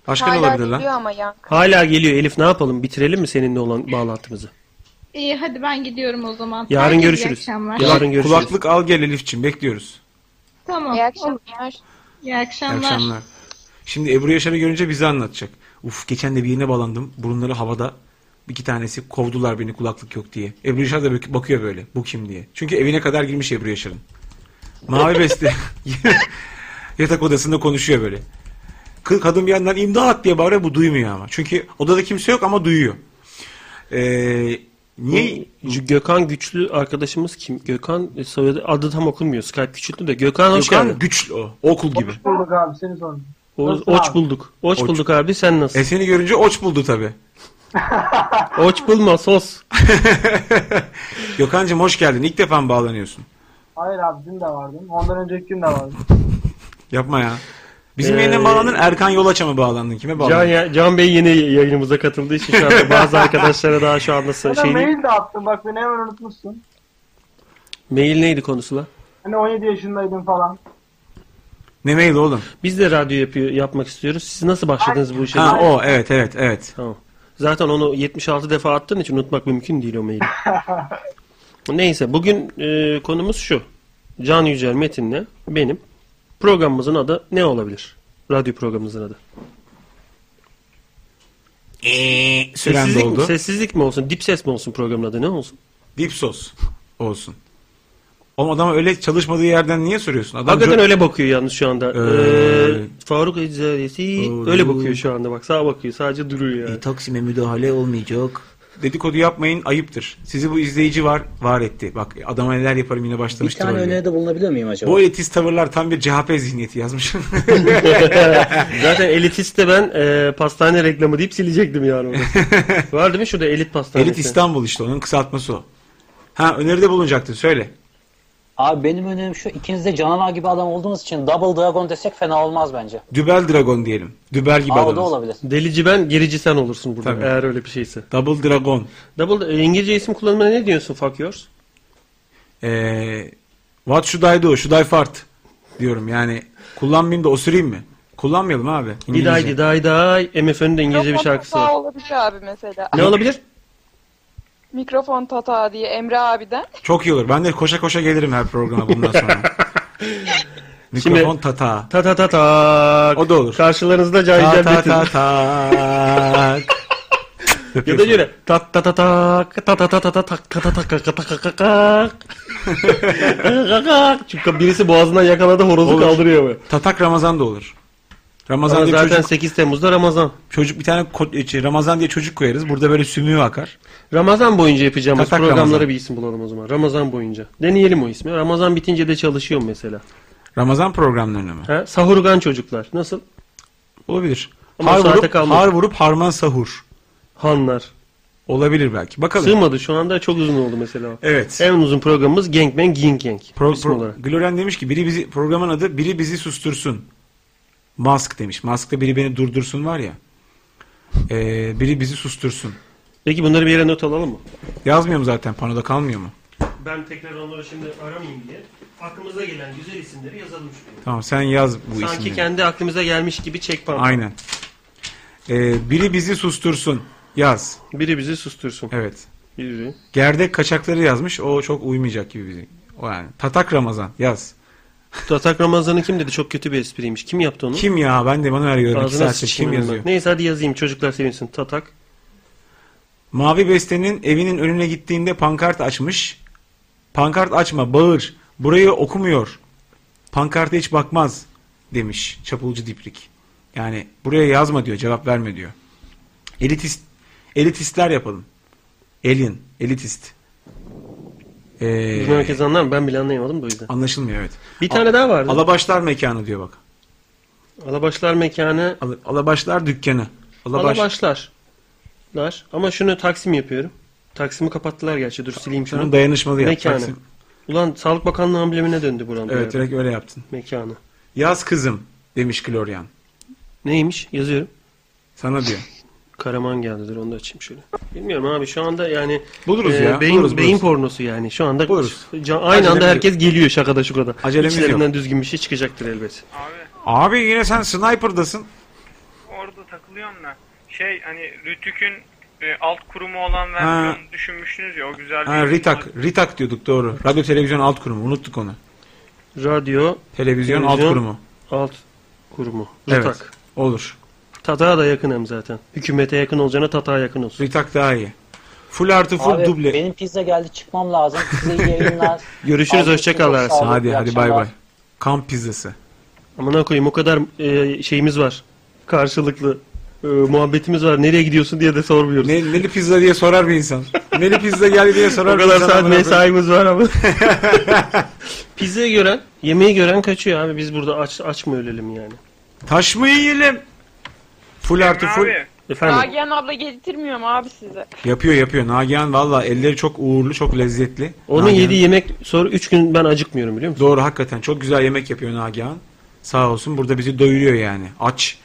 Speaker 3: Başka ne
Speaker 7: Hala
Speaker 3: olabilir lan?
Speaker 7: geliyor ama yankı.
Speaker 2: Hala geliyor Elif ne yapalım? Bitirelim mi seninle olan bağlantımızı?
Speaker 5: İyi hadi ben gidiyorum o zaman.
Speaker 2: Yarın
Speaker 5: Herkese iyi
Speaker 2: görüşürüz.
Speaker 5: akşamlar.
Speaker 2: Yarın görüşürüz.
Speaker 3: Kulaklık al gel Elifçim bekliyoruz.
Speaker 5: Tamam.
Speaker 7: İyi akşamlar.
Speaker 5: İyi
Speaker 3: İyi
Speaker 5: akşamlar.
Speaker 3: akşamlar. Şimdi Ebru Yaşar'ı görünce bize anlatacak. Uf geçen de bir yerine bağlandım. Burunları havada. Bir iki tanesi kovdular beni kulaklık yok diye. Ebru Yaşar da bak- bakıyor böyle. Bu kim diye. Çünkü evine kadar girmiş Ebru Yaşar'ın. Mavi beste. Yatak odasında konuşuyor böyle. Kı- Kadın bir yandan imdat diye bağırıyor. Bu duymuyor ama. Çünkü odada kimse yok ama duyuyor. Ee, niye?
Speaker 2: Gö- Gökhan Güçlü arkadaşımız kim? Gökhan e, soyadı adı tam okunmuyor. Skype küçülttü de. Gökhan hoş
Speaker 3: Gökhan
Speaker 2: geldin.
Speaker 3: güçlü o. Okul gibi.
Speaker 10: Bulduk abi seni sordum.
Speaker 2: O-
Speaker 10: Nasılsın
Speaker 2: oç
Speaker 10: abi?
Speaker 2: bulduk. Oç,
Speaker 3: Oç.
Speaker 2: bulduk abi sen
Speaker 3: E
Speaker 2: nasıl?
Speaker 3: seni görünce oç buldu tabii.
Speaker 2: oç bulma sos.
Speaker 3: Gökhan'cığım hoş geldin. İlk defa mı bağlanıyorsun?
Speaker 10: Hayır abi dün de vardım. Ondan önceki gün de vardım.
Speaker 3: Yapma ya. Bizim
Speaker 2: Ee,
Speaker 3: yerine bağlandın Erkan Yolaç'a mı bağlandın? Kime
Speaker 2: Can,
Speaker 3: bağlandın?
Speaker 2: ya- Can Bey yeni yayınımıza katıldığı için şu anda bazı arkadaşlara daha şu anda sa-
Speaker 10: Sana
Speaker 2: şey değil.
Speaker 10: mail de attım bak beni hemen unutmuşsun.
Speaker 2: Mail neydi konusu lan?
Speaker 10: Hani 17 yaşındaydın falan.
Speaker 3: Ne mail oğlum?
Speaker 2: Biz de radyo yapıyor, yapmak istiyoruz. Siz nasıl başladınız bu işe?
Speaker 3: Ha o evet evet evet.
Speaker 2: Tamam. Zaten onu 76 defa attığın için unutmak mümkün değil o maili. Neyse bugün e, konumuz şu. Can Yücel Metin'le benim programımızın adı ne olabilir? Radyo programımızın adı.
Speaker 3: Eee, Süren
Speaker 2: Ee, Sessizlik mi,
Speaker 3: doldu.
Speaker 2: sessizlik mi olsun? Dip ses mi olsun programın adı ne olsun?
Speaker 3: Dip sos olsun. Oğlum adama öyle çalışmadığı yerden niye soruyorsun? Adam
Speaker 2: Hakikaten
Speaker 3: co-
Speaker 2: öyle bakıyor yalnız şu anda.
Speaker 3: Ee,
Speaker 2: Ee, Faruk Eczaresi
Speaker 3: Doğru.
Speaker 2: öyle bakıyor şu anda bak. Sağa bakıyor sadece duruyor yani.
Speaker 3: Taksim'e müdahale olmayacak. Dedikodu yapmayın ayıptır. Sizi bu izleyici var var etti. Bak adama neler yaparım yine
Speaker 9: Bir
Speaker 3: başlamıştır
Speaker 9: tane
Speaker 3: öyle.
Speaker 9: öneride bulunabilir miyim acaba?
Speaker 3: Bu elitist tavırlar tam bir CHP zihniyeti yazmış.
Speaker 2: Zaten elitist de ben e, pastane reklamı deyip silecektim yani orası. Var değil mi şurada elit pastanesi?
Speaker 3: Elit İstanbul işte onun kısaltması o. Ha öneride bulunacaktın söyle.
Speaker 9: Abi benim önerim şu ikiniz de canavar gibi adam olduğunuz için Double Dragon desek fena olmaz bence.
Speaker 3: Dübel Dragon diyelim. Dübel gibi
Speaker 9: Aa, o da
Speaker 3: adamız.
Speaker 9: olabilir.
Speaker 2: Delici ben, gerici sen olursun burada
Speaker 3: Tabii.
Speaker 2: eğer öyle bir şeyse.
Speaker 3: Double Dragon.
Speaker 2: Double e, İngilizce isim kullanımına ne diyorsun fuck yours?
Speaker 3: Ee, what should I do? Should I fart? Diyorum yani. Kullanmayayım da osurayım mı? Kullanmayalım abi.
Speaker 2: Diday
Speaker 3: İngilizce.
Speaker 2: diday day. MF'nin de İngilizce bir
Speaker 7: Mikrofon
Speaker 2: şarkısı
Speaker 7: tatağı
Speaker 2: var.
Speaker 7: olabilir abi mesela.
Speaker 2: Ne olabilir?
Speaker 7: Mikrofon tatağı diye Emre abiden.
Speaker 3: Çok iyi olur. Ben de koşa koşa gelirim her programa bundan sonra. Mikrofon
Speaker 2: Şimdi-
Speaker 3: tata.
Speaker 2: Ta ta ta ta.
Speaker 3: O da olur.
Speaker 2: Karşılarınızda Can
Speaker 3: Ta ta
Speaker 2: Yücel
Speaker 3: ta
Speaker 2: Metin.
Speaker 3: ta.
Speaker 2: Ya da şöyle tat ta ta ta ta ta ta ta ta tak ta ta ta ka- ka- ta ka- ka- ka- ka- ka- Çünkü birisi boğazından yakaladı horozu
Speaker 3: Olur.
Speaker 2: kaldırıyor böyle.
Speaker 3: Tatak Ramazan da olur. Ramazan
Speaker 2: Ama
Speaker 3: diye
Speaker 2: zaten
Speaker 3: çocuk,
Speaker 2: 8 Temmuz'da Ramazan.
Speaker 3: çocuk bir tane ko- şey, Ramazan diye çocuk koyarız. Burada böyle sümüğü akar.
Speaker 2: Ramazan boyunca yapacağımız
Speaker 3: Tatak
Speaker 2: programlara
Speaker 3: Ramazan.
Speaker 2: bir isim bulalım o zaman. Ramazan boyunca. Deneyelim o ismi. Ramazan bitince de çalışıyorum mesela.
Speaker 3: Ramazan programlarına mı?
Speaker 2: Ha? Sahurgan çocuklar. Nasıl?
Speaker 3: Olabilir.
Speaker 2: Ama
Speaker 3: Har
Speaker 2: saate
Speaker 3: vurup,
Speaker 2: kalmadı.
Speaker 3: har vurup harman sahur.
Speaker 2: Hanlar.
Speaker 3: Olabilir belki. Bakalım.
Speaker 2: Sığmadı şu anda çok uzun oldu mesela. o.
Speaker 3: Evet.
Speaker 2: En uzun programımız Gangbang Ging Gang.
Speaker 3: Pro,
Speaker 2: isim
Speaker 3: pro-
Speaker 2: olarak.
Speaker 3: Gloren demiş ki biri bizi programın adı biri bizi sustursun. Mask demiş. Mask'ta biri beni durdursun var ya. Ee, biri bizi sustursun.
Speaker 2: Peki bunları bir yere not alalım mı?
Speaker 3: Yazmıyor mu zaten panoda kalmıyor mu?
Speaker 2: Ben tekrar onları şimdi aramayayım diye aklımıza gelen güzel isimleri yazalım şuraya.
Speaker 3: Tamam sen yaz bu
Speaker 2: Sanki
Speaker 3: isimleri.
Speaker 2: kendi aklımıza gelmiş gibi çek bana.
Speaker 3: Aynen. Ee, biri bizi sustursun. Yaz.
Speaker 2: Biri bizi sustursun.
Speaker 3: Evet.
Speaker 2: Biri.
Speaker 3: Gerdek kaçakları yazmış. O çok uymayacak gibi bizi. O yani. Tatak Ramazan yaz.
Speaker 2: Tatak Ramazan'ı kim dedi? Çok kötü bir espriymiş. Kim yaptı onu?
Speaker 3: Kim ya? Ben de bana ver görmek
Speaker 2: Ağzına
Speaker 3: isterse. Kim
Speaker 2: sıçayım ben.
Speaker 3: yazıyor?
Speaker 2: Neyse hadi yazayım. Çocuklar sevinsin. Tatak.
Speaker 3: Mavi Beste'nin evinin önüne gittiğinde pankart açmış. Pankart açma, bağır. Burayı okumuyor. Pankarta hiç bakmaz demiş Çapulcu Diprik. Yani buraya yazma diyor, cevap verme diyor. Elitist, elitistler yapalım. Alien, elitist. Ee,
Speaker 2: Bunu herkes anlar mı? Ben bile anlayamadım da o yüzden.
Speaker 3: Anlaşılmıyor evet.
Speaker 2: Bir tane daha vardı.
Speaker 3: Alabaşlar mekanı diyor bak.
Speaker 2: Alabaşlar mekanı.
Speaker 3: Al- Alabaşlar dükkanı. Alabaş.
Speaker 2: Alabaşlar. Lar. Ama şunu Taksim yapıyorum. Taksim'i kapattılar gerçi. Dur sileyim şunu.
Speaker 3: Şunu dayanışmalı yap.
Speaker 2: Mekanı.
Speaker 3: Taksim.
Speaker 2: Ulan Sağlık Bakanlığı amblemine döndü buram. bir
Speaker 3: Evet
Speaker 2: ara.
Speaker 3: direkt öyle yaptın.
Speaker 2: Mekanı.
Speaker 3: Yaz kızım demiş Glorian.
Speaker 2: Neymiş? Yazıyorum.
Speaker 3: Sana diyor.
Speaker 2: Karaman geldi. Dur onu da açayım şöyle. Bilmiyorum abi şu anda yani
Speaker 3: Buluruz
Speaker 2: e,
Speaker 3: ya,
Speaker 2: beyin,
Speaker 3: buluruz,
Speaker 2: beyin
Speaker 3: buluruz.
Speaker 2: pornosu yani. Şu anda
Speaker 3: Buluruz.
Speaker 2: Can- aynı
Speaker 3: Acelemiz
Speaker 2: anda
Speaker 3: yok.
Speaker 2: herkes geliyor şakada şurada.
Speaker 3: Acelemiz yok.
Speaker 2: İçlerinden düzgün bir şey çıkacaktır elbet.
Speaker 3: Abi yine sen sniper'dasın.
Speaker 11: Orada takılıyorum da. Şey hani Rütük'ün e, alt kurumu olan versiyonu düşünmüştünüz ya o güzel
Speaker 3: Ha,
Speaker 11: bir-
Speaker 3: Ritak. Ritak diyorduk doğru. Radyo televizyon alt kurumu. Unuttuk onu.
Speaker 2: Radyo.
Speaker 3: Televizyon, alt kurumu.
Speaker 2: Alt kurumu.
Speaker 3: Evet.
Speaker 2: Rıtak.
Speaker 3: Olur.
Speaker 2: Tatağa da yakın hem zaten. Hükümete yakın olacağına tatağa yakın olsun.
Speaker 3: Ritak daha iyi. Full artı full
Speaker 9: Abi
Speaker 3: duble.
Speaker 9: benim pizza geldi çıkmam lazım. Size iyi yayınlar.
Speaker 2: Görüşürüz
Speaker 9: Abi,
Speaker 2: hoşça kal
Speaker 9: çok sağ
Speaker 2: Ersin.
Speaker 9: olun,
Speaker 3: Hadi
Speaker 9: iyi
Speaker 3: hadi bay
Speaker 9: akşamlar.
Speaker 3: bay. Kamp pizzası.
Speaker 2: Amına koyayım o kadar e, şeyimiz var. Karşılıklı e, muhabbetimiz var. Nereye gidiyorsun diye de sormuyoruz.
Speaker 3: Ne, neli pizza diye sorar bir insan. neli pizza geldi diye sorar
Speaker 2: o
Speaker 3: bir
Speaker 2: kadar
Speaker 3: insan.
Speaker 2: saat
Speaker 3: amına koyayım.
Speaker 2: mesaimiz var ama. Pizzayı gören, yemeği gören kaçıyor abi. Biz burada aç aç mı ölelim yani?
Speaker 3: Taş mı yiyelim? Full artı full.
Speaker 2: Efendim.
Speaker 7: Nagihan abla getirmiyor mu abi size?
Speaker 3: Yapıyor yapıyor. Nagihan valla elleri çok uğurlu, çok lezzetli.
Speaker 2: Onun
Speaker 3: Nagihan-
Speaker 2: yediği yemek sonra 3 gün ben acıkmıyorum biliyor musun?
Speaker 3: Doğru hakikaten çok güzel yemek yapıyor Nagihan. Sağ olsun burada bizi doyuruyor yani. Aç.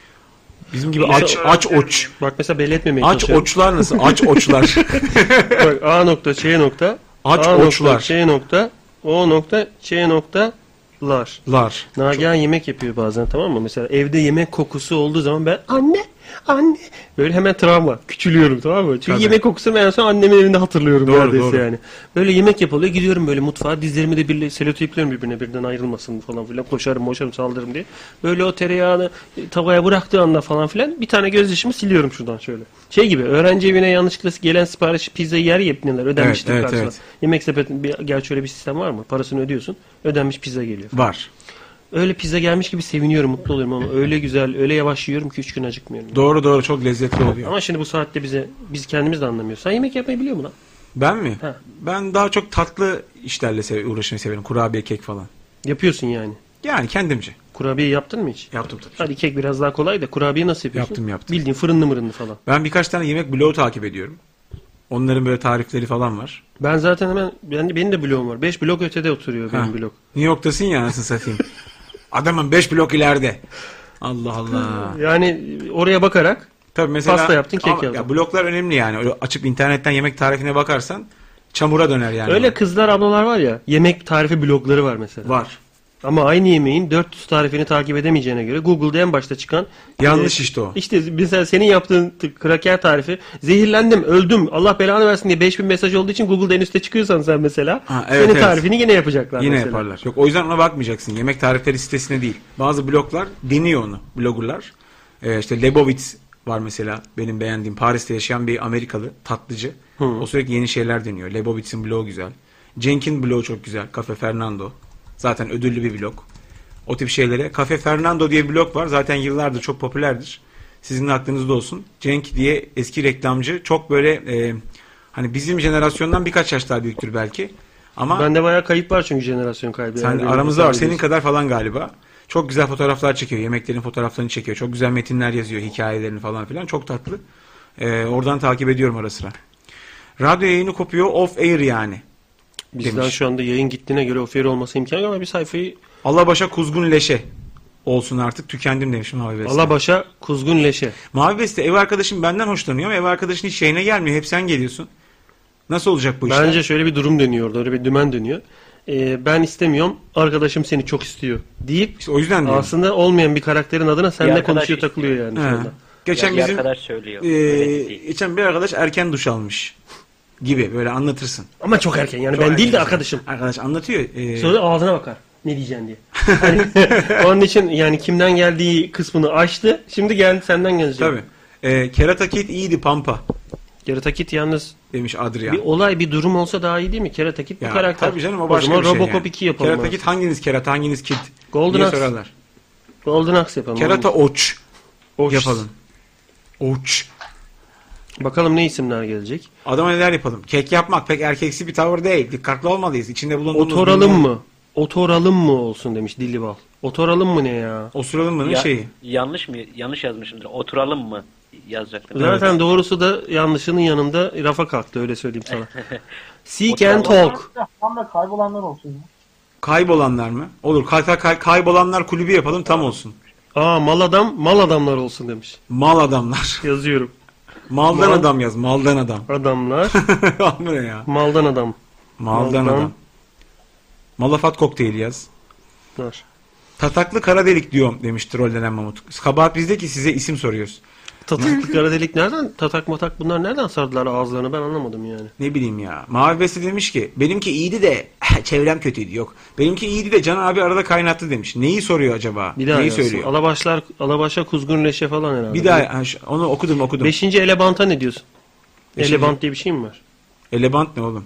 Speaker 3: Bizim gibi aç
Speaker 2: Mesela-
Speaker 3: aç oç.
Speaker 2: Bak mesela belli etmemeye
Speaker 3: Aç
Speaker 2: çalışıyorum.
Speaker 3: oçlar nasıl? Aç oçlar.
Speaker 2: Bak A nokta Ç nokta.
Speaker 3: Aç
Speaker 2: A nokta,
Speaker 3: oçlar.
Speaker 2: Ç nokta. O nokta Ç nokta. Lar.
Speaker 3: Lar.
Speaker 2: Nagihan yemek yapıyor bazen tamam mı? Mesela evde yemek kokusu olduğu zaman ben anne anne böyle hemen travma küçülüyorum tamam mı? Çünkü
Speaker 3: Tabii.
Speaker 2: yemek kokusunu ben en son annemin evinde hatırlıyorum
Speaker 3: Doğru,
Speaker 2: neredeyse
Speaker 3: doğru.
Speaker 2: yani. Böyle yemek yapılıyor gidiyorum böyle mutfağa dizlerimi de birle selotiplerim birbirine birden ayrılmasın falan filan koşarım moşarım saldırırım diye. Böyle o tereyağını e, tavaya bıraktığı anda falan filan bir tane göz yaşımı siliyorum şuradan şöyle. Şey gibi öğrenci evine yanlışlıkla gelen sipariş pizzayı yer ya neler ödenmiştir
Speaker 3: evet,
Speaker 2: karşılar.
Speaker 3: evet.
Speaker 2: Yemek sepetinin bir, gerçi öyle bir sistem var mı? Parasını ödüyorsun ödenmiş pizza geliyor.
Speaker 3: Var.
Speaker 2: Öyle pizza gelmiş gibi seviniyorum, mutlu oluyorum ama öyle güzel, öyle yavaş yiyorum ki üç gün acıkmıyorum.
Speaker 3: Doğru doğru çok lezzetli oluyor.
Speaker 2: Ama şimdi bu saatte bize biz kendimiz de anlamıyoruz. Sen yemek yapmayı biliyor musun lan?
Speaker 3: Ben mi?
Speaker 2: Ha.
Speaker 3: Ben daha çok tatlı işlerle sev- uğraşmayı severim. Kurabiye, kek falan.
Speaker 2: Yapıyorsun yani.
Speaker 3: Yani kendimce.
Speaker 2: Kurabiye yaptın mı hiç?
Speaker 3: Yaptım tabii.
Speaker 2: Hadi kek biraz daha kolay da kurabiye nasıl yapıyorsun?
Speaker 3: Yaptım, yaptım.
Speaker 2: Bildiğin fırınlı mırınlı falan.
Speaker 3: Ben birkaç tane yemek bloğu takip ediyorum. Onların böyle tarifleri falan var.
Speaker 2: Ben zaten hemen ben, benim de bloğum var. 5 blok ötede oturuyor benim
Speaker 3: Ha.
Speaker 2: blok.
Speaker 3: New York'tasın ya nasıl satayım. Adamın 5 blok ileride. Allah Allah.
Speaker 2: Yani oraya bakarak
Speaker 3: Tabii mesela
Speaker 2: Pasta yaptın, kek
Speaker 3: Ama ya
Speaker 2: yaptın.
Speaker 3: bloklar önemli yani. Öyle açıp internetten yemek tarifine bakarsan çamura döner yani.
Speaker 2: öyle kızlar ablalar var ya yemek tarifi blogları var mesela.
Speaker 3: var.
Speaker 2: Ama aynı yemeğin 400 tarifini takip edemeyeceğine göre Google'da en başta çıkan e,
Speaker 3: Yanlış işte o.
Speaker 2: İşte mesela senin yaptığın t- kraker tarifi zehirlendim öldüm Allah belanı versin diye 5000 mesaj olduğu için Google'da en üste çıkıyorsan sen mesela
Speaker 3: Ha, evet,
Speaker 2: senin
Speaker 3: evet.
Speaker 2: tarifini yine yapacaklar
Speaker 3: Yine
Speaker 2: mesela.
Speaker 3: yaparlar. Yok o yüzden ona bakmayacaksın. Yemek tarifleri sitesine değil. Bazı bloglar deniyor onu. Bloggerlar. Ee, işte Lebowitz var mesela benim beğendiğim Paris'te yaşayan bir Amerikalı tatlıcı. O sürekli yeni şeyler deniyor. Lebowitz'in blogu güzel. Jenkins blogu çok güzel. Cafe Fernando. Zaten ödüllü bir blog. O tip şeylere. Cafe Fernando diye bir blog var. Zaten yıllardır çok popülerdir. Sizin de aklınızda olsun. Cenk diye eski reklamcı. Çok böyle e, hani bizim jenerasyondan birkaç yaş daha büyüktür belki. Ama
Speaker 2: Bende bayağı kayıp var çünkü jenerasyon kaybı.
Speaker 3: sen
Speaker 2: Yani benim
Speaker 3: aramızda var.
Speaker 2: hesabım
Speaker 3: Senin
Speaker 2: değil.
Speaker 3: kadar falan galiba. Çok güzel fotoğraflar çekiyor. Yemeklerin fotoğraflarını çekiyor. Çok güzel metinler yazıyor. Hikayelerini falan filan. Çok tatlı. Ee, oradan takip ediyorum ara sıra. Radyo yayını kopuyor. Off air yani.
Speaker 2: Bizden
Speaker 3: demiş.
Speaker 2: şu anda yayın gittiğine göre oferi olması imkanı yok ama bir sayfayı
Speaker 3: Alabaşa kuzgun leşe olsun artık. Tükendim demiş Mavi Beste.
Speaker 2: Alabaş'a kuzgun leşe.
Speaker 3: Mavi Beste ev arkadaşım benden hoşlanıyor. ama Ev arkadaşın hiç şeyine gelmiyor. Hep sen geliyorsun. Nasıl olacak bu işler?
Speaker 2: Bence şöyle bir durum dönüyor orada. Öyle bir dümen dönüyor. Ee, ben istemiyorum. Arkadaşım seni çok istiyor deyip
Speaker 3: İşte o yüzden diyorum.
Speaker 2: aslında olmayan bir karakterin adına seninle
Speaker 1: arkadaş
Speaker 2: konuşuyor
Speaker 1: istiyor.
Speaker 2: takılıyor yani şu
Speaker 3: He.
Speaker 2: anda.
Speaker 3: Geçen
Speaker 1: Ya bir
Speaker 3: bizim
Speaker 1: arkadaş söylüyor.
Speaker 3: e,
Speaker 1: Öyle değil.
Speaker 3: geçen bir arkadaş erken duş almış gibi böyle anlatırsın.
Speaker 2: Ama çok erken yani
Speaker 3: Çok
Speaker 2: ben değil de
Speaker 3: erken.
Speaker 2: arkadaşım.
Speaker 3: Arkadaş anlatıyor. e,
Speaker 2: Sonra ağzına bakar. Ne diyeceksin diye. Hani onun için yani kimden geldiği kısmını açtı. Şimdi gel senden gelecek.
Speaker 3: Tabii. Ee, Kerata Kid iyiydi Pampa
Speaker 2: Keratakit yalnız
Speaker 3: demiş Adrian.
Speaker 2: bir olay bir durum olsa daha iyi değil mi? Keratakit bu
Speaker 3: Ya,
Speaker 2: karakter.
Speaker 3: Tabii canım o başka
Speaker 2: zaman
Speaker 3: bir şey
Speaker 2: Robocop
Speaker 3: yani.
Speaker 2: 2 yapalım.
Speaker 3: Kerata
Speaker 2: abi.
Speaker 3: Kid hanginiz Kerata hanginiz Kid?
Speaker 2: Golden
Speaker 3: Niye
Speaker 2: Axe.
Speaker 3: sorarlar?
Speaker 2: Golden Axe yapalım.
Speaker 3: Kerata
Speaker 2: Oğlum.
Speaker 3: Oç. Yapalım. Oç.
Speaker 2: Bakalım ne isimler gelecek.
Speaker 3: Adama neler yapalım? Kek yapmak pek erkeksi bir tavır değil. Dikkatli olmalıyız. İçinde bulunduğumuz...
Speaker 2: Otoralım
Speaker 3: bilgiler-
Speaker 2: mı? Otoralım mı olsun demiş Dilibal. Otoralım mı ne ya?
Speaker 3: Osuralım
Speaker 2: mı
Speaker 1: Ya- Yanlış mı? Yanlış yazmışımdır. Oturalım mı? Yazacaktım.
Speaker 2: Zaten doğrusu da yanlışının yanında rafa kalktı öyle söyleyeyim sana. Seek and
Speaker 1: Oturalım.
Speaker 2: talk.
Speaker 10: Tam da kaybolanlar olsun ya.
Speaker 3: Kaybolanlar mı? Olur. Kay- kay- kay- kaybolanlar kulübü yapalım tam olsun.
Speaker 2: Aa mal adam, mal adamlar olsun demiş.
Speaker 3: Mal adamlar.
Speaker 2: Yazıyorum.
Speaker 3: Maldan
Speaker 2: Mal-
Speaker 3: adam yaz. Maldan adam.
Speaker 2: Adamlar.
Speaker 3: Bu ne ya?
Speaker 2: Maldan adam.
Speaker 3: Maldan,
Speaker 2: Maldan.
Speaker 3: adam. Malafat kokteyli yaz.
Speaker 2: Var.
Speaker 3: Tataklı kara delik diyorum demiş trollenen Mamut. Kabahat bizde ki size isim soruyoruz.
Speaker 2: Tataklı kara delik nereden? Tatak matak bunlar nereden sardılar ağızlarını ben anlamadım yani.
Speaker 3: Ne bileyim ya. Mavi Beste demiş ki benimki iyiydi de çevrem kötüydü. Yok. Benimki iyiydi de Can abi arada kaynattı demiş. Neyi soruyor acaba?
Speaker 2: Bir daha
Speaker 3: Neyi
Speaker 2: yazsın.
Speaker 3: söylüyor?
Speaker 2: Alabaşlar, alabaşa kuzgun leşe falan herhalde.
Speaker 3: Bir daha ha, şu- onu okudum okudum.
Speaker 2: Beşinci elebanta ne diyorsun?
Speaker 3: Beşinci-
Speaker 2: Elebant diye bir şey mi var?
Speaker 3: Elebant E, ne oğlum?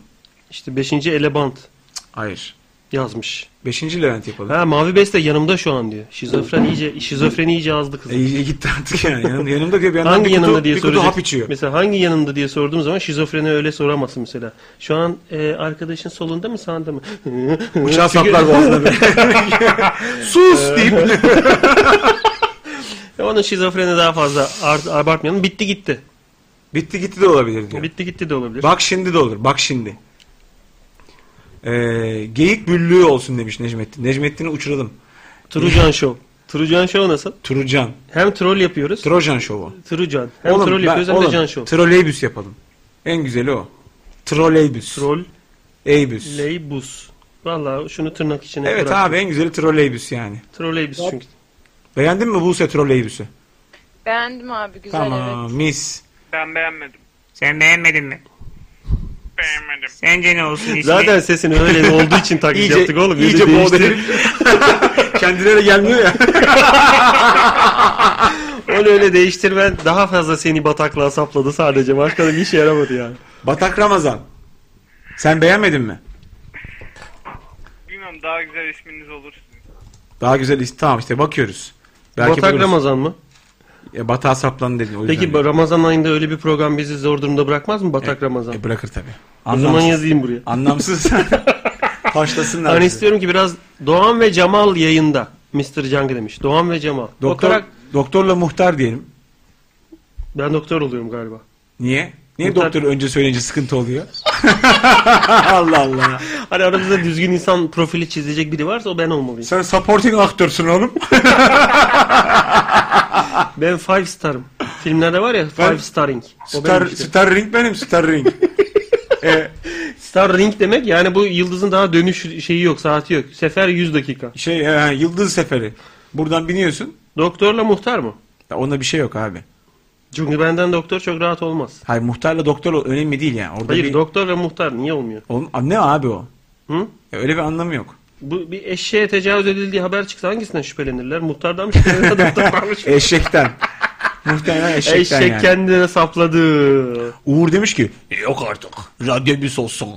Speaker 2: İşte beşinci elebant.
Speaker 3: Hayır.
Speaker 2: Yazmış.
Speaker 3: Beşinci Levent yapalım.
Speaker 2: Ha Mavi Beste yanımda şu an diyor. Şizofren iyice, şizofren iyice azdı kız.
Speaker 3: E, iyice gitti artık yani. Yanım- yanımda diyor bir yandan
Speaker 2: hangi
Speaker 3: bir kutu,
Speaker 2: yanında diye
Speaker 3: bir kutu
Speaker 2: soracak.
Speaker 3: hap içiyor.
Speaker 2: Mesela hangi yanında diye sorduğum zaman şizofreni öyle soramazsın mesela. Şu an e, arkadaşın solunda mı sağında mı?
Speaker 3: Bıçağı
Speaker 2: Çünkü-
Speaker 3: saplar boğazına be.
Speaker 2: Ee.
Speaker 3: Sus deyip.
Speaker 2: Ya Onun şizofreni daha fazla art- abartmayalım. Bitti gitti.
Speaker 3: Bitti gitti de olabilir diyor.
Speaker 2: Bitti gitti de olabilir.
Speaker 3: Bak şimdi de olur. Bak şimdi. Ee, geyik büllüğü olsun demiş Necmettin. Necmettin'i uçuralım.
Speaker 2: Trucan Show. Trucan Show nasıl?
Speaker 3: Trucan.
Speaker 2: Hem troll yapıyoruz.
Speaker 3: Trojan şovu.
Speaker 2: Trucan. Hem
Speaker 3: Oğlum,
Speaker 2: troll
Speaker 3: ben-
Speaker 2: yapıyoruz hem
Speaker 3: oğlum,
Speaker 2: de Can Show.
Speaker 3: Troleybüs yapalım. En güzeli o. Troleybüs.
Speaker 2: Troll.
Speaker 3: Eybüs.
Speaker 2: Leybus. Valla şunu tırnak içine
Speaker 3: evet
Speaker 2: bırak.
Speaker 3: abi en güzeli troleybüs yani.
Speaker 2: Trolleybüs çünkü.
Speaker 3: Beğendin mi Buse troleybüsü?
Speaker 7: Beğendim abi güzel
Speaker 3: Tamam
Speaker 7: evet.
Speaker 3: mis.
Speaker 11: Ben beğenmedim.
Speaker 3: Sen beğenmedin mi?
Speaker 11: Beğenmedim.
Speaker 3: Sence ne olsun
Speaker 2: Zaten sesin öyle olduğu için taklit
Speaker 3: İyice-
Speaker 2: yaptık oğlum.
Speaker 3: iyice
Speaker 2: Öyle
Speaker 3: boğdu
Speaker 2: değişti.
Speaker 3: Kendileri gelmiyor ya.
Speaker 2: Onu öyle değiştirmen daha fazla seni bataklığa sapladı sadece. Başka da bir işe yaramadı yani.
Speaker 3: Batak Ramazan. Sen beğenmedin mi?
Speaker 11: Bilmiyorum daha güzel isminiz olur.
Speaker 3: Daha güzel is- tamam işte bakıyoruz.
Speaker 2: Batak
Speaker 3: buluruz.
Speaker 2: Ramazan mı?
Speaker 3: Ya batağa saplan dedin. O yüzden
Speaker 2: Peki
Speaker 3: dedim.
Speaker 2: Ramazan ayında öyle bir program bizi zor durumda bırakmaz mı Batak Ramazan?
Speaker 3: E, bırakır tabii.
Speaker 2: O zaman yazayım buraya.
Speaker 3: Anlamsız. Taşlasınlar.
Speaker 2: Ben
Speaker 3: bizi.
Speaker 2: istiyorum ki biraz Doğan ve Cemal yayında. Mr. Cangı demiş. Doğan ve Cemal.
Speaker 3: Doktor,
Speaker 2: Bakarak
Speaker 3: doktorla muhtar diyelim.
Speaker 2: ben doktor oluyorum galiba.
Speaker 3: Niye? Niye
Speaker 2: Muhtar-
Speaker 3: doktor önce söyleyince sıkıntı oluyor? Allah Allah.
Speaker 2: Hani aramızda düzgün insan profili çizecek biri varsa o ben olmalıyım.
Speaker 3: Sen supporting aktörsün oğlum.
Speaker 2: Ben five star'ım. Filmlerde var ya
Speaker 3: Ben-
Speaker 2: five starring. O
Speaker 3: Star,
Speaker 2: benim işte.
Speaker 3: star ring benim star ring.
Speaker 2: Star ring demek yani bu yıldızın daha dönüş şeyi yok, saati yok. Sefer 100 dakika.
Speaker 3: şey e, yıldız seferi. Buradan biniyorsun.
Speaker 2: Doktorla muhtar mı?
Speaker 3: Ya Onda bir şey yok abi.
Speaker 2: Çünkü benden doktor çok rahat olmaz.
Speaker 3: Hayır muhtarla doktor ol- önemli değil yani. Orada
Speaker 2: Hayır
Speaker 3: bir...
Speaker 2: doktor ve muhtar niye olmuyor?
Speaker 3: Oğlum, a- ne abi o?
Speaker 2: Hı?
Speaker 3: Ya öyle bir anlamı yok.
Speaker 2: Bu bir eşeğe tecavüz edildiği haber çıksa hangisinden şüphelenirler? Muhtardan mı şüphelenirler? doktordan mı şüphelenirler?
Speaker 3: Eşekten. Muhtemelen eşekten
Speaker 2: Eşek
Speaker 3: yani.
Speaker 2: kendine sapladı.
Speaker 3: Uğur demiş ki "E, yok artık radyobüs olsun.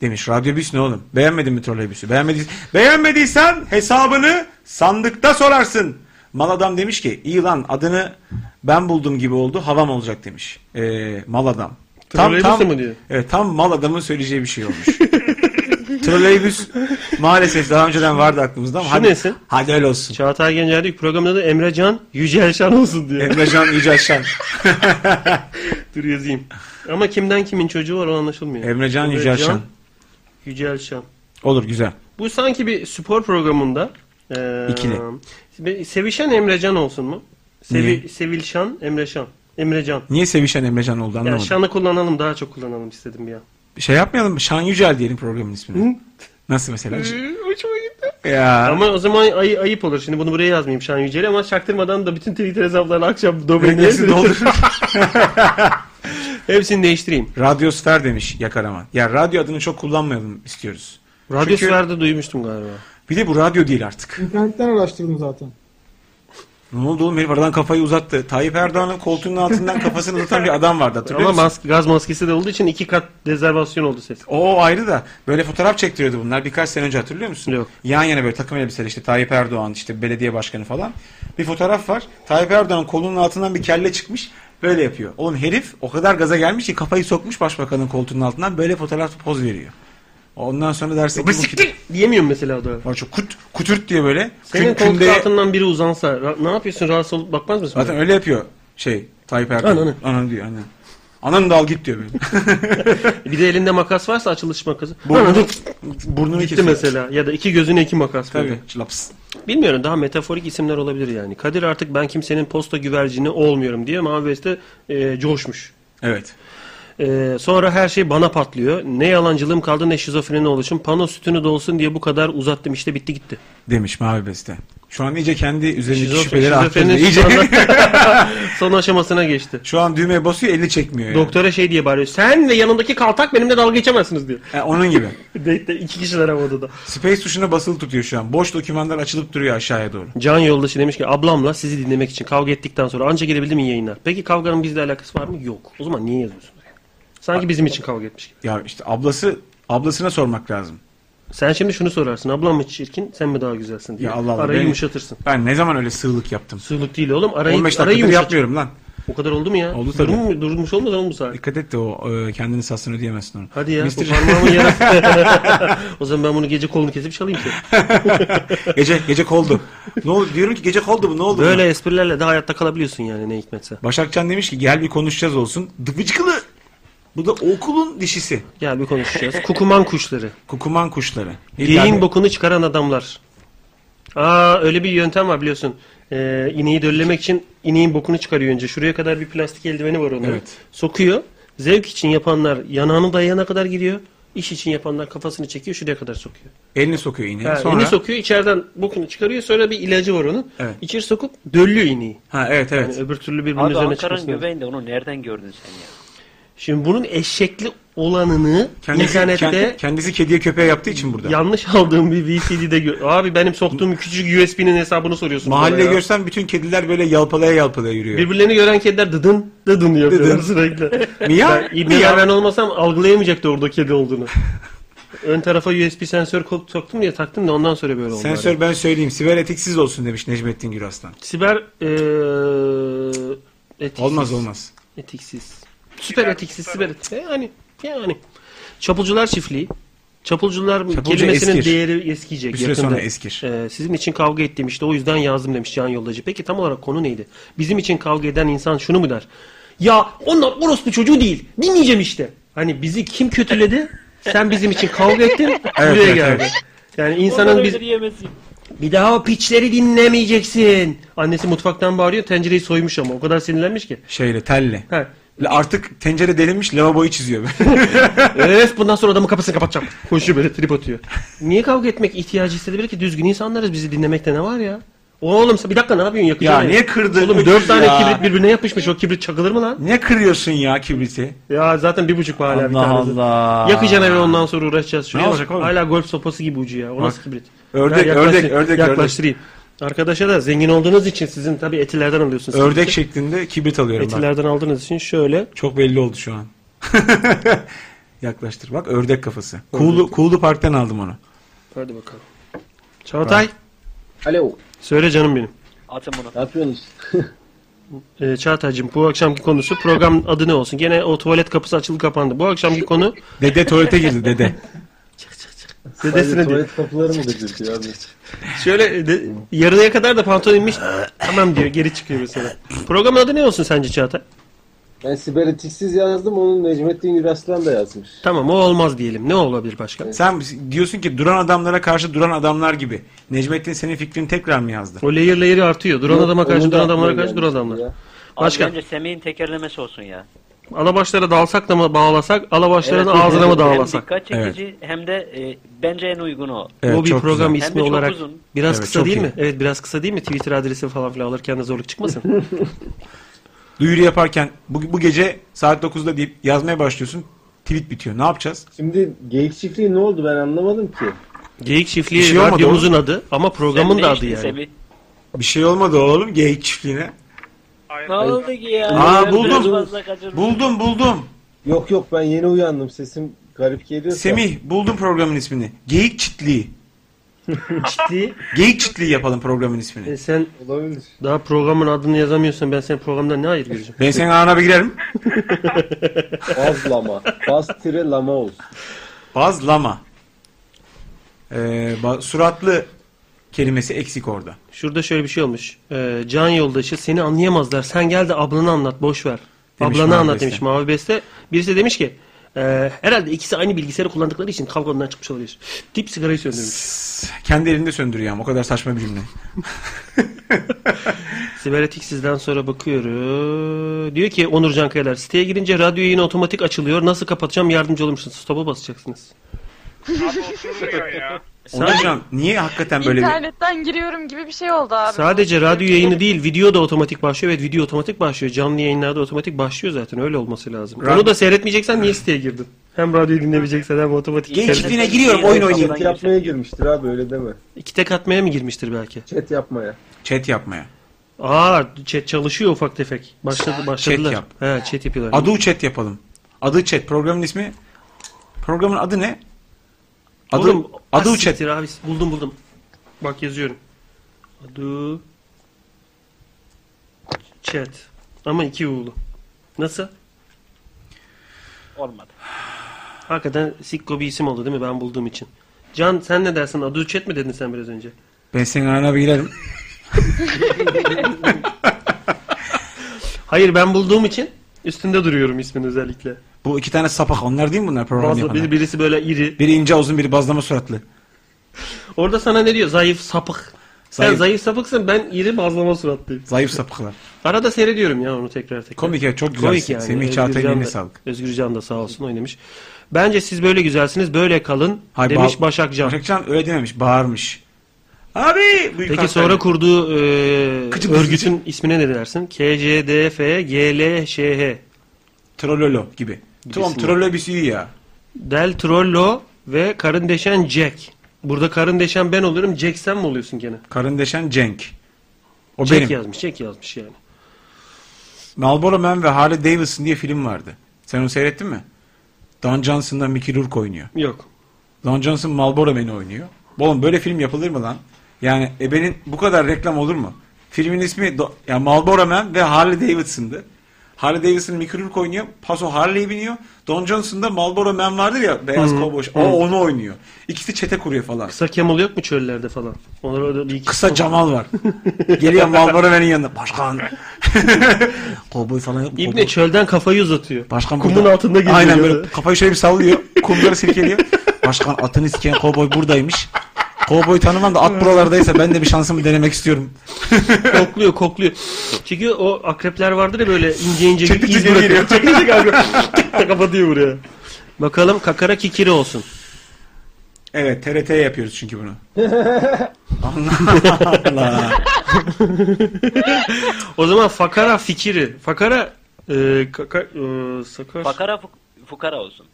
Speaker 3: Demiş radyobüs ne oğlum? Beğenmedin mi trolleybüsü? Beğenmediysen, beğenmediysen hesabını sandıkta sorarsın. Mal adam demiş ki iyi lan adını ben buldum gibi oldu havam olacak demiş. Ee, mal adam.
Speaker 2: Trolleybüsü mü diyor?
Speaker 3: Evet tam mal adamın söyleyeceği bir şey olmuş. Trolleybüs maalesef daha önceden vardı aklımızda ama
Speaker 2: Şu
Speaker 3: hadi,
Speaker 2: nesin?
Speaker 3: hadi öyle olsun.
Speaker 2: Çağatay Gencer diyor ki programın adı Emre Can Yücel Şan olsun diyor.
Speaker 3: Emre Can Yücel Şen.
Speaker 2: Dur yazayım. Ama kimden kimin çocuğu var o anlaşılmıyor.
Speaker 3: Emre Can Yücel Şen.
Speaker 2: Yücel Şan.
Speaker 3: Olur güzel.
Speaker 2: Bu sanki bir spor programında eee,
Speaker 3: İkili.
Speaker 2: bir Sevişen Emrecan olsun mu?
Speaker 3: Niye?
Speaker 2: Sevi, Sevilşan Emreşan. Emrecan.
Speaker 3: Niye sevişen Emre Can oldu
Speaker 2: Yani
Speaker 3: anlamadım.
Speaker 2: şanı kullanalım daha çok kullanalım istedim bir an.
Speaker 3: Şey yapmayalım mı? Şan Yücel diyelim programın ismini. Nasıl mesela? ya.
Speaker 2: Ama o zaman ay- ayıp olur. Şimdi bunu buraya yazmayayım Şan Yücel'i ama çaktırmadan da bütün Twitter hesaplarını akşam domain'e
Speaker 3: Hepsini doldur.
Speaker 2: Hepsini değiştireyim.
Speaker 3: Radyosfer demiş Yakaraman. Ya radyo adını çok kullanmayalım istiyoruz.
Speaker 2: Radyo
Speaker 3: Çünkü-
Speaker 2: Sfer'de duymuştum galiba.
Speaker 3: Bir de bu radyo değil artık.
Speaker 10: İnternetten araştırdım zaten.
Speaker 3: Ne oldu oğlum herif aradan kafayı uzattı. Tayyip Erdoğan'ın koltuğunun altından kafasını uzatan bir adam vardı hatırlıyor
Speaker 2: Ama
Speaker 3: musun?
Speaker 2: mas- gaz maskesi de olduğu için iki kat rezervasyon oldu ses.
Speaker 3: O ayrı da böyle fotoğraf çektiriyordu bunlar birkaç sene önce hatırlıyor musun? Yan yana böyle takım elbiseli işte Tayyip Erdoğan işte belediye başkanı falan. Bir fotoğraf var. Tayyip Erdoğan'ın kolunun altından bir kelle çıkmış. Böyle yapıyor. Oğlum herif o kadar gaza gelmiş ki kafayı sokmuş başbakanın koltuğunun altından böyle fotoğraf poz veriyor. Ondan sonra dersin ki bu kit-
Speaker 2: Diyemiyorum mesela o da.
Speaker 3: Var çok kut, kutürt diye böyle.
Speaker 2: Senin
Speaker 3: Kün-
Speaker 2: koltuk
Speaker 3: kündeye-
Speaker 2: altından biri uzansa ra- ne yapıyorsun rahatsız olup bakmaz mısın?
Speaker 3: Zaten öyle yapıyor şey Tayyip Erdoğan.
Speaker 2: Ananı.
Speaker 3: Ananı diyor ananı. Ananı da al git diyor. böyle.
Speaker 2: Bir de elinde makas varsa açılış makası.
Speaker 3: Burnunu-
Speaker 2: Anladın?
Speaker 3: burnunu
Speaker 2: Gitti
Speaker 3: kesiyor.
Speaker 2: mesela ya da iki gözüne iki makas.
Speaker 3: Tabii,
Speaker 2: koydu. Bilmiyorum daha metaforik isimler olabilir yani. Kadir artık ben kimsenin posta güvercini olmuyorum diye Maves'te e, coşmuş.
Speaker 3: Evet.
Speaker 2: E, sonra her şey bana patlıyor. Ne yalancılığım kaldı ne şizofreni oluşum. Pano sütünü dolsun diye bu kadar uzattım işte bitti gitti.
Speaker 3: Demiş Mavi Beste. Şu an iyice kendi üzerindeki
Speaker 2: Şizofren-
Speaker 3: şüpheleri arttırdı.
Speaker 2: şizofrenin
Speaker 3: İyice.
Speaker 2: Son aşamasına geçti.
Speaker 3: Şu an düğmeye basıyor eli çekmiyor yani.
Speaker 2: Doktora şey diye bağırıyor. Sen ve yanındaki kaltak benimle dalga geçemezsiniz diyor.
Speaker 3: E, onun gibi.
Speaker 2: Date'de iki kişiler ama odada.
Speaker 3: Space tuşuna basılı tutuyor şu an. Boş dokümanlar açılıp duruyor aşağıya doğru.
Speaker 2: Can yoldaşı demiş ki ablamla sizi dinlemek için kavga ettikten sonra anca gelebildim iyi yayınlar. Peki kavganın bizle alakası var mı? Yok. O zaman niye yazıyorsunuz? Sanki bizim için kavga etmiş gibi.
Speaker 3: Ya işte ablası ablasına sormak lazım.
Speaker 2: Sen şimdi şunu sorarsın. Ablam mı çirkin sen mi daha güzelsin diye.
Speaker 3: Ya Allah Allah.
Speaker 2: Arayı
Speaker 3: ben-
Speaker 2: yumuşatırsın.
Speaker 3: Ben ne zaman öyle sığlık yaptım?
Speaker 2: Sığlık değil oğlum. Arayı,
Speaker 3: 15
Speaker 2: arayı
Speaker 3: dakikadır
Speaker 2: yumuşat-
Speaker 3: şey yapmıyorum lan.
Speaker 2: O kadar oldu mu ya?
Speaker 3: Oldu tabii.
Speaker 2: Durum mu- durmuş olmadan mı bu saat?
Speaker 3: Dikkat et de o e, kendini sassın ödeyemezsin onu.
Speaker 2: Hadi ya.
Speaker 3: Mr.
Speaker 2: Bu parmağımın yarası. o zaman ben bunu gece kolunu kesip çalayım seni.
Speaker 3: gece gece koldu. ne oldu? Diyorum ki gece koldu bu ne oldu?
Speaker 2: Böyle esprilerle de hayatta kalabiliyorsun yani ne hikmetse.
Speaker 3: Başakcan demiş ki gel bir konuşacağız olsun. Dıpıcıkılı. Bu da okulun dişisi.
Speaker 2: Gel bir konuşacağız. Kukuman kuşları.
Speaker 3: Kukuman kuşları.
Speaker 2: Geyin bokunu çıkaran adamlar. Aa öyle bir yöntem var biliyorsun. Ee, ineği döllemek için ineğin bokunu çıkarıyor önce. Şuraya kadar bir plastik eldiveni var onun.
Speaker 3: Evet.
Speaker 2: Sokuyor. Zevk için yapanlar yanağını dayana kadar giriyor. İş için yapanlar kafasını çekiyor şuraya kadar sokuyor.
Speaker 3: Elini sokuyor iğneye.
Speaker 2: Ha,
Speaker 3: E, Sonra...
Speaker 2: Elini sokuyor içeriden bokunu çıkarıyor sonra bir ilacı var onun.
Speaker 3: Evet.
Speaker 2: İçeri sokup döllüyor ineği.
Speaker 3: Ha evet evet.
Speaker 2: Yani öbür türlü birbirinin
Speaker 1: Abi
Speaker 2: üzerine
Speaker 1: Ankara'nın
Speaker 2: çıkmasın.
Speaker 1: göbeğinde onu nereden gördün sen ya?
Speaker 2: Şimdi bunun eşekli olanını
Speaker 3: Kendisi,
Speaker 2: internette
Speaker 3: kend- kendisi kediye köpeğe yaptığı için burada.
Speaker 2: yanlış aldığım bir VCD'de gör- Abi benim soktuğum küçücük USB'nin hesabını soruyorsun. bana
Speaker 3: Mahallede
Speaker 2: ya.
Speaker 3: görsen bütün kediler böyle yalpalaya yalpalaya yürüyor.
Speaker 2: Birbirlerini gören kediler dıdın dıdın yapıyorlar
Speaker 3: Dıdın.
Speaker 2: sürekli.
Speaker 3: Miyav,
Speaker 2: Ben, miyav
Speaker 3: miyav.
Speaker 2: ben olmasam algılayamayacaktı orada kedi olduğunu. Ön tarafa USB sensör kol- soktum ya taktım da ondan sonra böyle oldu.
Speaker 3: Sensör ben söyleyeyim. Siber etiksiz olsun demiş Necmettin Güraslan.
Speaker 2: Siber eee etiksiz.
Speaker 3: Olmaz olmaz.
Speaker 2: Etiksiz. Süper etiksiz, süper etiksiz. Yani yani. Çapulcular çiftliği. Çapulcular
Speaker 3: Çapulcu
Speaker 2: kelimesinin
Speaker 3: eskir.
Speaker 2: değeri eskiyecek.
Speaker 3: Bir süre
Speaker 2: yakında.
Speaker 3: sonra eskir.
Speaker 2: Ee, sizin için kavga ettim işte o yüzden yazdım demiş Can Yoldacı. Peki tam olarak konu neydi? Bizim için kavga eden insan şunu mu der? Ya onlar orospu çocuğu değil. Dinleyeceğim işte. Hani bizi kim kötüledi? Sen bizim için kavga ettin. buraya
Speaker 3: evet,
Speaker 2: geldi.
Speaker 3: evet.
Speaker 2: Yani insanın biz... Bir daha o piçleri dinlemeyeceksin. Annesi mutfaktan bağırıyor. Tencereyi soymuş ama. O kadar sinirlenmiş ki.
Speaker 3: Şeyle telli.
Speaker 2: Ha.
Speaker 3: Artık tencere delinmiş lavaboyu çiziyor.
Speaker 2: Öf bundan sonra adamın kapısını kapatacağım. Koşuyor böyle trip atıyor. Niye kavga etmek ihtiyacı hissedebilir ki? Düzgün insanlarız. Bizi dinlemekte ne var ya? Oğlum sen bir dakika ne yapıyorsun? Yakacağım
Speaker 3: Ya niye kırdın?
Speaker 2: Oğlum
Speaker 3: Öküz
Speaker 2: dört tane
Speaker 3: ya.
Speaker 2: kibrit birbirine yapışmış. O kibrit çakılır mı lan?
Speaker 3: ne kırıyorsun ya kibriti?
Speaker 2: Ya zaten bir buçuk var hala bir
Speaker 3: Allah
Speaker 2: tanesi.
Speaker 3: Allah.
Speaker 2: Yakacaksın eve ondan sonra uğraşacağız. Şuraya
Speaker 3: Ne
Speaker 2: bak.
Speaker 3: olacak oğlum?
Speaker 2: Hala golf sopası gibi ucu ya. O
Speaker 3: Bak.
Speaker 2: nasıl kibrit?
Speaker 3: Ördek,
Speaker 2: yaklaş-
Speaker 3: ördek, ördek,
Speaker 2: Yaklaştırayım. Arkadaşa da zengin olduğunuz için sizin tabii etilerden alıyorsunuz.
Speaker 3: Ördek şey-
Speaker 2: kibriti.
Speaker 3: şeklinde kibrit alıyorum ben.
Speaker 2: Etilerden aldığınız için şöyle.
Speaker 3: Çok belli oldu şu an. Yaklaştır bak ördek kafası. Kuğulu, Kuğulu Park'tan aldım onu.
Speaker 2: Hadi bakalım. Çağatay.
Speaker 12: Alo.
Speaker 2: Söyle canım benim.
Speaker 1: Atın bunu.
Speaker 12: Ne yapıyorsunuz?
Speaker 2: Ee, Çağatay'cığım bu akşamki konusu program adı ne olsun? Gene o tuvalet kapısı açıldı kapandı. Bu akşamki konu
Speaker 3: Dede tuvalete girdi dede.
Speaker 12: Sadece
Speaker 2: dedesine diyor.
Speaker 12: tuvalet kapıları mı gıcırtıyor abi?
Speaker 2: Şöyle de, yarınaya kadar da pantolon inmiş. tamam diyor geri çıkıyor mesela. Programın adı ne olsun sence Çağatay?
Speaker 12: Ben siber etiksiz yazdım. Onun Necmettin Güraslan da yazmış.
Speaker 2: Tamam o olmaz diyelim. Ne olabilir başka?
Speaker 3: Sen diyorsun ki duran adamlara karşı duran adamlar gibi. Necmettin senin fikrini tekrar mı yazdı?
Speaker 2: O layer layer artıyor. Duran adama karşı duran adamlara karşı duran adamlar. Başka?
Speaker 1: Abi bence Semih'in tekerlemesi olsun ya.
Speaker 2: Alabaşlara dalsak da mı bağlasak? Alabaşların
Speaker 1: Evet,
Speaker 2: ağzına mı
Speaker 1: hem
Speaker 2: dağlasak?
Speaker 1: dikkat çekici hem de e, bence en uygun o.
Speaker 2: bu bir program
Speaker 1: Hem de
Speaker 2: ismi
Speaker 1: çok
Speaker 2: olarak
Speaker 1: uzun.
Speaker 2: biraz
Speaker 3: Evet,
Speaker 2: kısa
Speaker 3: çok
Speaker 2: değil
Speaker 3: iyi.
Speaker 2: mi? Evet biraz kısa değil mi? Twitter adresi falan filan alırken de zorluk çıkmasın.
Speaker 3: Duyuru yaparken bu, bu gece saat 9'da deyip yazmaya başlıyorsun. Tweet bitiyor. Ne yapacağız?
Speaker 12: Şimdi geyik çiftliği ne oldu ben anlamadım ki.
Speaker 2: Geyik Çiftliği
Speaker 3: Bir şey olmadı
Speaker 2: radyomuzun
Speaker 3: oğlum.
Speaker 2: adı ama programın
Speaker 12: Sen
Speaker 2: da
Speaker 12: ne
Speaker 2: adı
Speaker 12: içtin
Speaker 2: yani.
Speaker 12: Semih?
Speaker 3: Bir şey olmadı oğlum geyik çiftliğine.
Speaker 11: Ne oldu ki ya?
Speaker 3: Aa
Speaker 11: Biraz
Speaker 3: buldum.
Speaker 11: fazla kaçırmış.
Speaker 3: Buldum buldum.
Speaker 12: Yok yok ben yeni uyandım sesim garip geliyor.
Speaker 3: Semih buldum programın ismini. Geyik çiftliği.
Speaker 2: Çitliği.
Speaker 3: Geyik çiftliği yapalım programın ismini.
Speaker 2: E sen
Speaker 12: Olabilir.
Speaker 2: daha programın adını yazamıyorsan ben senin programdan ne hayır göreceğim?
Speaker 3: Ben senin ağına bir girerim.
Speaker 12: Bazlama. Baz tire lama olsun.
Speaker 3: Bazlama. Ee, ba- suratlı kelimesi eksik orada.
Speaker 2: Şurada şöyle bir şey olmuş. Ee, can yoldaşı seni anlayamazlar. Sen gel de ablanı anlat boş ver.
Speaker 3: Demiş
Speaker 2: ablanı
Speaker 3: Mavi
Speaker 2: anlat
Speaker 3: Beste.
Speaker 2: demiş Mavi Beste. Birisi de demiş ki "Ee, herhalde ikisi aynı bilgisayarı kullandıkları için kavgadan çıkmış olabilir. Tip sigarayı söndürmüş.
Speaker 3: Kendi elinde söndürüyor ama o kadar saçma bir cümle.
Speaker 2: Siberetiksiz'den sonra bakıyorum. Diyor ki Onurcan Kayalar siteye girince radyo yayını otomatik açılıyor. Nasıl kapatacağım yardımcı olur musunuz? Stop'a basacaksınız.
Speaker 3: Onurcan niye hakikaten böyle bir...
Speaker 7: İnternetten giriyorum gibi bir şey oldu abi.
Speaker 2: Sadece radyo yayını değil video da otomatik başlıyor. Evet video otomatik başlıyor. Canlı yayınlarda otomatik başlıyor zaten. Öyle olması lazım.
Speaker 3: Radyo-
Speaker 2: Onu da seyretmeyeceksen niye siteye girdin? Hem radyoyu dinlemeyeceksen hem otomatik.
Speaker 12: Gençliğine
Speaker 3: giriyorum,
Speaker 12: oyun oynayayım. Chat yapmaya girmiştir abi öyle deme.
Speaker 2: Tek atmaya mı girmiştir belki?
Speaker 12: Chat yapmaya.
Speaker 3: Chat yapmaya.
Speaker 2: Aa chat çalışıyor ufak tefek. Başladı, başladılar.
Speaker 3: yap.
Speaker 2: He, chat yapıyorlar.
Speaker 3: Adı chat yapalım. Adı chat. Programın ismi... Programın adı ne? Adı,
Speaker 2: Oğlum,
Speaker 3: adı chat.
Speaker 2: az siktir Abi. Buldum buldum. Bak yazıyorum. Adı chat. Ama iki uğulu. Nasıl?
Speaker 1: Olmadı.
Speaker 2: Hakikaten sikko bir isim oldu değil mi ben bulduğum için. Can sen ne dersin? Adı chat mi dedin sen biraz önce?
Speaker 3: Ben senin ağına bir girerim.
Speaker 2: Hayır ben bulduğum için üstünde duruyorum ismin özellikle.
Speaker 3: Bu iki tane sapak onlar değil mi bunlar program
Speaker 2: Bazı-
Speaker 3: yapanlar?
Speaker 2: biri- birisi böyle iri.
Speaker 3: Biri ince uzun biri bazlama suratlı.
Speaker 2: Orada sana ne diyor? Zayıf sapık. Sen
Speaker 3: Zayıf.
Speaker 2: zayıf sapıksın ben iri bazlama suratlıyım.
Speaker 3: Zayıf sapıklar.
Speaker 2: Arada seyrediyorum ya onu tekrar tekrar.
Speaker 3: Komik ya, çok güzelsin. Semih
Speaker 2: Özgür
Speaker 3: Çağatay'ın
Speaker 2: Can
Speaker 3: eline
Speaker 2: da-
Speaker 3: sağlık.
Speaker 2: Özgür Can da sağ olsun oynamış. Bence siz böyle güzelsiniz böyle kalın demiş
Speaker 3: ba-
Speaker 2: Başak Can.
Speaker 3: Başakcan öyle dememiş bağırmış. Abi! bu
Speaker 2: Peki
Speaker 3: yukarı-
Speaker 2: sonra kurduğu e,
Speaker 3: Kıcı kıcı.
Speaker 2: örgütün ismine ne dersin? KCDF GLŞH.
Speaker 3: Trollolo gibi. Tamam trollolo bir şey ya.
Speaker 2: Del Trollo ve karın deşen Jack. Burada karın deşen ben oluyorum. Jack sen mi oluyorsun gene?
Speaker 3: Karın deşen Cenk. O
Speaker 2: Jack
Speaker 3: benim.
Speaker 2: yazmış. Jack yazmış yani.
Speaker 3: Marlboro Man ve Harley Davidson diye film vardı. Sen onu seyrettin mi? Don Johnson'da Mickey Rourke oynuyor.
Speaker 2: Yok.
Speaker 3: Don Johnson Marlboro Man'i oynuyor. Oğlum böyle film yapılır mı lan? Yani ebenin bu kadar reklam olur mu? Filmin ismi Do- ya Marlboro Man ve Harley Davidson'dı. Harley Davidson Mickey Rourke oynuyor. Paso Harley'e biniyor. Don Johnson'da Marlboro Man vardır ya beyaz
Speaker 2: Hı.
Speaker 3: kovboş. O
Speaker 2: Hı.
Speaker 3: onu oynuyor. İkisi çete kuruyor falan.
Speaker 2: Kısa Kemal yok mu çöllerde falan? Onlar orada bir iki...
Speaker 3: Kısa Camal var. Geliyor Marlboro Man'in yanına. Başkan. Kovboy falan yok. mu?
Speaker 2: İbne
Speaker 3: Kovboy.
Speaker 2: çölden kafayı uzatıyor.
Speaker 3: Başkan
Speaker 2: Kumun
Speaker 3: burada-
Speaker 2: altında geziyor.
Speaker 3: Aynen
Speaker 2: böyle.
Speaker 3: böyle kafayı şöyle bir sallıyor. Kumları silkeliyor. Başkan atını isteyen kovboy buradaymış. Kovboy tanımam da at buralardaysa ben de bir şansımı denemek istiyorum.
Speaker 2: kokluyor kokluyor. Çünkü o akrepler vardır ya böyle ince ince
Speaker 3: Çektik
Speaker 2: bir iz
Speaker 3: çektik
Speaker 2: bırakıyor.
Speaker 3: geliyor.
Speaker 2: Çektik çektik akrep. Tık da kapatıyor buraya. Bakalım kakara kikiri olsun.
Speaker 3: Evet TRT yapıyoruz çünkü bunu. Allah Allah.
Speaker 2: O zaman fakara fikiri. Fakara e, kaka, e, sakar.
Speaker 1: Fakara fuk- fukara olsun.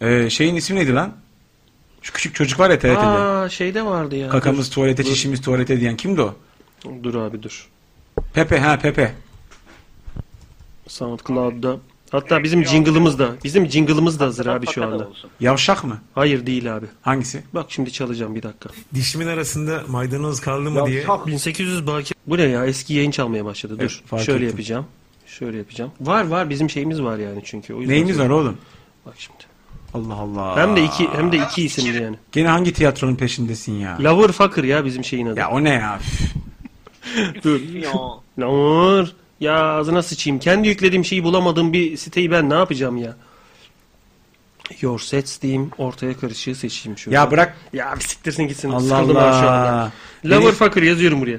Speaker 3: Ee, şeyin ismi neydi lan? Şu küçük çocuk var ya TRT'de.
Speaker 2: Aa şeyde vardı ya.
Speaker 3: Kakamız
Speaker 2: Dur.
Speaker 3: tuvalete, çişimiz tuvalete diyen kimdi o?
Speaker 2: Dur abi dur.
Speaker 3: Pepe ha Pepe.
Speaker 2: SoundCloud'da. Hatta bizim jingle'ımız da. Bizim jingle'ımız da hazır abi şu anda.
Speaker 3: Yavşak mı?
Speaker 2: Hayır değil abi.
Speaker 3: Hangisi?
Speaker 2: Bak şimdi çalacağım bir dakika.
Speaker 3: Dişimin arasında maydanoz kaldı
Speaker 2: Ya şak, 1800 baki. Bu ne ya? Eski yayın çalmaya başladı. Dur.
Speaker 3: Evet, fark
Speaker 2: Şöyle
Speaker 3: ettim.
Speaker 2: yapacağım. Şöyle yapacağım. Var var bizim şeyimiz var yani çünkü. O yüzden
Speaker 3: Neyimiz var oğlum?
Speaker 2: Bak şimdi.
Speaker 3: Allah Allah.
Speaker 2: Hem de iki hem de iki isimli yani.
Speaker 3: Gene hangi tiyatronun peşindesin ya?
Speaker 2: Lavur Fakır ya bizim şeyin adı.
Speaker 3: Ya o ne ya? Üf.
Speaker 2: Dur. Lavur. Ya ağzına sıçayım. Kendi yüklediğim şeyi bulamadığım bir siteyi ben ne yapacağım ya? Your sets diyeyim. Ortaya karışığı seçeyim şurada.
Speaker 3: Ya bırak.
Speaker 2: Ya bir siktirsin gitsin.
Speaker 3: Allah
Speaker 2: Sıkıldım abi şu an ya.
Speaker 3: Allah.
Speaker 2: Lavur
Speaker 3: Benim-
Speaker 2: Fakır yazıyorum buraya.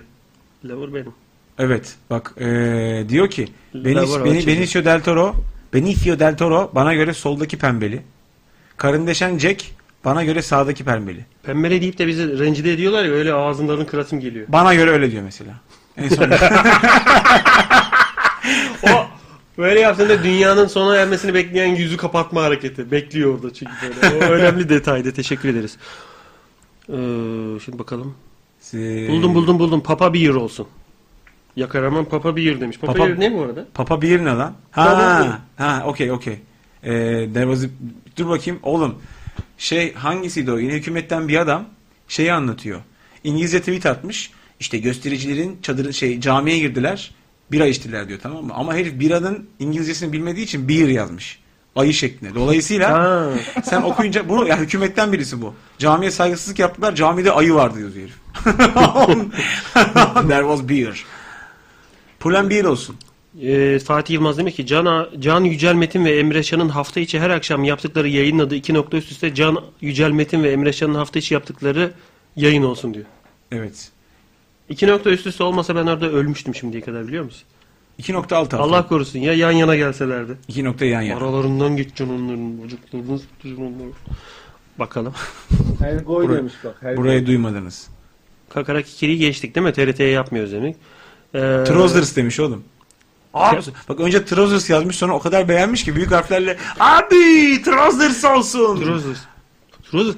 Speaker 2: Lavur benim.
Speaker 3: Evet bak eee, diyor ki Benicio,
Speaker 2: Lavaro
Speaker 3: Beni,
Speaker 2: çizim.
Speaker 3: Benicio del Toro Benicio del Toro bana göre soldaki pembeli. Karındeşen Jack bana göre sağdaki pembeli.
Speaker 2: Pembele deyip de bizi rencide ediyorlar ya öyle ağzından kırasım geliyor.
Speaker 3: Bana göre öyle diyor mesela. En son
Speaker 2: Böyle yaptığında dünyanın sona ermesini bekleyen yüzü kapatma hareketi. Bekliyor orada çünkü böyle. O önemli detaydı. Teşekkür ederiz. Ee, şimdi bakalım.
Speaker 3: Ee,
Speaker 2: Buldum buldum buldum. Papa bir olsun. Yakaraman Papa bir demiş. Papa,
Speaker 3: Papa-
Speaker 2: Bear ne bu arada?
Speaker 3: Papa bir ne lan?
Speaker 2: Papa Bear.
Speaker 3: Ha, ha, okey okey. Ee, there was a- dur bakayım oğlum. Şey hangisiydi o? Yeni hükümetten bir adam şeyi anlatıyor. İngilizce tweet atmış. İşte göstericilerin çadırı şey camiye girdiler. Bira içtiler diyor tamam mı? Ama herif biranın İngilizcesini bilmediği için beer yazmış. Ayı şeklinde. Dolayısıyla sen okuyunca bunu ya hükümetten birisi bu. Camiye saygısızlık yaptılar. Camide ayı vardı yazıyor herif. There was beer. Problem bir olsun.
Speaker 2: Ee, Fatih Yılmaz demiş ki Can, A- Can Yücel Metin ve Emre Şan'ın hafta içi her akşam yaptıkları yayın adı iki nokta üst üste Can Yücel Metin ve Emre Şan'ın hafta içi yaptıkları yayın olsun diyor.
Speaker 3: Evet.
Speaker 2: İki nokta üst üste olmasa ben orada ölmüştüm şimdiye kadar biliyor musun?
Speaker 3: 2.6 altı.
Speaker 2: Allah korusun ya yan yana gelselerdi.
Speaker 3: 2 nokta yan yana.
Speaker 2: Aralarından geçeceksin onların. Bacaklarını sıkıştıracaksın onları. Bakalım.
Speaker 12: Helgoy
Speaker 2: Buraya-
Speaker 12: demiş bak. Helgoy.
Speaker 3: Burayı duymadınız.
Speaker 2: Kakarak ikiliyi geçtik değil mi? TRT'ye yapmıyoruz demek. Ee,
Speaker 3: Trousers demiş oğlum. Abi bak önce Trousers yazmış sonra o kadar beğenmiş ki büyük harflerle abi Trousers olsun.
Speaker 2: Trousers. Trousers.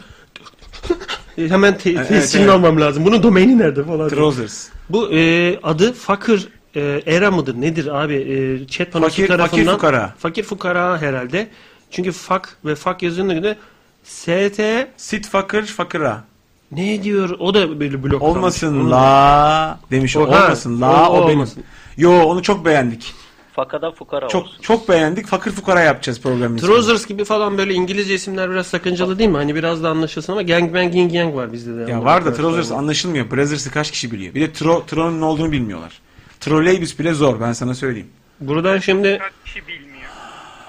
Speaker 2: Hemen te-
Speaker 3: Evet,
Speaker 2: tescilini
Speaker 3: evet.
Speaker 2: almam lazım. Bunun domaini nerede falan. diye.
Speaker 3: Trousers.
Speaker 2: Bu e, adı Fakir e, Era mıdır nedir abi? E, chat panosu
Speaker 3: Fakir- fakir
Speaker 2: tarafından.
Speaker 3: fukara.
Speaker 2: Fakir fukara herhalde. Çünkü fak ve fak yazılığına göre ST
Speaker 3: sit fakir fakira.
Speaker 2: Ne diyor? O da böyle blok
Speaker 3: Olmasın la demiş.
Speaker 2: O- ha,
Speaker 3: olmasın la
Speaker 2: o-
Speaker 3: o,
Speaker 2: o
Speaker 3: benim.
Speaker 2: olmasın.
Speaker 3: Yo onu çok beğendik.
Speaker 1: Fakada fukara
Speaker 3: Çok
Speaker 1: olsun.
Speaker 3: çok beğendik. Fakir fukara yapacağız programın ismini.
Speaker 2: Trousers gibi falan böyle İngilizce isimler biraz sakıncalı değil mi? Hani biraz da anlaşılsın ama gangbang yin yang var bizde de.
Speaker 3: Ya var da Trousers anlaşılmıyor. Brazzers'ı kaç kişi biliyor? Bir de tro, Tron'un ne olduğunu bilmiyorlar. Troleybüs bile zor ben sana söyleyeyim.
Speaker 2: Buradan şimdi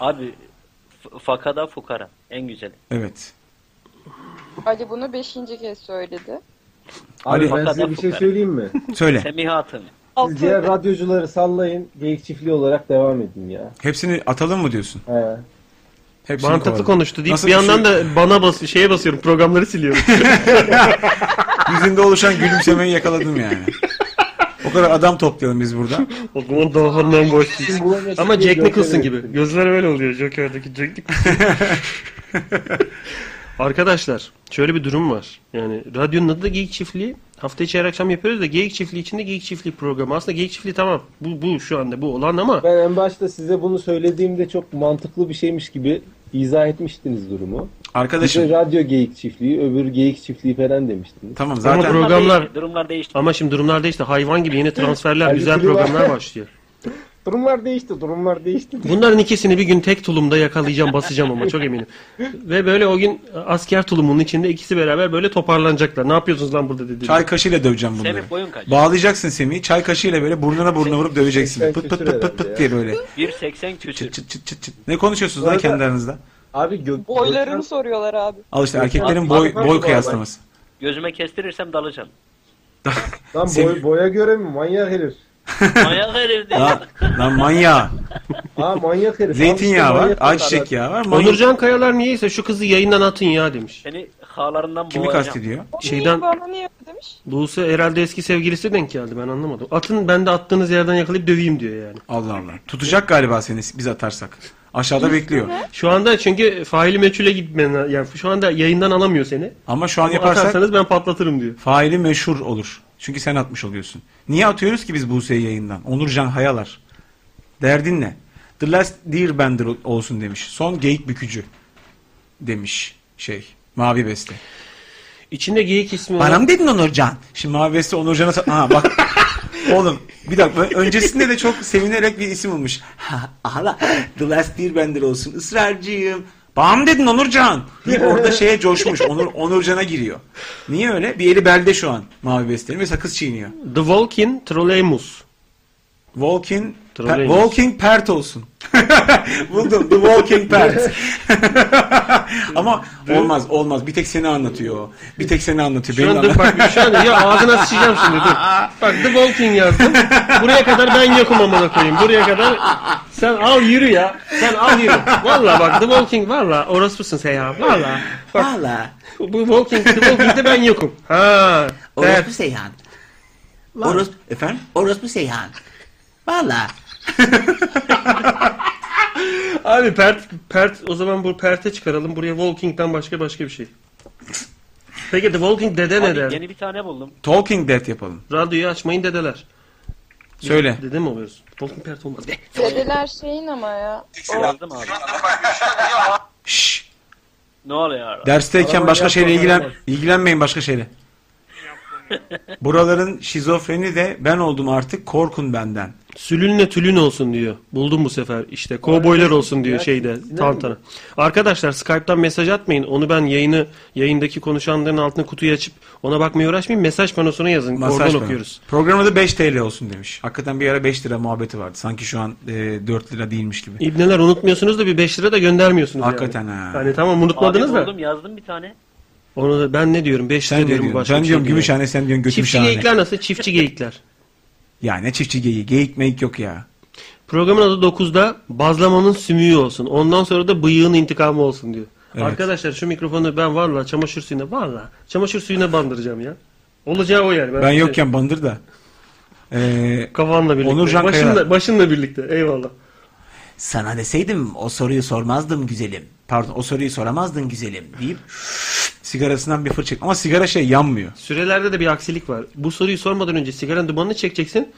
Speaker 1: Abi f- fakada fukara en güzeli.
Speaker 3: Evet.
Speaker 7: Ali bunu beşinci kez söyledi.
Speaker 12: Abi
Speaker 3: Ali-
Speaker 12: ben size bir şey söyleyeyim mi?
Speaker 3: Söyle.
Speaker 1: Semiha Hatun.
Speaker 12: Siz diğer radyocuları sallayın. Geyik çiftliği olarak devam edin ya.
Speaker 3: Hepsini atalım mı diyorsun?
Speaker 12: He.
Speaker 3: Hepsini
Speaker 2: Mantıklı
Speaker 3: kovalım.
Speaker 2: konuştu deyip
Speaker 3: Nasıl
Speaker 2: bir yandan
Speaker 3: şey-
Speaker 2: da bana bas şeye basıyorum programları siliyorum.
Speaker 3: Yüzünde oluşan gülümsemeyi yakaladım yani. O kadar adam toplayalım biz burada.
Speaker 2: o zaman daha hanım boş değil. Ama Jack Nicholson
Speaker 12: Joker'i
Speaker 2: gibi. Gözler öyle oluyor Joker'daki Jack Nicholson. Arkadaşlar şöyle bir durum var. Yani radyonun adı da Geyik Çiftliği. Hafta içi her akşam yapıyoruz da Geyik Çiftliği içinde Geyik Çiftliği programı. Aslında Geyik Çiftliği tamam bu, bu şu anda bu olan ama
Speaker 12: Ben en başta size bunu söylediğimde çok mantıklı bir şeymiş gibi izah etmiştiniz durumu.
Speaker 3: Arkadaşım.
Speaker 12: Bize radyo geyik çiftliği, öbür geyik çiftliği falan demiştiniz.
Speaker 3: Tamam zaten
Speaker 2: Ama programlar
Speaker 1: durumlar değişti.
Speaker 2: Ama şimdi durumlar değişti. Hayvan gibi yeni transferler,
Speaker 12: Halbuki
Speaker 2: güzel
Speaker 12: bir var.
Speaker 2: programlar başlıyor.
Speaker 12: Durumlar değişti, durumlar değişti.
Speaker 2: Bunların ikisini bir gün tek tulumda yakalayacağım, basacağım ama çok eminim. Ve böyle o gün asker tulumunun içinde ikisi beraber böyle toparlanacaklar. Ne yapıyorsunuz lan burada dedi.
Speaker 3: çay kaşığıyla döveceğim bunları.
Speaker 1: Semih boyun kaç?
Speaker 3: Bağlayacaksın Semih'i çay kaşığıyla böyle burnuna burnuna vurup döveceksin.
Speaker 12: Sen
Speaker 3: Pıt pıt
Speaker 12: küfür
Speaker 3: pıt pıt
Speaker 12: herhalde
Speaker 3: pıt
Speaker 12: ya.
Speaker 3: diye böyle.
Speaker 1: 1.80 küsür.
Speaker 3: Çıt çıt çıt çıt çıt. Ne konuşuyorsunuz lan
Speaker 12: Orada-
Speaker 3: kendi aranızda?
Speaker 12: Abi gö-
Speaker 7: Boylarını soruyorlar abi.
Speaker 3: Al işte
Speaker 12: Yok,
Speaker 3: erkeklerin
Speaker 12: abi,
Speaker 3: boy
Speaker 12: abi, abi,
Speaker 3: boy
Speaker 12: abi.
Speaker 3: kıyaslaması.
Speaker 1: Gözüme kestirirsem dalacağım.
Speaker 12: Lan boy,
Speaker 3: Sev-
Speaker 12: boya göre mi? Manyak herif.
Speaker 1: Manyak herif değil.
Speaker 3: Lan, lan manyağı.
Speaker 12: Aa manyak herif.
Speaker 3: Zeytinyağı
Speaker 12: Al işte
Speaker 3: var, şey-
Speaker 12: manyak
Speaker 3: ayçiçek
Speaker 12: adam.
Speaker 3: yağı var. Manyak-
Speaker 2: Onurcan Kayalar niyeyse şu kızı yayından atın ya demiş.
Speaker 1: Seni hağlarından
Speaker 3: Kimi
Speaker 1: boğacağım.
Speaker 3: kastediyor?
Speaker 2: Şeyden-
Speaker 7: Şeyden... Bana niye demiş?
Speaker 2: Buse herhalde eski sevgilisi denk geldi ben anlamadım. Atın ben de attığınız yerden yakalayıp döveyim diyor yani.
Speaker 3: Allah Allah. Tutacak galiba seni biz atarsak. Aşağıda bekliyor.
Speaker 2: Şu anda çünkü faili meçhule gitmen yani şu anda yayından alamıyor seni.
Speaker 3: Ama şu an
Speaker 2: Ama
Speaker 3: yaparsak
Speaker 2: Atarsanız ben patlatırım diyor.
Speaker 3: faili meşhur olur. Çünkü sen atmış oluyorsun. Niye atıyoruz ki biz Buse'yi yayından? Onurcan Hayalar. Derdin ne? The Last Deerbender ol- olsun demiş. Son geyik bükücü demiş şey. Mavi Beste.
Speaker 2: İçinde geyik ismi olan-
Speaker 3: Bana mı dedin Onurcan? Şimdi Mavi Beste Onurcan'a... sa- Ha bak. Oğlum bir dakika Ö- öncesinde de çok sevinerek bir isim olmuş. Ha, Hala The Last Deerbender olsun ısrarcıyım. Bana mı dedin Onurcan? Deyip orada şeye coşmuş. Onur, Onurcan'a giriyor. Niye öyle? Bir eli belde şu an Mavi Beste'nin ve sakız çiğniyor.
Speaker 2: The Walking Trolleybus.
Speaker 3: Walking
Speaker 2: Trolleybus.
Speaker 3: Pe- Walking Pert olsun. Buldum. The Walking Pert. Ama olmaz olmaz. Bir tek seni anlatıyor. o. Bir tek seni anlatıyor.
Speaker 2: Şu
Speaker 3: Beni
Speaker 2: an dur
Speaker 3: anlat-
Speaker 2: bak şu an ya ağzına sıçacağım şimdi dur. Bak The Walking yazdım. Buraya kadar ben yokum amına koyayım. Buraya kadar sen al yürü ya. Sen al yürü. Valla bak The Walking valla orospusın sen ya. Valla.
Speaker 3: Valla.
Speaker 2: Bu Walking The Walking'de ben yokum. Ha. Evet.
Speaker 3: Seyhan. Orospu efendim? Orospu Seyhan. Valla.
Speaker 2: Abi pert pert o zaman bu perte çıkaralım. Buraya Walking'den başka başka bir şey. Peki The Walking Dead'e ne
Speaker 1: Hadi
Speaker 2: der?
Speaker 1: yeni bir tane buldum.
Speaker 3: Talking Dead yapalım.
Speaker 2: Radyoyu açmayın dedeler.
Speaker 3: Söyle.
Speaker 2: Dede mi oluyoruz? Walking Dead olmaz.
Speaker 7: Dedeler şeyin ama ya.
Speaker 1: Yazdım abi. Ne oluyor abi?
Speaker 3: Dersteyken başka şeyle ilgilen ilgilenmeyin başka şeyle. Buraların şizofreni de ben oldum artık korkun benden.
Speaker 2: Sülünle tülün olsun diyor. Buldum bu sefer işte. Kovboylar olsun diyor şeyde tantana. Arkadaşlar Skype'tan mesaj atmayın. Onu ben yayını yayındaki konuşanların altına kutuyu açıp ona bakmaya uğraşmayın. Mesaj panosuna yazın.
Speaker 3: Masaj
Speaker 2: Oradan
Speaker 3: bana.
Speaker 2: okuyoruz.
Speaker 3: Programı da 5 TL olsun demiş. Hakikaten bir ara 5 lira muhabbeti vardı. Sanki şu an e, 4 lira değilmiş gibi.
Speaker 2: İbneler unutmuyorsunuz da bir 5 lira da göndermiyorsunuz.
Speaker 3: Hakikaten
Speaker 2: yani.
Speaker 3: ha.
Speaker 2: Hani tamam unutmadınız
Speaker 1: Abi
Speaker 2: da.
Speaker 1: buldum yazdım bir tane.
Speaker 2: Onu da ben ne diyorum? 5
Speaker 3: Sen
Speaker 2: lira
Speaker 3: ne
Speaker 2: diyorum
Speaker 3: diyorsun?
Speaker 2: başka
Speaker 3: Ben
Speaker 2: bir şey
Speaker 3: diyorum
Speaker 2: diyorum.
Speaker 3: Gümüşhane, sen diyorsun
Speaker 2: Çiftçi
Speaker 3: Götmüşhane.
Speaker 2: geyikler nasıl? Çiftçi geyikler.
Speaker 3: Ya ne çiftçi geyiği. Geyik meyik yok ya.
Speaker 2: Programın adı 9'da bazlamanın sümüğü olsun. Ondan sonra da bıyığın intikamı olsun diyor.
Speaker 3: Evet.
Speaker 2: Arkadaşlar şu mikrofonu ben varla çamaşır suyuna varla çamaşır suyuna bandıracağım ya. Olacağı o yani. şey
Speaker 3: Ben yokken bandır da. Ee,
Speaker 2: Kafanla birlikte.
Speaker 3: Onurcan
Speaker 2: başınla,
Speaker 3: Kayalar.
Speaker 2: başınla birlikte. Eyvallah.
Speaker 3: Sana deseydim o soruyu sormazdım güzelim. Pardon o soruyu soramazdın güzelim deyip sigarasından bir fırça. Ama sigara şey yanmıyor.
Speaker 2: Sürelerde de bir aksilik var. Bu soruyu sormadan önce sigaranın dumanını çekeceksin.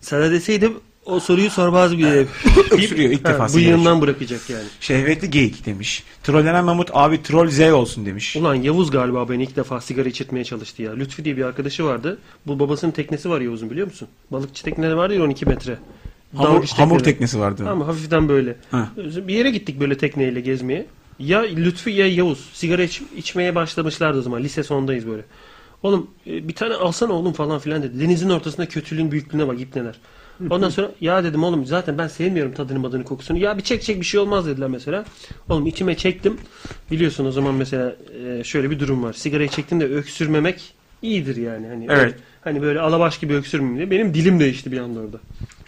Speaker 2: Sana deseydim o soruyu sormaz bir
Speaker 3: Öksürüyor ilk defa sigara
Speaker 2: Bıyığından bırakacak yani.
Speaker 3: Şehvetli geyik demiş. Trollenen Mahmut abi troll Z olsun demiş.
Speaker 2: Ulan Yavuz galiba beni ilk defa sigara içirtmeye çalıştı ya. Lütfi diye bir arkadaşı vardı. Bu babasının teknesi var Yavuz'un biliyor musun? Balıkçı tekneleri vardı ya 12 metre.
Speaker 3: Hamur-
Speaker 2: Dalgıç
Speaker 3: hamur teknesi vardı.
Speaker 2: Ama hafiften böyle.
Speaker 3: Ha.
Speaker 2: Bir yere gittik böyle tekneyle gezmeye. Ya Lütfi ya Yavuz sigara iç- içmeye başlamışlardı o zaman. Lise sondayız böyle. Oğlum e, bir tane alsana oğlum falan filan dedi. Denizin ortasında kötülüğün büyüklüğüne bak ipneler. Ondan sonra ya dedim oğlum zaten ben sevmiyorum tadını madını kokusunu. Ya bir çek çek bir şey olmaz dediler mesela. Oğlum içime çektim. Biliyorsun o zaman mesela e, şöyle bir durum var. Sigarayı çektim de öksürmemek iyidir yani. Hani
Speaker 3: Evet.
Speaker 2: öyle- hani böyle alabaş gibi öksürmeyeyim diye. Benim dilim değişti bir anda orada.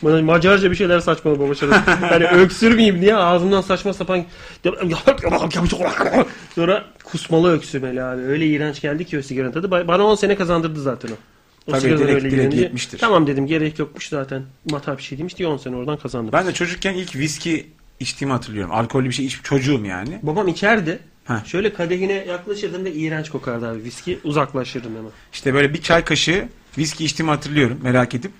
Speaker 2: Bana Macarca bir şeyler saçmalama başladı. hani öksürmeyeyim diye ağzımdan saçma sapan sonra kusmalı öksürmeli abi. Öyle iğrenç geldi ki o sigaranın tadı. Ba- Bana 10 sene kazandırdı zaten o. O
Speaker 3: Tabii,
Speaker 2: sigaradan
Speaker 3: direkt- direkt
Speaker 2: iğrenince,
Speaker 3: gitmiştir.
Speaker 2: Tamam dedim gerek yokmuş zaten. Mata bir şey demiş diye 10 sene oradan kazandım.
Speaker 3: Ben de çocukken ilk viski içtiğimi hatırlıyorum. Alkollü bir şey içip çocuğum yani.
Speaker 2: Babam içerdi.
Speaker 3: Heh.
Speaker 2: Şöyle kadehine yaklaşırdım da iğrenç kokardı abi viski. Uzaklaşırdım hemen.
Speaker 3: İşte böyle bir çay kaşığı viski içtiğimi hatırlıyorum merak edip.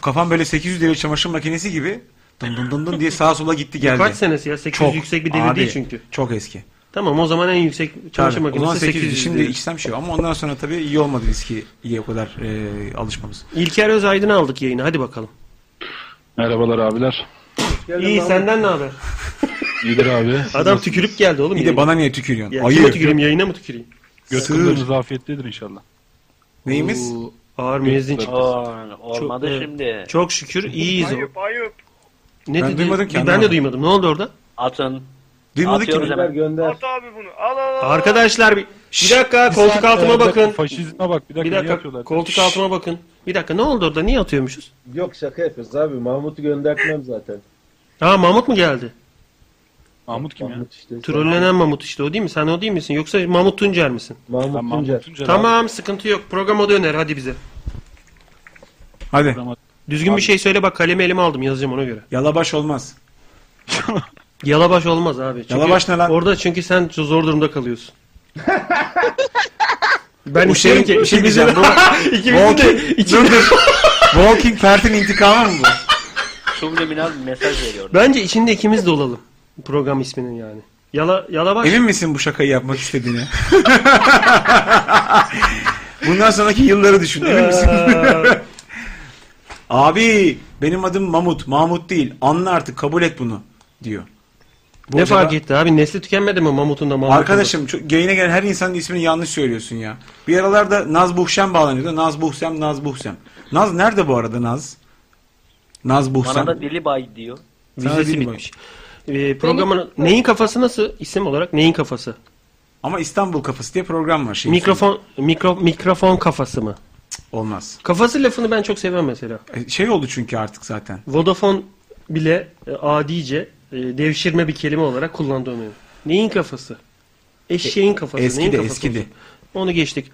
Speaker 3: Kafam böyle 800 devir çamaşır makinesi gibi dın dın dın dın diye sağa sola gitti geldi.
Speaker 2: Kaç senesi ya? 800 yüksek bir devir
Speaker 3: Abi,
Speaker 2: değil çünkü.
Speaker 3: Çok eski.
Speaker 2: Tamam o zaman en yüksek çamaşır
Speaker 3: Tabii. O zaman
Speaker 2: makinesi
Speaker 3: 800.
Speaker 2: 800.
Speaker 3: Şimdi
Speaker 2: Şimdi
Speaker 3: içsem şey ama ondan sonra tabii iyi olmadı viski iyi o kadar e, alışmamız.
Speaker 2: İlker Özaydın'ı aldık yayına hadi bakalım.
Speaker 13: Merhabalar abiler.
Speaker 2: İyi senden ne haber?
Speaker 13: İyidir abi.
Speaker 2: Adam tükürüp geldi oğlum.
Speaker 3: Bir de
Speaker 2: yayına.
Speaker 3: bana niye tükürüyorsun?
Speaker 2: Ya, kime
Speaker 3: Ayı.
Speaker 2: tüküreyim yayına mı tüküreyim?
Speaker 13: Götümleriniz afiyetlidir inşallah.
Speaker 3: Neyimiz?
Speaker 2: Oo, ağır müezzin çıktı.
Speaker 1: Aa, olmadı
Speaker 2: evet.
Speaker 1: şimdi.
Speaker 2: Çok şükür iyiyiz.
Speaker 11: Ayıp ayıp.
Speaker 2: Ne
Speaker 3: Ben
Speaker 2: dedi?
Speaker 3: duymadım ki,
Speaker 2: Ben de
Speaker 3: anlamadım.
Speaker 2: duymadım. Ne oldu orada?
Speaker 1: Atın.
Speaker 3: Duymadık ki.
Speaker 1: Atıyoruz
Speaker 12: Gönder
Speaker 1: hemen.
Speaker 12: gönder.
Speaker 11: At abi bunu. Al al al.
Speaker 2: Arkadaşlar bir, bir dakika koltuk altıma
Speaker 13: Bir dakika,
Speaker 2: bakın.
Speaker 13: Faşizme bak bir dakika.
Speaker 2: Bir
Speaker 13: niye
Speaker 2: dakika
Speaker 13: atıyorlar?
Speaker 2: koltuk altıma bakın. Bir dakika ne oldu orada? Niye atıyormuşuz?
Speaker 12: Yok şaka yapıyoruz abi. Mahmut'u göndertmem zaten.
Speaker 2: Ha Mahmut mu geldi?
Speaker 13: Mahmut kim ya?
Speaker 12: Mahmut işte.
Speaker 2: Trollenen Mahmut işte o değil mi? Sen o değil misin? Yoksa Mahmut Tuncer misin?
Speaker 12: Mahmut
Speaker 13: Lan Mahmut
Speaker 12: Tuncer.
Speaker 13: Tuncer abi.
Speaker 2: Tamam sıkıntı yok. Programa döner hadi bize.
Speaker 3: Hadi.
Speaker 2: Düzgün bir şey söyle bak kalemi elime aldım yazacağım ona göre.
Speaker 3: Yalabaş olmaz.
Speaker 2: Yalabaş olmaz abi. Çünkü
Speaker 3: Yalabaş ne lan?
Speaker 2: Orada çünkü sen çok zor durumda kalıyorsun. ben
Speaker 3: Bu şey,
Speaker 2: isterim Hani ki
Speaker 3: bir şey
Speaker 2: ikimizi-
Speaker 3: diyeceğim. Bu,
Speaker 2: ikimizi de
Speaker 3: Dur, dur. Walking Pert'in intikamı mı bu?
Speaker 1: Subliminal bir mesaj veriyor.
Speaker 2: Bence içinde ikimiz de olalım. Program isminin yani. Yala, yalabaş.
Speaker 3: Emin misin bu şakayı yapmak istediğine? Bundan sonraki yılları düşün. Emin misin? Abi benim adım Mamut. Mahmut değil. Anla artık kabul et bunu diyor. Bu
Speaker 2: ne
Speaker 3: acaba-
Speaker 2: fark etti abi? Nesli tükenmedi mi Mamut'un da Mahmut'un da?
Speaker 3: Arkadaşım çok, yayına gelen her insanın ismini yanlış söylüyorsun ya. Bir aralarda Naz Buhşem bağlanıyordu. Naz Buhşem, Naz Buhşem. Naz nerede bu arada Naz? Naz
Speaker 1: Bana
Speaker 3: Buhşem.
Speaker 1: da Dili Bay diyor.
Speaker 3: Sana
Speaker 2: Vizesi
Speaker 3: bilmiyorum.
Speaker 2: bitmiş. Ee, programın neyin kafası nasıl? İsim olarak neyin kafası?
Speaker 3: Ama İstanbul kafası diye program var. Şey
Speaker 2: Mikrofon mikro, mikrofon kafası mı?
Speaker 3: Olmaz.
Speaker 2: Kafası lafını ben çok seviyorum mesela.
Speaker 3: E, Şey oldu çünkü artık zaten.
Speaker 2: Vodafone bile e, adice e, devşirme bir kelime olarak kullandığım benim. Neyin kafası? Eşeğin kafası.
Speaker 3: E, Eski
Speaker 2: neyin
Speaker 3: de
Speaker 2: kafası
Speaker 3: eski de.
Speaker 2: olsun? Onu geçtik.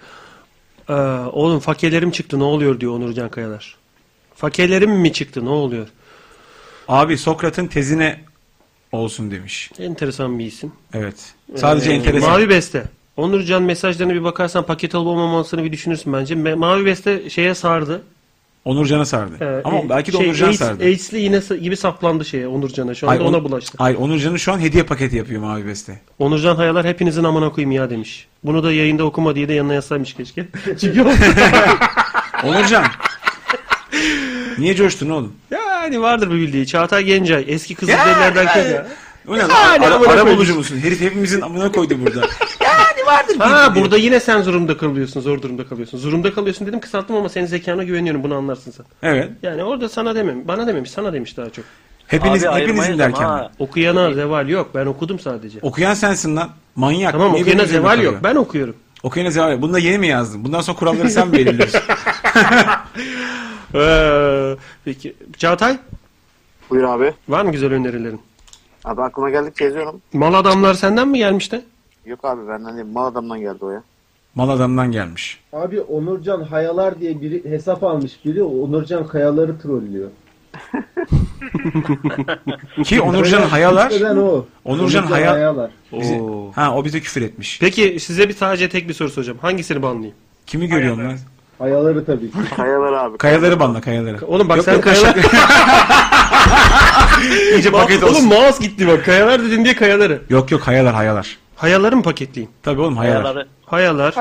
Speaker 2: Ee, oğlum fakirlerim çıktı ne oluyor diyor Onurcan Kayalar. Fakirlerim mi çıktı ne oluyor?
Speaker 3: Abi Sokrat'ın tezine olsun demiş.
Speaker 2: Enteresan bir isim.
Speaker 3: Evet. Sadece
Speaker 2: Ee,
Speaker 3: enteresan.
Speaker 2: Mavi Beste. Onur Can mesajlarına bir bakarsan paket olup olmamasını bir düşünürsün bence. Me- Mavi Beste şeye sardı.
Speaker 3: Onurcan'a sardı.
Speaker 2: Ee,
Speaker 3: Ama
Speaker 2: e,
Speaker 3: belki de
Speaker 2: şey,
Speaker 3: Onurcan
Speaker 2: AIDS-
Speaker 3: sardı.
Speaker 2: AIDS'li yine sa- gibi saplandı şeye Onurcan'a. Şu anda
Speaker 3: Hayır,
Speaker 2: ona
Speaker 3: On-
Speaker 2: bulaştı.
Speaker 3: Hayır Onurcan'ın şu an hediye paketi yapıyor Mavi Beste.
Speaker 2: Onurcan Hayalar hepinizin amına koyayım ya demiş. Bunu da yayında okuma diye de yanına yazsaymış keşke. Çünkü
Speaker 3: Onurcan. Niye coştun oğlum?
Speaker 2: Yani vardır bir bildiği. Çağatay Gencay. Eski
Speaker 3: Yani.
Speaker 2: Kızılderililerden kız ya.
Speaker 3: O ne lan?
Speaker 2: Yani
Speaker 3: Ara,
Speaker 2: amına
Speaker 3: ara
Speaker 2: koyayım.
Speaker 3: bulucu musun? Herif hepimizin amına koydu burada.
Speaker 2: Ha burada yine sen zorunda kalıyorsun. Zor durumda kalıyorsun. Zorunda kalıyorsun dedim kısalttım ama senin zekana güveniyorum. Bunu anlarsın sen.
Speaker 3: Evet.
Speaker 2: Yani orada sana demem. Bana dememiş. Sana demiş daha çok.
Speaker 3: Hepiniz- Abi, hepinizin ayırmayalım derken. ha.
Speaker 2: Okuyana zeval yok. Ben okudum sadece.
Speaker 3: Okuyan sensin lan. Manyak.
Speaker 2: Tamam,
Speaker 3: Niye
Speaker 2: okuyana
Speaker 3: benim üzerime
Speaker 2: zeval
Speaker 3: kalıyor?
Speaker 2: yok. Ben okuyorum.
Speaker 3: Okuyana zeval yok. Bunu da yeni mi yazdın? Bundan sonra kuralları sen mi belirliyorsun?
Speaker 2: Ee, peki. Çağatay?
Speaker 14: Buyur abi.
Speaker 2: Var mı güzel önerilerin?
Speaker 14: Abi aklıma geldikçe yazıyorum.
Speaker 2: Mal adamlar senden mi gelmiş de?
Speaker 14: Yok abi ben hani mal adamdan geldi o ya.
Speaker 3: Mal adamdan gelmiş.
Speaker 12: Abi Onurcan Hayalar diye biri hesap almış biri Onurcan Kayaları trollüyor.
Speaker 3: Ki Onurcan Hayalar.
Speaker 12: Neden o?
Speaker 3: Onurcan Hayal- Bizi-
Speaker 2: Oo.
Speaker 3: Ha o bize küfür etmiş.
Speaker 2: Peki size bir sadece tek bir soru soracağım. Hangisini banlayayım?
Speaker 3: Kimi görüyorsun lan?
Speaker 12: Hayaları tabii ki.
Speaker 14: Kayalar abi.
Speaker 3: Kayaları banla kayaları.
Speaker 2: Oğlum bak
Speaker 3: Yok,
Speaker 2: sen
Speaker 3: yok,
Speaker 2: kayalar...
Speaker 3: İyice paket olsun.
Speaker 2: Oğlum mouse gitti bak. Kayalar dedin diye kayaları.
Speaker 3: Yok yok hayalar hayalar.
Speaker 2: Hayaları mı paketleyeyim?
Speaker 3: Tabii oğlum hayalar. Hayaları,
Speaker 2: Hayalar.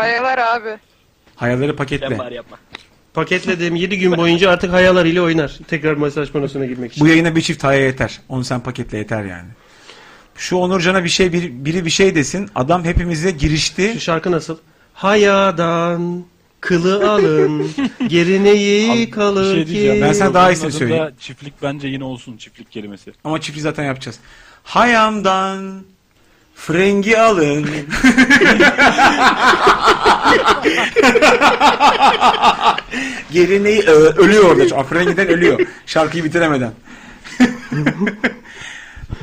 Speaker 7: Kayalar abi.
Speaker 3: paketle.
Speaker 2: Paketledim 7 gün boyunca artık hayalar ile oynar. Tekrar mesaj panosuna girmek için.
Speaker 3: Bu yayına bir çift haya yeter. Onu sen paketle yeter yani. Şu Onurcan'a bir şey bir- biri bir şey desin. Adam hepimize girişti. Şu
Speaker 2: şarkı nasıl? Hayadan kılı alın, gerineyi kalır
Speaker 13: Bir şey
Speaker 2: ki.
Speaker 13: diyeceğim.
Speaker 3: daha
Speaker 13: Programın
Speaker 3: iyisini
Speaker 13: adında
Speaker 3: söyleyeyim.
Speaker 13: Çiftlik bence yine olsun çiftlik kelimesi.
Speaker 3: Ama çiftliği zaten yapacağız. Hayamdan frengi alın. Gerineği ö- ölüyor orada. Aa, Frengiden ölüyor. Şarkıyı bitiremeden.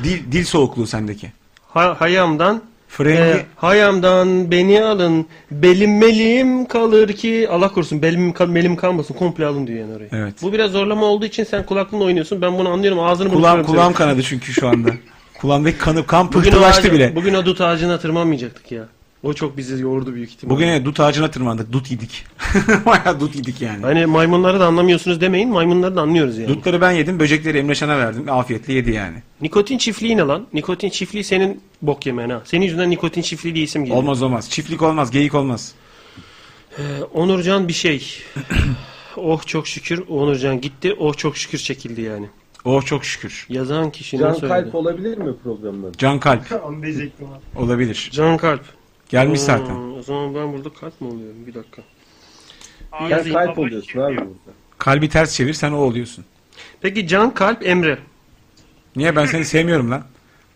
Speaker 3: dil, dil soğukluğu sendeki.
Speaker 2: Ha- hayamdan
Speaker 3: Frengi-
Speaker 2: e, hayamdan beni alın. Belim melim kalır ki. Allah korusun belim kal- melim kalmasın. Komple alın diyor yani oraya.
Speaker 3: Evet.
Speaker 2: Bu biraz zorlama olduğu için sen kulaklığınla oynuyorsun. Ben bunu anlıyorum. Ağzını
Speaker 3: Kulağım,
Speaker 2: buruşturuyorum
Speaker 3: kulağım
Speaker 2: senin.
Speaker 3: kanadı çünkü şu anda. Kulağımdaki kanı, kan
Speaker 2: Bugün o, ağacı-
Speaker 3: pıhtılaştı bile.
Speaker 2: bugün o dut ağacına tırmanmayacaktık ya. O çok bizi yordu büyük ihtimalle.
Speaker 3: Bugün evet, dut ağacına tırmandık. Dut yedik. Bayağı dut yedik yani.
Speaker 2: Hani maymunları da anlamıyorsunuz demeyin. Maymunları da anlıyoruz yani.
Speaker 3: Dutları ben yedim. Böcekleri Emre Şen'e verdim. Afiyetle yedi yani.
Speaker 2: Nikotin çiftliği ne lan? Nikotin çiftliği senin bok yemen ha. Senin yüzünden nikotin çiftliği diye isim geliyor.
Speaker 3: Olmaz olmaz. Çiftlik olmaz. Geyik olmaz.
Speaker 2: Ee, Onurcan bir şey. oh çok şükür Onurcan gitti. Oh çok şükür çekildi yani.
Speaker 3: Oh çok şükür.
Speaker 2: Yazan kişinin
Speaker 12: Can
Speaker 2: soyadı.
Speaker 12: Kalp olabilir mi programda?
Speaker 3: Can Kalp.
Speaker 12: Onu diyecektim abi.
Speaker 3: Olabilir.
Speaker 2: Can Kalp.
Speaker 3: Gelmiş
Speaker 2: Hmm,
Speaker 3: zaten.
Speaker 2: O zaman ben burada kalp mi oluyorum? Bir dakika.
Speaker 12: Can
Speaker 2: Yazayım.
Speaker 12: Kalp oluyorsun abi burada.
Speaker 3: Kalbi ters çevir sen o oluyorsun.
Speaker 2: Peki Can Kalp Emre.
Speaker 3: Niye ben seni sevmiyorum lan?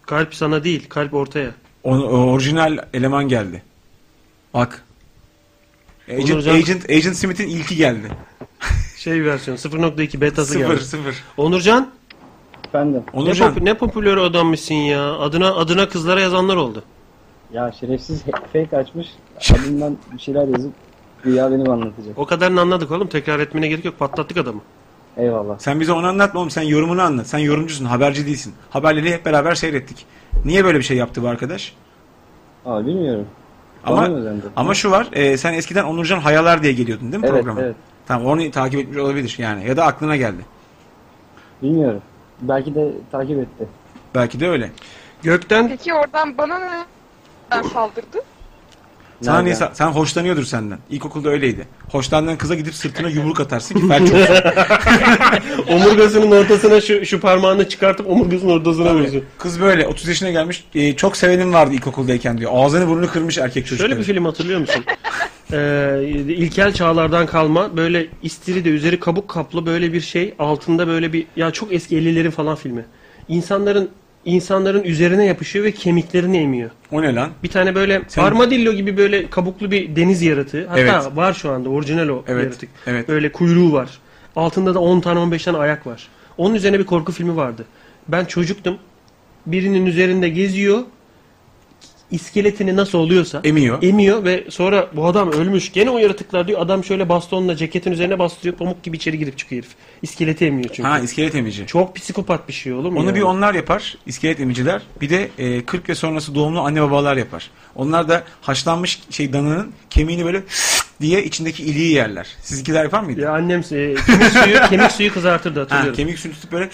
Speaker 2: Kalp sana değil. Kalp ortaya.
Speaker 3: O, o orijinal eleman geldi. Bak. Agent,
Speaker 2: Onurcan-
Speaker 3: Agent, Agent Smith'in ilki geldi.
Speaker 2: Şey versiyon 0.2 betası
Speaker 3: Sıfır,
Speaker 2: geldi.
Speaker 3: sıfır.
Speaker 2: Onurcan.
Speaker 10: Efendim.
Speaker 2: Ne, pop- ne popüler adammışsın ya. Adına adına kızlara yazanlar oldu.
Speaker 10: Ya şerefsiz he- fake açmış. Adından bir şeyler yazıp güya benim anlatacak.
Speaker 2: O kadarını anladık oğlum. Tekrar etmene gerek yok. Patlattık adamı.
Speaker 10: Eyvallah.
Speaker 3: Sen bize onu anlatma oğlum. Sen yorumunu anlat. Sen yorumcusun. Haberci değilsin. Haberleri hep beraber seyrettik. Niye böyle bir şey yaptı bu arkadaş?
Speaker 10: Abi bilmiyorum.
Speaker 3: Ama
Speaker 10: Bana mı özendi?
Speaker 3: ama şu var. e, sen eskiden Onurcan Hayalar diye geliyordun değil mi
Speaker 10: Evet,
Speaker 3: programa?
Speaker 10: evet.
Speaker 3: Tamam onu takip etmiş olabilir yani. Ya da aklına geldi.
Speaker 10: Bilmiyorum. Belki de takip etti.
Speaker 3: Belki de öyle.
Speaker 2: Gökten
Speaker 7: Peki oradan bana ne saldırdı?
Speaker 3: sana niye
Speaker 10: Nereden?
Speaker 3: sa- sen hoşlanıyordur senden. İlkokulda öyleydi. Hoşlandığın kıza gidip sırtına yumruk atarsın ki felç olsun.
Speaker 2: Omurgasının ortasına şu, şu parmağını çıkartıp omurgasının ortasına vuruyorsun.
Speaker 3: Kız böyle 30 yaşına gelmiş. e, çok sevenim vardı ilkokuldayken diyor. Ağzını burnunu kırmış erkek çocuk.
Speaker 2: Şöyle bir şey- film hatırlıyor musun? Ee, ilkel çağlardan kalma böyle istiri de üzeri kabuk kaplı böyle bir şey altında böyle bir ya çok eski 50'lerin falan filmi. İnsanların insanların üzerine yapışıyor ve kemiklerini emiyor.
Speaker 3: O ne lan?
Speaker 2: Bir tane böyle armadillo gibi böyle kabuklu bir deniz yaratığı. Hatta
Speaker 3: Evet.
Speaker 2: var şu anda orijinal o
Speaker 3: Evet,
Speaker 2: yaratık. Böyle kuyruğu var. Altında da 10 tane 15 tane ayak var. Onun üzerine bir korku filmi vardı. Ben çocuktum. Birinin üzerinde geziyor. iskeletini nasıl oluyorsa
Speaker 3: emiyor.
Speaker 2: Emiyor ve sonra bu adam ölmüş. Gene o yaratıklar diyor. Adam şöyle bastonla ceketin üzerine bastırıyor. Pamuk gibi içeri girip çıkıyor herif. İskeleti emiyor çünkü.
Speaker 3: Ha iskelet emici.
Speaker 2: Çok psikopat bir şey olur mu?
Speaker 3: Onu
Speaker 2: ya?
Speaker 3: bir onlar yapar. iskelet emiciler. Bir de e, 40 ve sonrası doğumlu anne babalar yapar. Onlar da haşlanmış şey dananın kemiğini böyle diye içindeki iliği yerler. Sizinkiler yapar mıydı?
Speaker 2: Ya annem e, kemik suyu kemik suyu kızartırdı hatırlıyorum.
Speaker 3: Ha, kemik suyu tutup böyle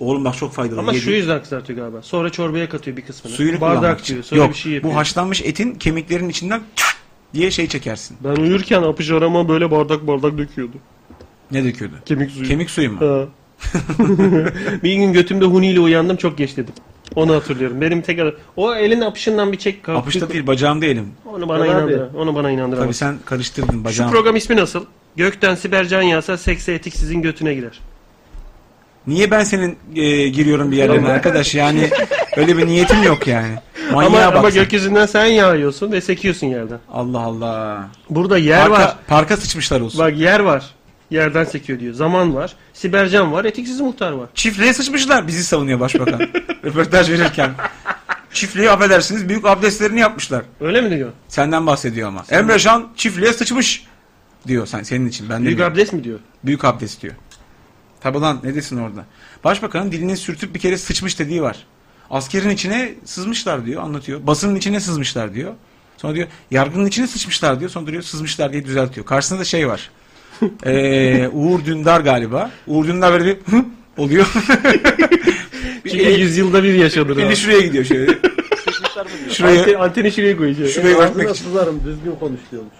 Speaker 3: oğlum bak çok faydalı.
Speaker 2: Ama
Speaker 3: ye
Speaker 2: şu
Speaker 3: diye.
Speaker 2: yüzden kızartıyor galiba. Sonra çorbaya katıyor bir kısmını.
Speaker 3: Suyunu kullanmak
Speaker 2: Bardak
Speaker 3: için.
Speaker 2: diyor. Sonra
Speaker 3: Yok,
Speaker 2: bir şey yapıyor.
Speaker 3: bu haşlanmış etin kemiklerin içinden diye şey çekersin.
Speaker 2: Ben uyurken apıcı böyle bardak bardak döküyordu.
Speaker 3: Ne döküyordu?
Speaker 2: Kemik suyu.
Speaker 3: Kemik suyu mu?
Speaker 2: Ha. bir gün götümde huniyle uyandım çok geç dedim. Onu hatırlıyorum. Benim tekrar o elin apışından bir çek.
Speaker 3: Apışta değil bacağımda elim.
Speaker 2: Onu bana inandır. Onu bana inandır.
Speaker 3: Tabii
Speaker 2: abi.
Speaker 3: sen karıştırdın
Speaker 2: Şu
Speaker 3: bacağım.
Speaker 2: program ismi nasıl? Gökten Sibercan yağsa sekse etik sizin götüne girer.
Speaker 3: Niye ben senin e, giriyorum bir yerlerine arkadaş yani öyle bir niyetim yok yani.
Speaker 2: ama,
Speaker 3: Manyağa
Speaker 2: ama
Speaker 3: bak. sen.
Speaker 2: gökyüzünden sen yağıyorsun ve sekiyorsun yerden.
Speaker 3: Allah Allah.
Speaker 2: Burada yer
Speaker 3: Parka-
Speaker 2: var.
Speaker 3: Parka sıçmışlar olsun.
Speaker 2: Bak yer var. Yerden sekiyor diyor. Zaman var. Sibercan var. Etiksiz muhtar var.
Speaker 3: Çiftliğe sıçmışlar bizi savunuyor başbakan. Röportaj verirken. Çiftliğe affedersiniz büyük abdestlerini yapmışlar.
Speaker 2: Öyle mi diyor?
Speaker 3: Senden bahsediyor ama. Emre Can çiftliğe sıçmış diyor sen senin için. Ben
Speaker 2: Büyük
Speaker 3: demiyorum.
Speaker 2: abdest mi diyor?
Speaker 3: Büyük abdest diyor. Tabi lan ne desin orada. Başbakanın dilini sürtüp bir kere sıçmış dediği var. Askerin içine sızmışlar diyor anlatıyor. Basının içine sızmışlar diyor. Sonra diyor yargının içine sıçmışlar diyor. Sonra duruyor sızmışlar diye düzeltiyor. Karşısında da şey var. Ee, Uğur Dündar galiba. Uğur Dündar böyle bir hı oluyor.
Speaker 2: Çünkü yüzyılda bir yaşadır.
Speaker 3: Eli
Speaker 2: abi.
Speaker 3: şuraya gidiyor şöyle. Şuraya-
Speaker 2: Anten- anteni şuraya koyacak.
Speaker 3: Şuraya bakmak için.
Speaker 12: sızarım düzgün konuş diyormuş.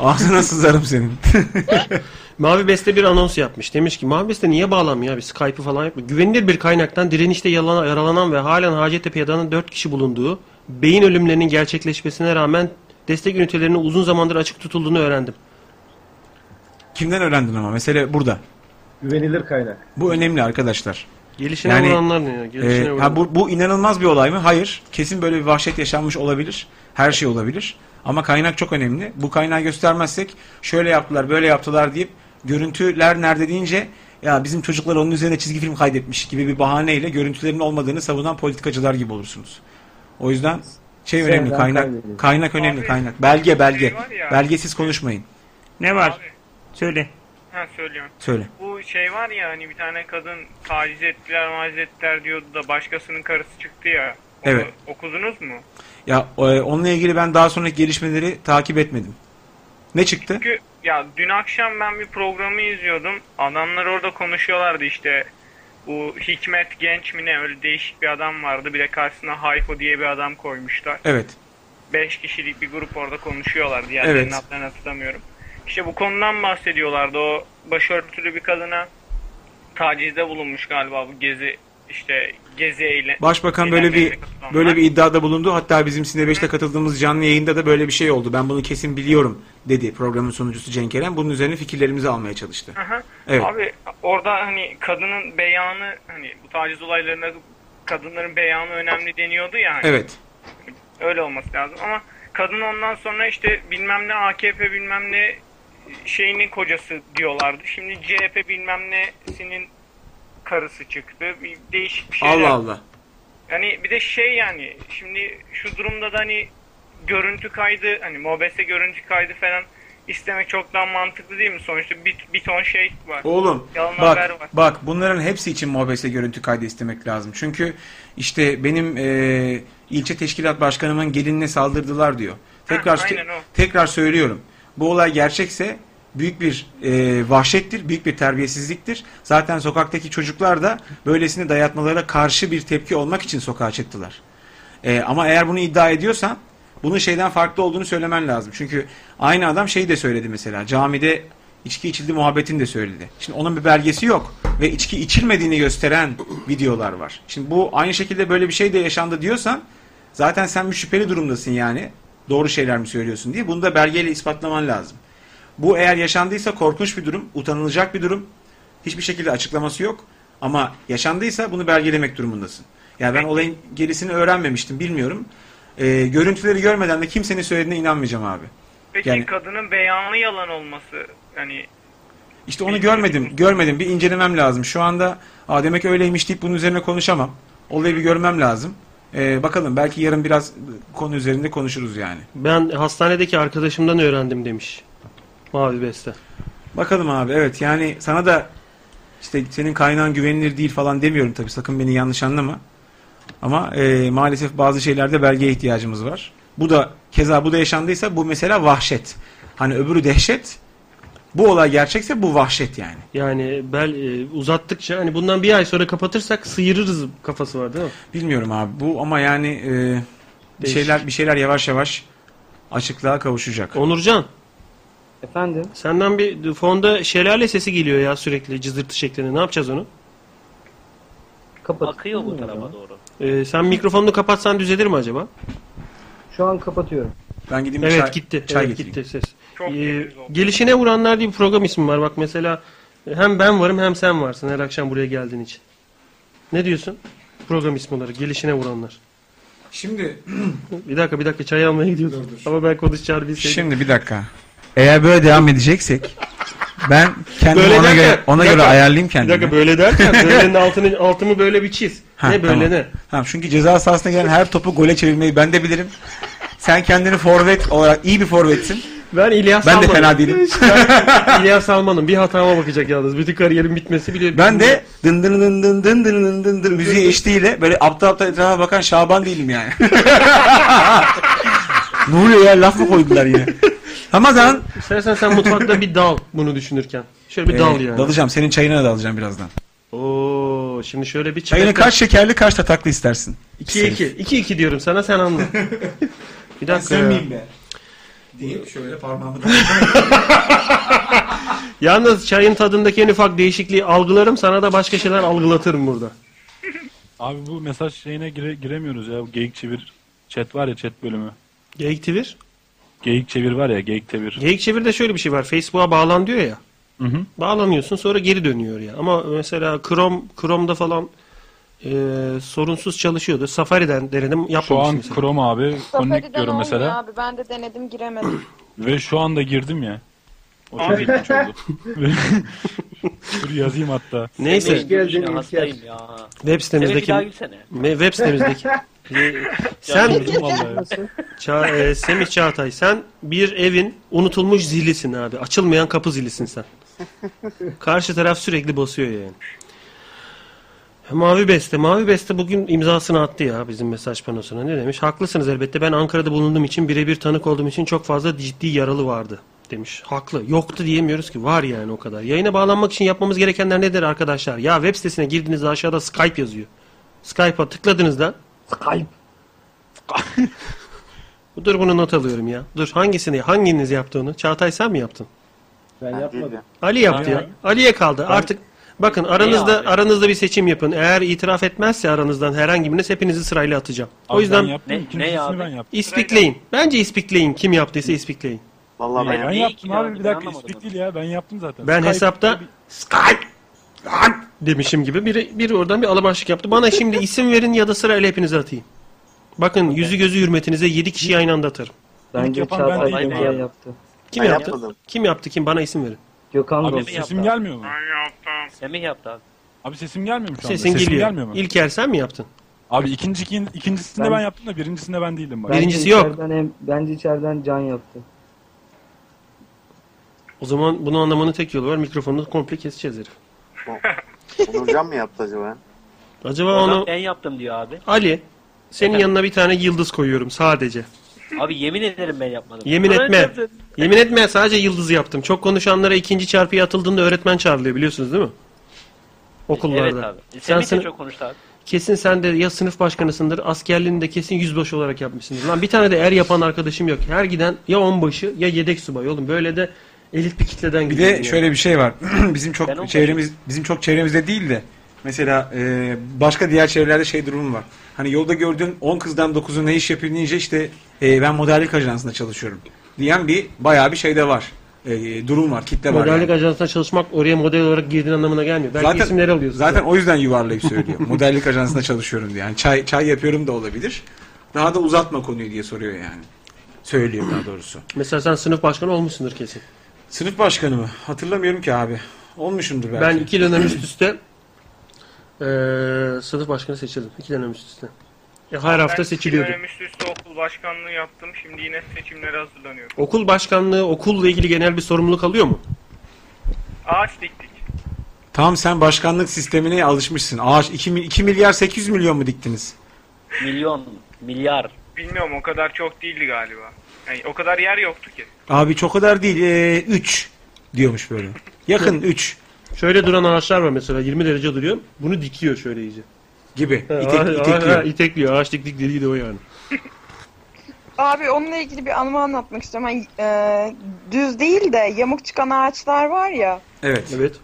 Speaker 3: Ağzına sızarım senin.
Speaker 2: Mavi Beste bir anons yapmış. Demiş ki Mavi Beste niye bağlanmıyor abi Skype'ı falan yapmıyor. Güvenilir bir kaynaktan direnişte yalan- yaralanan ve halen Hacettepe yadanın 4 kişi bulunduğu beyin ölümlerinin gerçekleşmesine rağmen destek ünitelerinin uzun zamandır açık tutulduğunu öğrendim.
Speaker 3: Kimden öğrendin ama? Mesele burada.
Speaker 12: Güvenilir kaynak.
Speaker 3: Bu önemli arkadaşlar.
Speaker 2: Gelişine vuranlar ne ya? Gelişine
Speaker 3: e,
Speaker 2: vuranlar.
Speaker 3: ha, bu, bu inanılmaz bir olay mı? Hayır. Kesin böyle bir vahşet yaşanmış olabilir. Her şey olabilir. Ama kaynak çok önemli. Bu kaynağı göstermezsek şöyle yaptılar, böyle yaptılar deyip görüntüler nerede deyince ya bizim çocuklar onun üzerine çizgi film kaydetmiş gibi bir bahaneyle görüntülerin olmadığını savunan politikacılar gibi olursunuz. O yüzden şey
Speaker 12: Sen
Speaker 3: önemli
Speaker 12: ben
Speaker 3: kaynak.
Speaker 12: kaybediyorum.
Speaker 3: Kaynak önemli kaynak. Belge belge.
Speaker 11: var ya-
Speaker 3: Belgesiz konuşmayın. şey Ne var? Söyle.
Speaker 11: Ha söylüyorum.
Speaker 3: Söyle.
Speaker 11: Bu şey var ya hani bir tane kadın taciz ettiler maciz ettiler diyordu da başkasının karısı çıktı ya. Onu
Speaker 3: Evet.
Speaker 11: Ee, Okudunuz mu?
Speaker 3: Ya e, onunla ilgili ben daha sonraki gelişmeleri takip etmedim. Ne çıktı?
Speaker 11: Çünkü ya dün akşam ben bir programı izliyordum. Adamlar orada konuşuyorlardı işte. Bu Hikmet Genç mi ne öyle değişik bir adam vardı. Bir de karşısına Hayko diye bir adam koymuşlar.
Speaker 3: Evet.
Speaker 11: Beş kişilik bir grup orada konuşuyorlar. Diğerlerinin
Speaker 3: Evet.
Speaker 11: adlarını hatırlamıyorum. İşte bu konudan bahsediyorlardı. O başörtülü bir kadına tacizde bulunmuş galiba bu gezi işte gezi eyle.
Speaker 3: Başbakan böyle bir
Speaker 11: eylemlerine katılanlar.
Speaker 3: böyle bir iddiada bulundu. Hatta bizim Sine 5'te katıldığımız canlı yayında da böyle bir şey oldu. Ben bunu kesin biliyorum dedi programın sunucusu Cenk Eren. Bunun üzerine fikirlerimizi almaya çalıştı.
Speaker 11: Aha.
Speaker 3: Evet.
Speaker 11: Abi orada hani kadının beyanı hani bu taciz olaylarında kadınların beyanı önemli deniyordu ya. hani.
Speaker 3: Evet.
Speaker 11: Öyle olması lazım ama kadın ondan sonra işte bilmem ne AKP bilmem ne şeyinin kocası diyorlardı. Şimdi CHP bilmem nesinin karısı çıktı. Bir değişik bir şeyler.
Speaker 3: Allah Allah.
Speaker 11: Yani bir de şey yani şimdi şu durumda da hani görüntü kaydı hani mobese görüntü kaydı falan istemek çok daha mantıklı değil mi? Sonuçta bir, bir ton şey var.
Speaker 3: Oğlum
Speaker 11: Yalan haber var.
Speaker 3: bak bak bunların hepsi için mobese görüntü kaydı istemek lazım. Çünkü işte benim e, ilçe teşkilat başkanımın gelinine saldırdılar diyor. Tekrar
Speaker 11: aynen o.
Speaker 3: tekrar söylüyorum. Bu olay gerçekse büyük bir e, vahşettir, büyük bir terbiyesizliktir. Zaten sokaktaki çocuklar da böylesine dayatmalara karşı bir tepki olmak için sokağa çıktılar. E, ama eğer bunu iddia ediyorsan bunun şeyden farklı olduğunu söylemen lazım. Çünkü aynı adam şeyi de söyledi mesela. Camide içki içildi muhabbetini de söyledi. Şimdi onun bir belgesi yok ve içki içilmediğini gösteren videolar var. Şimdi bu aynı şekilde böyle bir şey de yaşandı diyorsan zaten sen bir şüpheli durumdasın yani. Doğru şeyler mi söylüyorsun diye. Bunu da belgeyle ispatlaman lazım. Bu eğer yaşandıysa korkunç bir durum, utanılacak bir durum. Hiçbir şekilde açıklaması yok. Ama yaşandıysa bunu belgelemek durumundasın. Yani ben olayın gerisini öğrenmemiştim, bilmiyorum. Ee, görüntüleri görmeden de kimsenin söylediğine inanmayacağım abi.
Speaker 11: Peki
Speaker 3: yani-
Speaker 11: kadının beyanı yalan olması hani yani
Speaker 3: İşte onu görmedim, görmedim. Bir incelemem lazım. Şu anda Aa, demek öyleymiş deyip bunun üzerine konuşamam. Olayı bir görmem lazım. Ee, bakalım belki yarın biraz konu üzerinde konuşuruz yani.
Speaker 2: Ben hastanedeki arkadaşımdan öğrendim demiş. Mavi Beste.
Speaker 3: Bakalım abi evet yani sana da işte senin kaynağın güvenilir değil falan demiyorum tabii sakın beni yanlış anlama. Ama e, maalesef bazı şeylerde belgeye ihtiyacımız var. Bu da keza bu da yaşandıysa bu mesela vahşet. Hani öbürü dehşet. Bu olay gerçekse bu vahşet yani.
Speaker 2: Yani bel e, uzattıkça hani bundan bir ay sonra kapatırsak sıyırırız kafası var değil mi?
Speaker 3: Bilmiyorum abi bu ama yani e, bir
Speaker 2: Değişik.
Speaker 3: şeyler bir şeyler yavaş yavaş açıklığa kavuşacak.
Speaker 2: Onurcan
Speaker 10: Efendim?
Speaker 2: senden bir fonda şelale sesi geliyor ya sürekli cızırtı şeklinde. Ne yapacağız onu?
Speaker 1: Akıyor bu tarafa doğru.
Speaker 2: E, sen mikrofonunu kapatsan düzelir mi acaba?
Speaker 10: Şu an kapatıyorum.
Speaker 3: Ben gideyim
Speaker 2: Evet
Speaker 3: çay-
Speaker 2: gitti.
Speaker 3: çay
Speaker 2: evet,
Speaker 3: getireyim.
Speaker 2: gitti ses. Ee, gelişine vuranlar diye bir program ismi var. Bak mesela e, hem ben varım hem sen varsın her akşam buraya geldiğin için. Ne diyorsun? Program ismi olarak gelişine vuranlar.
Speaker 3: Şimdi
Speaker 2: bir dakika bir dakika çay almaya gidiyordum. Ama ben konuşacağını bilseydim.
Speaker 3: Şimdi bir dakika. Eğer böyle devam edeceksek ben kendimi
Speaker 2: Böyle
Speaker 3: ona
Speaker 2: derken-
Speaker 3: göre ona
Speaker 2: bir
Speaker 3: göre
Speaker 2: dakika,
Speaker 3: ayarlayayım
Speaker 2: Bir
Speaker 3: kendimi.
Speaker 2: dakika böyle derken böylenin altını, altımı böyle bir çiz.
Speaker 3: Ha,
Speaker 2: ne böyle
Speaker 3: tamam.
Speaker 2: ne?
Speaker 3: Tamam çünkü ceza sahasına gelen her topu gole çevirmeyi ben de bilirim. Sen kendini forvet olarak iyi bir forvetsin.
Speaker 2: Ben İlyas
Speaker 3: Ben de
Speaker 2: Salman'ım.
Speaker 3: fena değilim.
Speaker 2: Ben İlyas Alman'ım. Bir hatama bakacak yalnız. Bütün kariyerim bitmesi bile.
Speaker 3: Ben de dın dın dın dın dın dın dın dın dın müziği eşliğiyle böyle aptal aptal etrafa bakan Şaban değilim yani. ne oluyor ya laf mı koydular yine? Ramazan.
Speaker 2: İstersen sen mutfakta bir dal bunu düşünürken. Şöyle bir
Speaker 3: Ee,
Speaker 2: dal yani.
Speaker 3: Dalacağım senin çayına da dalacağım birazdan.
Speaker 2: Oo, şimdi şöyle bir
Speaker 3: Çayını
Speaker 2: çıkartalım.
Speaker 3: kaç şekerli kaç tataklı istersin?
Speaker 2: 2-2. 2-2 diyorum sana sen anla. Bir dakika ya.
Speaker 3: Sönmeyeyim be. Deyip şöyle parmağımı da.
Speaker 2: Yalnız çayın tadındaki en ufak değişikliği algılarım sana da başka şeyler algılatırım burada.
Speaker 13: Abi bu mesaj şeyine gire- giremiyoruz ya. Bu Geyik çevir chat var ya chat bölümü.
Speaker 2: Geyik çevir?
Speaker 13: Geyik çevir var ya geyik çevir.
Speaker 2: Geyik çevirde şöyle bir şey var. Facebook'a bağlan diyor ya.
Speaker 13: Hı hı.
Speaker 2: Bağlanıyorsun sonra geri dönüyor ya. Ama mesela Chrome Chrome'da falan e, sorunsuz çalışıyordu. Safari'den denedim
Speaker 13: Şu
Speaker 2: yapmamış
Speaker 13: an
Speaker 2: mesela.
Speaker 13: Chrome abi connect
Speaker 7: Safari'den
Speaker 13: diyorum
Speaker 7: olmuyor
Speaker 13: mesela.
Speaker 7: abi. Ben de denedim giremedim.
Speaker 13: Ve şu anda girdim ya. O çok
Speaker 7: Abi.
Speaker 13: ilginç oldu. Dur yazayım hatta.
Speaker 2: Neyse. Hoş geldin
Speaker 1: Gülüşüne hastayım ya.
Speaker 2: Web
Speaker 1: Seni bir
Speaker 2: sitemizdeki
Speaker 1: daha gülsene.
Speaker 2: Me- web sitemizdeki Ee, sen
Speaker 14: Şey
Speaker 1: Canım vallahi.
Speaker 2: Ça e, Semih Çağatay sen bir evin unutulmuş zilisin abi. Açılmayan kapı zilisin sen. Karşı taraf sürekli basıyor yani. E, Mavi Beste. Mavi Beste bugün imzasını attı ya bizim mesaj panosuna. Ne demiş? Haklısınız elbette. Ben Ankara'da bulunduğum için birebir tanık olduğum için çok fazla ciddi yaralı vardı demiş. Haklı. Yoktu diyemiyoruz ki. Var yani o kadar. Yayına bağlanmak için yapmamız gerekenler nedir arkadaşlar? Ya web sitesine girdiğinizde aşağıda Skype yazıyor. Skype'a tıkladınız da Skype. Dur bunu not alıyorum ya. Dur hangisini hanginiz yaptı onu? Çağatay sen mi yaptın?
Speaker 10: Ben yapmadım.
Speaker 2: Ali yaptı ya. Ali'ye kaldı. Artık bakın aranızda aranızda bir seçim yapın. Eğer itiraf etmezse aranızdan herhangi biriniz hepinizi sırayla atacağım. o
Speaker 13: Abi
Speaker 2: yüzden
Speaker 13: ben yaptım. Ne- İkincisini ne ya ben abi? yaptım.
Speaker 2: İspikleyin. Bence ispikleyin. Kim yaptıysa ispikleyin.
Speaker 14: Vallahi
Speaker 13: ben, yaptım abi bir dakika ispik değil ya ben yaptım zaten.
Speaker 2: Ben
Speaker 13: Skype-
Speaker 2: hesapta Skype demişim gibi biri, biri oradan bir alabaşlık yaptı. Bana şimdi isim verin ya da sırayla hepinize atayım. Bakın yüzü gözü hürmetinize 7 kişiyi aynı anda atarım.
Speaker 10: Bence
Speaker 13: yapan ben
Speaker 10: Çağatay
Speaker 13: değilim
Speaker 10: Kemal
Speaker 13: abi.
Speaker 10: yaptı.
Speaker 2: Kim
Speaker 10: Ben
Speaker 2: yaptı?
Speaker 10: yapmadım.
Speaker 2: Kim yaptı? Kim bana isim verin.
Speaker 10: Gökhan da
Speaker 13: Abi
Speaker 10: olsa.
Speaker 13: sesim gelmiyor mu?
Speaker 1: Semih yaptı abi.
Speaker 13: Abi sesim gelmiyor mu şu anda?
Speaker 2: Sesin
Speaker 13: sesim
Speaker 2: geliyor.
Speaker 13: gelmiyor mu?
Speaker 2: İlker sen mi yaptın?
Speaker 13: Abi ikinci, ikin- ikincisinde ben...
Speaker 10: Ben-
Speaker 13: yaptım da birincisinde ben değildim. Bak.
Speaker 10: Bence
Speaker 2: Birincisi yok.
Speaker 10: içeriden Em, bence içeriden Can yaptı.
Speaker 2: O zaman bunu anlamanın tek yolu var. Mikrofonunu komple keseceğiz herif.
Speaker 14: Onurcan mı yaptı acaba?
Speaker 2: Acaba
Speaker 1: Adam
Speaker 2: onu...
Speaker 1: ben yaptım diyor abi.
Speaker 2: Ali, senin
Speaker 1: Efendim?
Speaker 2: yanına bir tane yıldız koyuyorum sadece.
Speaker 1: Abi yemin ederim ben yapmadım.
Speaker 2: Yemin
Speaker 1: Ben
Speaker 2: etme.
Speaker 1: yaptım.
Speaker 2: Yemin etme sadece yıldızı yaptım. Çok konuşanlara ikinci çarpıya atıldığında öğretmen çağrılıyor biliyorsunuz değil mi? Okullarda.
Speaker 1: Evet abi. Semih
Speaker 2: Sen
Speaker 1: de
Speaker 2: sınıf-
Speaker 1: çok konuştu abi.
Speaker 2: Kesin sen de ya sınıf başkanısındır, askerliğini de kesin yüzbaşı olarak yapmışsındır. Lan bir tane de er yapan arkadaşım yok. Her giden ya onbaşı ya yedek subay oğlum. Böyle de elit bir kitleden
Speaker 3: Bir
Speaker 2: gidiyor.
Speaker 3: de şöyle bir şey var. bizim çok
Speaker 1: Ben onu
Speaker 3: çevremiz bizim çok çevremizde değil de mesela e, başka diğer çevrelerde şey durumu var. Hani yolda gördüğün 10 kızdan 9'u ne iş yapıyor deyince işte e, ben modellik ajansında çalışıyorum diyen bir bayağı bir şey de var. E, durum var, kitle var.
Speaker 2: Modellik
Speaker 3: yani.
Speaker 2: ajansına çalışmak oraya model olarak girdiğin anlamına gelmiyor. Belki
Speaker 3: Zaten-
Speaker 2: isimleri alıyorsun.
Speaker 3: Zaten o yüzden yuvarlayıp söylüyor. modellik ajansında çalışıyorum diye. Yani çay çay yapıyorum da olabilir. Daha da uzatma konuyu diye soruyor yani. Söylüyor daha doğrusu.
Speaker 2: Mesela sen sınıf başkanı olmuşsundur kesin.
Speaker 3: Sınıf başkanı mı? Hatırlamıyorum ki abi. Olmuşumdur belki.
Speaker 2: Ben iki dönem üst üste eee, sınıf başkanı seçildim. İki dönem üst üste. Ya her hafta
Speaker 11: Ben iki
Speaker 2: seçiliyordu.
Speaker 11: dönem üst üste okul başkanlığı yaptım. Şimdi yine seçimlere hazırlanıyorum.
Speaker 2: Okul başkanlığı okulla ilgili genel bir sorumluluk alıyor mu?
Speaker 11: Ağaç diktik.
Speaker 3: Tamam sen başkanlık sistemine alışmışsın. Ağaç 2, 2 milyar 800 milyon mu diktiniz?
Speaker 1: Milyon, milyar.
Speaker 11: Bilmiyorum o kadar çok değildi galiba. Yani o kadar yer yoktu ki.
Speaker 3: Abi çok kadar değil. 3 diyormuş böyle. Yakın 3.
Speaker 2: Şöyle duran ağaçlar var mesela 20 derece duruyor. Bunu dikiyor şöyle iyice.
Speaker 3: Gibi.
Speaker 15: İtek- itekliyor.
Speaker 2: itekliyor. Ağaç diklik dediği de o yani.
Speaker 15: Abi onunla ilgili bir anımı anlatmak istiyorum. Hani, e, düz değil de yamuk çıkan ağaçlar var ya.
Speaker 3: Evet.
Speaker 2: Evet.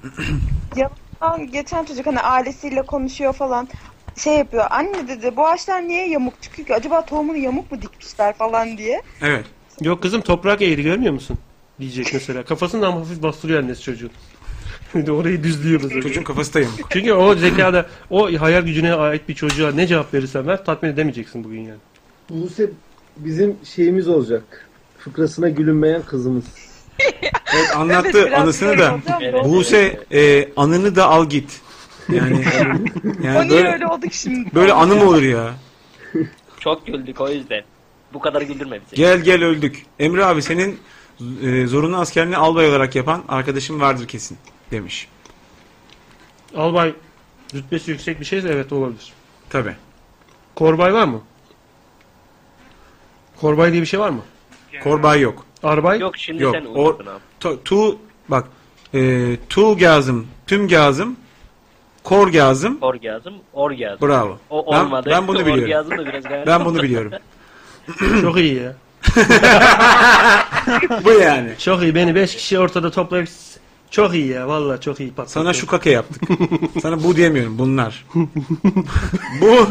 Speaker 15: Yamuktan geçen çocuk hani ailesiyle konuşuyor falan. Şey yapıyor. Anne dedi bu ağaçlar niye yamuk çıkıyor ki? Acaba tohumunu yamuk mu dikmişler falan diye.
Speaker 3: Evet.
Speaker 2: Yok kızım toprak eğri görmüyor musun? Diyecek mesela. Kafasından hafif bastırıyor annesi çocuğun. Bir de orayı düzlüyor mesela.
Speaker 3: Çocuğun kafası da yamuk.
Speaker 2: Çünkü o zekada, o hayal gücüne ait bir çocuğa ne cevap verirsen ver tatmin edemeyeceksin bugün yani.
Speaker 12: Buse bizim şeyimiz olacak. Fıkrasına gülünmeyen kızımız.
Speaker 3: Evet, anlattı
Speaker 12: Evet, biraz
Speaker 3: anısını
Speaker 12: böyle
Speaker 3: da.
Speaker 12: oldu ama-
Speaker 3: Buse e, anını da al git. Yani,
Speaker 15: o
Speaker 3: yani
Speaker 15: niye
Speaker 3: böyle,
Speaker 15: Hani öyle oldu ki şimdi?
Speaker 3: böyle anı mı olur ya?
Speaker 1: Çok güldük o yüzden. Bu kadar güldürme bizi.
Speaker 3: Gel gel öldük. Emre abi senin e, zorunlu askerliğini albay olarak yapan arkadaşım vardır kesin demiş.
Speaker 2: Albay rütbesi yüksek bir şeyse evet olabilir.
Speaker 3: Tabi.
Speaker 2: Korbay var mı? Korbay diye bir şey var mı?
Speaker 3: Korbay yok.
Speaker 2: Arbay?
Speaker 1: Yok şimdi
Speaker 3: Yok.
Speaker 1: sen
Speaker 3: O,
Speaker 1: uydurdun abi.
Speaker 3: tu, tu- bak e, tu gazım, tüm gazım, kor gazım.
Speaker 1: Orgazm, orgazm.
Speaker 3: Bravo.
Speaker 1: O
Speaker 3: Ben-
Speaker 1: olmadı.
Speaker 3: ben bunu biliyorum.
Speaker 1: Orgazm da biraz gayet-
Speaker 3: Ben bunu biliyorum.
Speaker 2: Çok iyi ya.
Speaker 3: Bu yani.
Speaker 2: Çok iyi. Beni 5 kişi ortada toplayıp çok iyi ya. Vallahi çok iyi patlattı.
Speaker 3: Sana şu kake yaptık. Sana bu diyemiyorum. Bunlar. bu.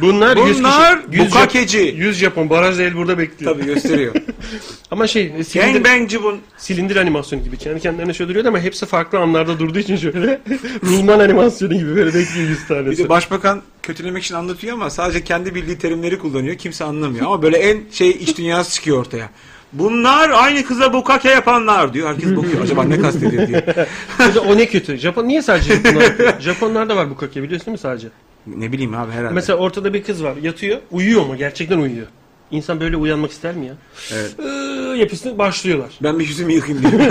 Speaker 2: Bunlar, yüz kişi-
Speaker 3: Bunlar
Speaker 2: yüz Jap-
Speaker 3: bukakeci.
Speaker 2: 100 Japon barajda el burada bekliyor.
Speaker 3: Tabii gösteriyor.
Speaker 2: ama şey e, silindir, silindir animasyonu gibi kendi kendilerine şöyle duruyordu ama hepsi farklı anlarda durduğu için şöyle rulman animasyonu gibi böyle bekliyor 100 tanesi.
Speaker 3: Bir de başbakan kötülemek için anlatıyor ama sadece kendi bildiği terimleri kullanıyor. Kimse anlamıyor. Ama böyle en şey iç dünyası çıkıyor ortaya. Bunlar aynı kıza bukake yapanlar diyor. Herkes bakıyor acaba ne kastediyor diye.
Speaker 2: Bir de o ne kötü. Japon niye sadece Japonlar? Japonlarda var bu kake biliyorsun değil mi sadece?
Speaker 3: Ne bileyim abi herhalde.
Speaker 2: Mesela ortada bir kız var yatıyor. Uyuyor mu? Gerçekten uyuyor. İnsan böyle uyanmak ister mi ya?
Speaker 3: Evet.
Speaker 2: Iıı yapısını başlıyorlar.
Speaker 3: Ben bir yüzümü yıkayayım diye.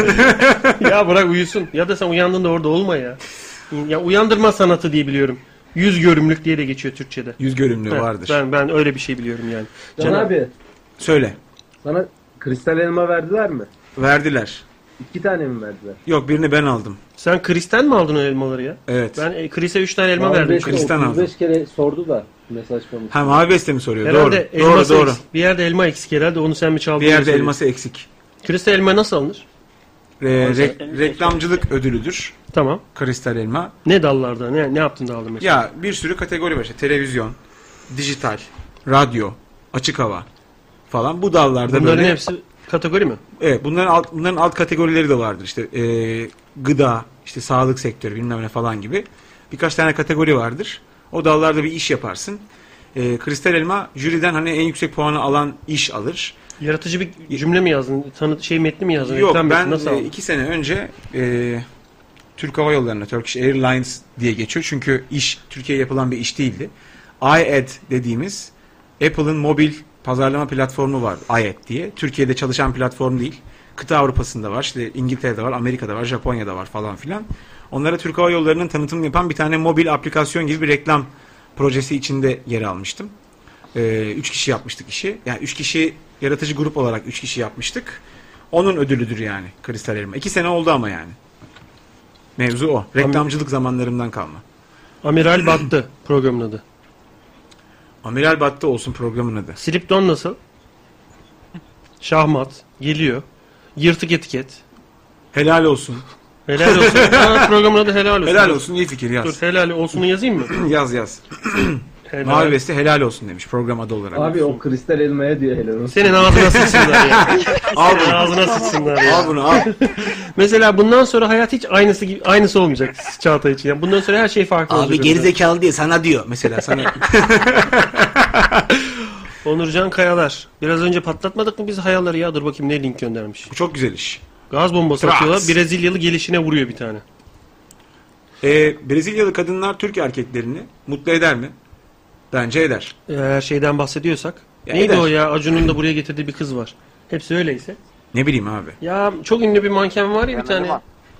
Speaker 2: ya bırak uyusun. Ya da sen uyandığında orada olma ya. Ya uyandırma sanatı diye biliyorum. Yüz görümlük diye de geçiyor Türkçe'de.
Speaker 3: Yüz görümlüğü
Speaker 2: Ha,
Speaker 3: vardır.
Speaker 2: Ben ben öyle bir şey biliyorum yani.
Speaker 12: Can abi.
Speaker 3: Söyle.
Speaker 12: Sana kristal elma verdiler mi?
Speaker 3: Verdiler.
Speaker 12: İki tane mi verdiler?
Speaker 3: Yok birini ben aldım.
Speaker 2: Sen Kristen mi aldın o elmaları ya?
Speaker 3: Evet.
Speaker 2: Ben e, Chris'e 3 tane elma
Speaker 12: Mavi
Speaker 2: verdim.
Speaker 12: Beste 35 kere sordu da mesaj konusunda.
Speaker 3: Ha mavi beste mi soruyor?
Speaker 2: Herhalde
Speaker 3: doğru. Doğru
Speaker 2: elması
Speaker 3: doğru.
Speaker 2: eksik. Bir yerde elma eksik herhalde onu sen mi çaldın?
Speaker 3: Bir yerde
Speaker 2: diye
Speaker 3: elması
Speaker 2: söylüyorsun.
Speaker 3: eksik.
Speaker 2: Kristal elma nasıl alınır?
Speaker 3: Ee, rek- reklamcılık ödülüdür.
Speaker 2: Tamam.
Speaker 3: Kristal elma.
Speaker 2: Ne dallarda? Ne, ne yaptın dalda mesela?
Speaker 3: Ya bir sürü kategori var işte televizyon, dijital, radyo, açık hava falan bu dallarda
Speaker 2: Bunların
Speaker 3: böyle.
Speaker 2: hepsi kategori mi?
Speaker 3: Evet bunların alt, bunların alt kategorileri de vardır işte e, gıda, işte sağlık sektörü bilmem ne falan gibi birkaç tane kategori vardır. O dallarda bir iş yaparsın. E, Kristal Elma jüriden hani en yüksek puanı alan iş alır.
Speaker 2: Yaratıcı bir cümle mi yazdın? Tanı şey metni mi yazdın?
Speaker 3: Yok
Speaker 2: Reklam metni
Speaker 3: ben
Speaker 2: nasıl
Speaker 3: e,
Speaker 2: aldın?
Speaker 3: iki sene önce e, Türk Hava Yolları'na Turkish Airlines diye geçiyor. Çünkü iş Türkiye'ye yapılan bir iş değildi. iAd dediğimiz Apple'ın mobil pazarlama platformu var iAd diye. Türkiye'de çalışan platform değil. Kıta Avrupa'sında var. İşte İngiltere'de var, Amerika'da var, Japonya'da var falan filan. Onlara Türk Hava Yolları'nın tanıtımını yapan bir tane mobil aplikasyon gibi bir reklam projesi içinde yer almıştım. Ee, üç kişi yapmıştık işi. Yani üç kişi yaratıcı grup olarak üç kişi yapmıştık. Onun ödülüdür yani kristal elma. İki sene oldu ama yani. Mevzu o. Reklamcılık zamanlarımdan kalma.
Speaker 2: Amiral Battı programın adı.
Speaker 3: Amiral Battı olsun programın adı.
Speaker 2: Slipton nasıl? Şahmat. Geliyor. Yırtık etiket.
Speaker 3: Helal olsun.
Speaker 2: Helal olsun. Aa, programın adı helal olsun.
Speaker 3: Helal olsun, iyi fikir, yaz.
Speaker 2: Dur helal olsunu yazayım mı?
Speaker 3: yaz yaz. Mavi Beste helal olsun demiş program adı olarak.
Speaker 12: Abi o kristal elmaya diyor helal olsun.
Speaker 2: Senin ağzına sıksınlar ya.
Speaker 3: Al
Speaker 2: Senin
Speaker 3: bunu.
Speaker 2: ağzına sıksınlar ya.
Speaker 3: Al bunu, al.
Speaker 2: Mesela bundan sonra hayat hiç aynısı gibi, aynısı olmayacak Çağatay için. Yani bundan sonra her şey farklı olacak.
Speaker 3: Abi geri zekalı diye sana diyor mesela sana.
Speaker 2: Onurcan Kayalar. Biraz önce patlatmadık mı biz hayaları ya? Dur bakayım ne link göndermiş.
Speaker 3: Bu çok güzel iş.
Speaker 2: Gaz bombası
Speaker 3: Traks.
Speaker 2: atıyorlar. Brezilyalı gelişine vuruyor bir tane.
Speaker 3: Ee, Brezilyalı kadınlar Türk erkeklerini mutlu eder mi? Bence eder.
Speaker 2: Eğer şeyden bahsediyorsak.
Speaker 3: Ya
Speaker 2: neydi
Speaker 3: eder.
Speaker 2: o ya? Acun'un da buraya getirdiği bir kız var. Hepsi öyleyse.
Speaker 3: Ne bileyim abi.
Speaker 2: Ya çok ünlü bir manken var ya bir tane.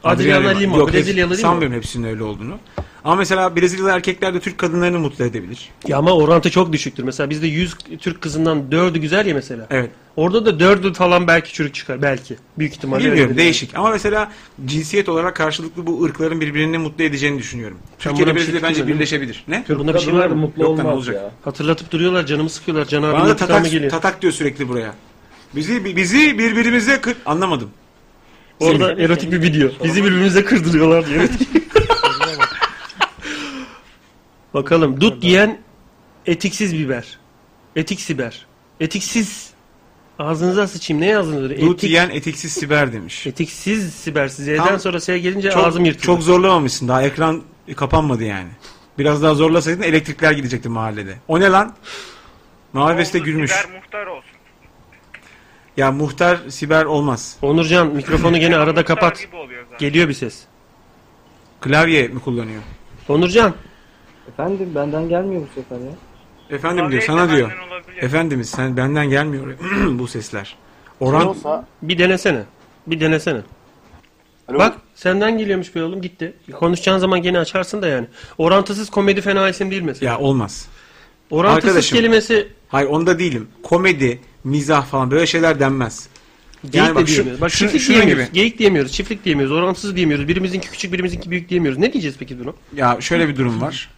Speaker 2: Adriana
Speaker 3: Adriana
Speaker 2: Lima.
Speaker 3: Yok,
Speaker 2: Brezilyalı
Speaker 3: hepsi-
Speaker 2: değil mi?
Speaker 3: Sanmıyorum hepsinin öyle olduğunu. Ama mesela Brezilyalı erkekler de Türk kadınlarını mutlu edebilir.
Speaker 2: Ya ama orantı çok düşüktür. Mesela bizde 100 Türk kızından 4'ü güzel ya mesela.
Speaker 3: Evet.
Speaker 2: Orada da 4'ü falan belki çürük çıkar. Belki. Büyük ihtimalle
Speaker 3: Bilmiyorum
Speaker 2: öyledir.
Speaker 3: değişik. Ama mesela cinsiyet olarak karşılıklı bu ırkların birbirini mutlu edeceğini düşünüyorum. Türkiye
Speaker 2: buna
Speaker 3: ile
Speaker 2: bir
Speaker 3: Brezilya
Speaker 2: şey
Speaker 3: bence
Speaker 2: tutmuyor, değil mi?
Speaker 3: birleşebilir. Ne?
Speaker 2: Bunda bir şey var mı?
Speaker 3: Yok lan, olacak.
Speaker 2: Hatırlatıp duruyorlar. Canımı sıkıyorlar. Can
Speaker 3: Bana
Speaker 2: abinin
Speaker 3: da
Speaker 2: intikamı
Speaker 3: tatak,
Speaker 2: geliyor.
Speaker 3: tatak diyor sürekli buraya. Bizi bizi birbirimize kır... Anlamadım.
Speaker 2: Orada erotik bir video. Bizi birbirimize kırdırıyorlar diye. Bakalım. Dut diyen etiksiz biber. Etik siber. Etiksiz. Ağzınıza sıçayım. Ne yazdınız oraya?
Speaker 3: Dut yiyen eteksiz siber demiş.
Speaker 2: Etiksiz siber. Z'den
Speaker 3: Tam-
Speaker 2: sonra S'ye gelince
Speaker 3: Çok,
Speaker 2: ağzım yırtıldı.
Speaker 3: çok zorlamamışsın. Daha ekran kapanmadı yani. Biraz daha zorlasaydın elektrikler gidecekti mahallede. O ne lan? Mahallede gülmüş.
Speaker 11: Biber muhtar olsun.
Speaker 3: Ya muhtar siber olmaz.
Speaker 2: Onurcan mikrofonu gene arada kapat. Geliyor bir ses.
Speaker 3: Klavye mi kullanıyor?
Speaker 2: Onurcan.
Speaker 10: Efendim benden gelmiyor bu sefer ya.
Speaker 3: Efendim diyor sana diyor. Efendimiz sen benden gelmiyor bu sesler. Orhan
Speaker 2: Bir denesene. Bir denesene. Bak senden geliyormuş be oğlum gitti. Konuşacağın zaman gene açarsın da yani. Orantısız komedi fena isim değil mesela.
Speaker 3: Ya olmaz.
Speaker 2: Orantısız
Speaker 3: Arkadaşım.
Speaker 2: kelimesi
Speaker 3: Hayır onda değilim. Komedi, mizah falan böyle şeyler denmez.
Speaker 2: Geyik de
Speaker 3: bak şu-
Speaker 2: diyemiyoruz. Bak
Speaker 3: şu-
Speaker 2: çiftlik
Speaker 3: şunun
Speaker 2: diyemiyoruz. Geyik diyemiyoruz. Çiftlik diyemiyoruz. Orantısız diyemiyoruz. Birimizinki küçük birimizinki büyük diyemiyoruz. Ne diyeceğiz peki bunu?
Speaker 3: Ya şöyle bir durum var.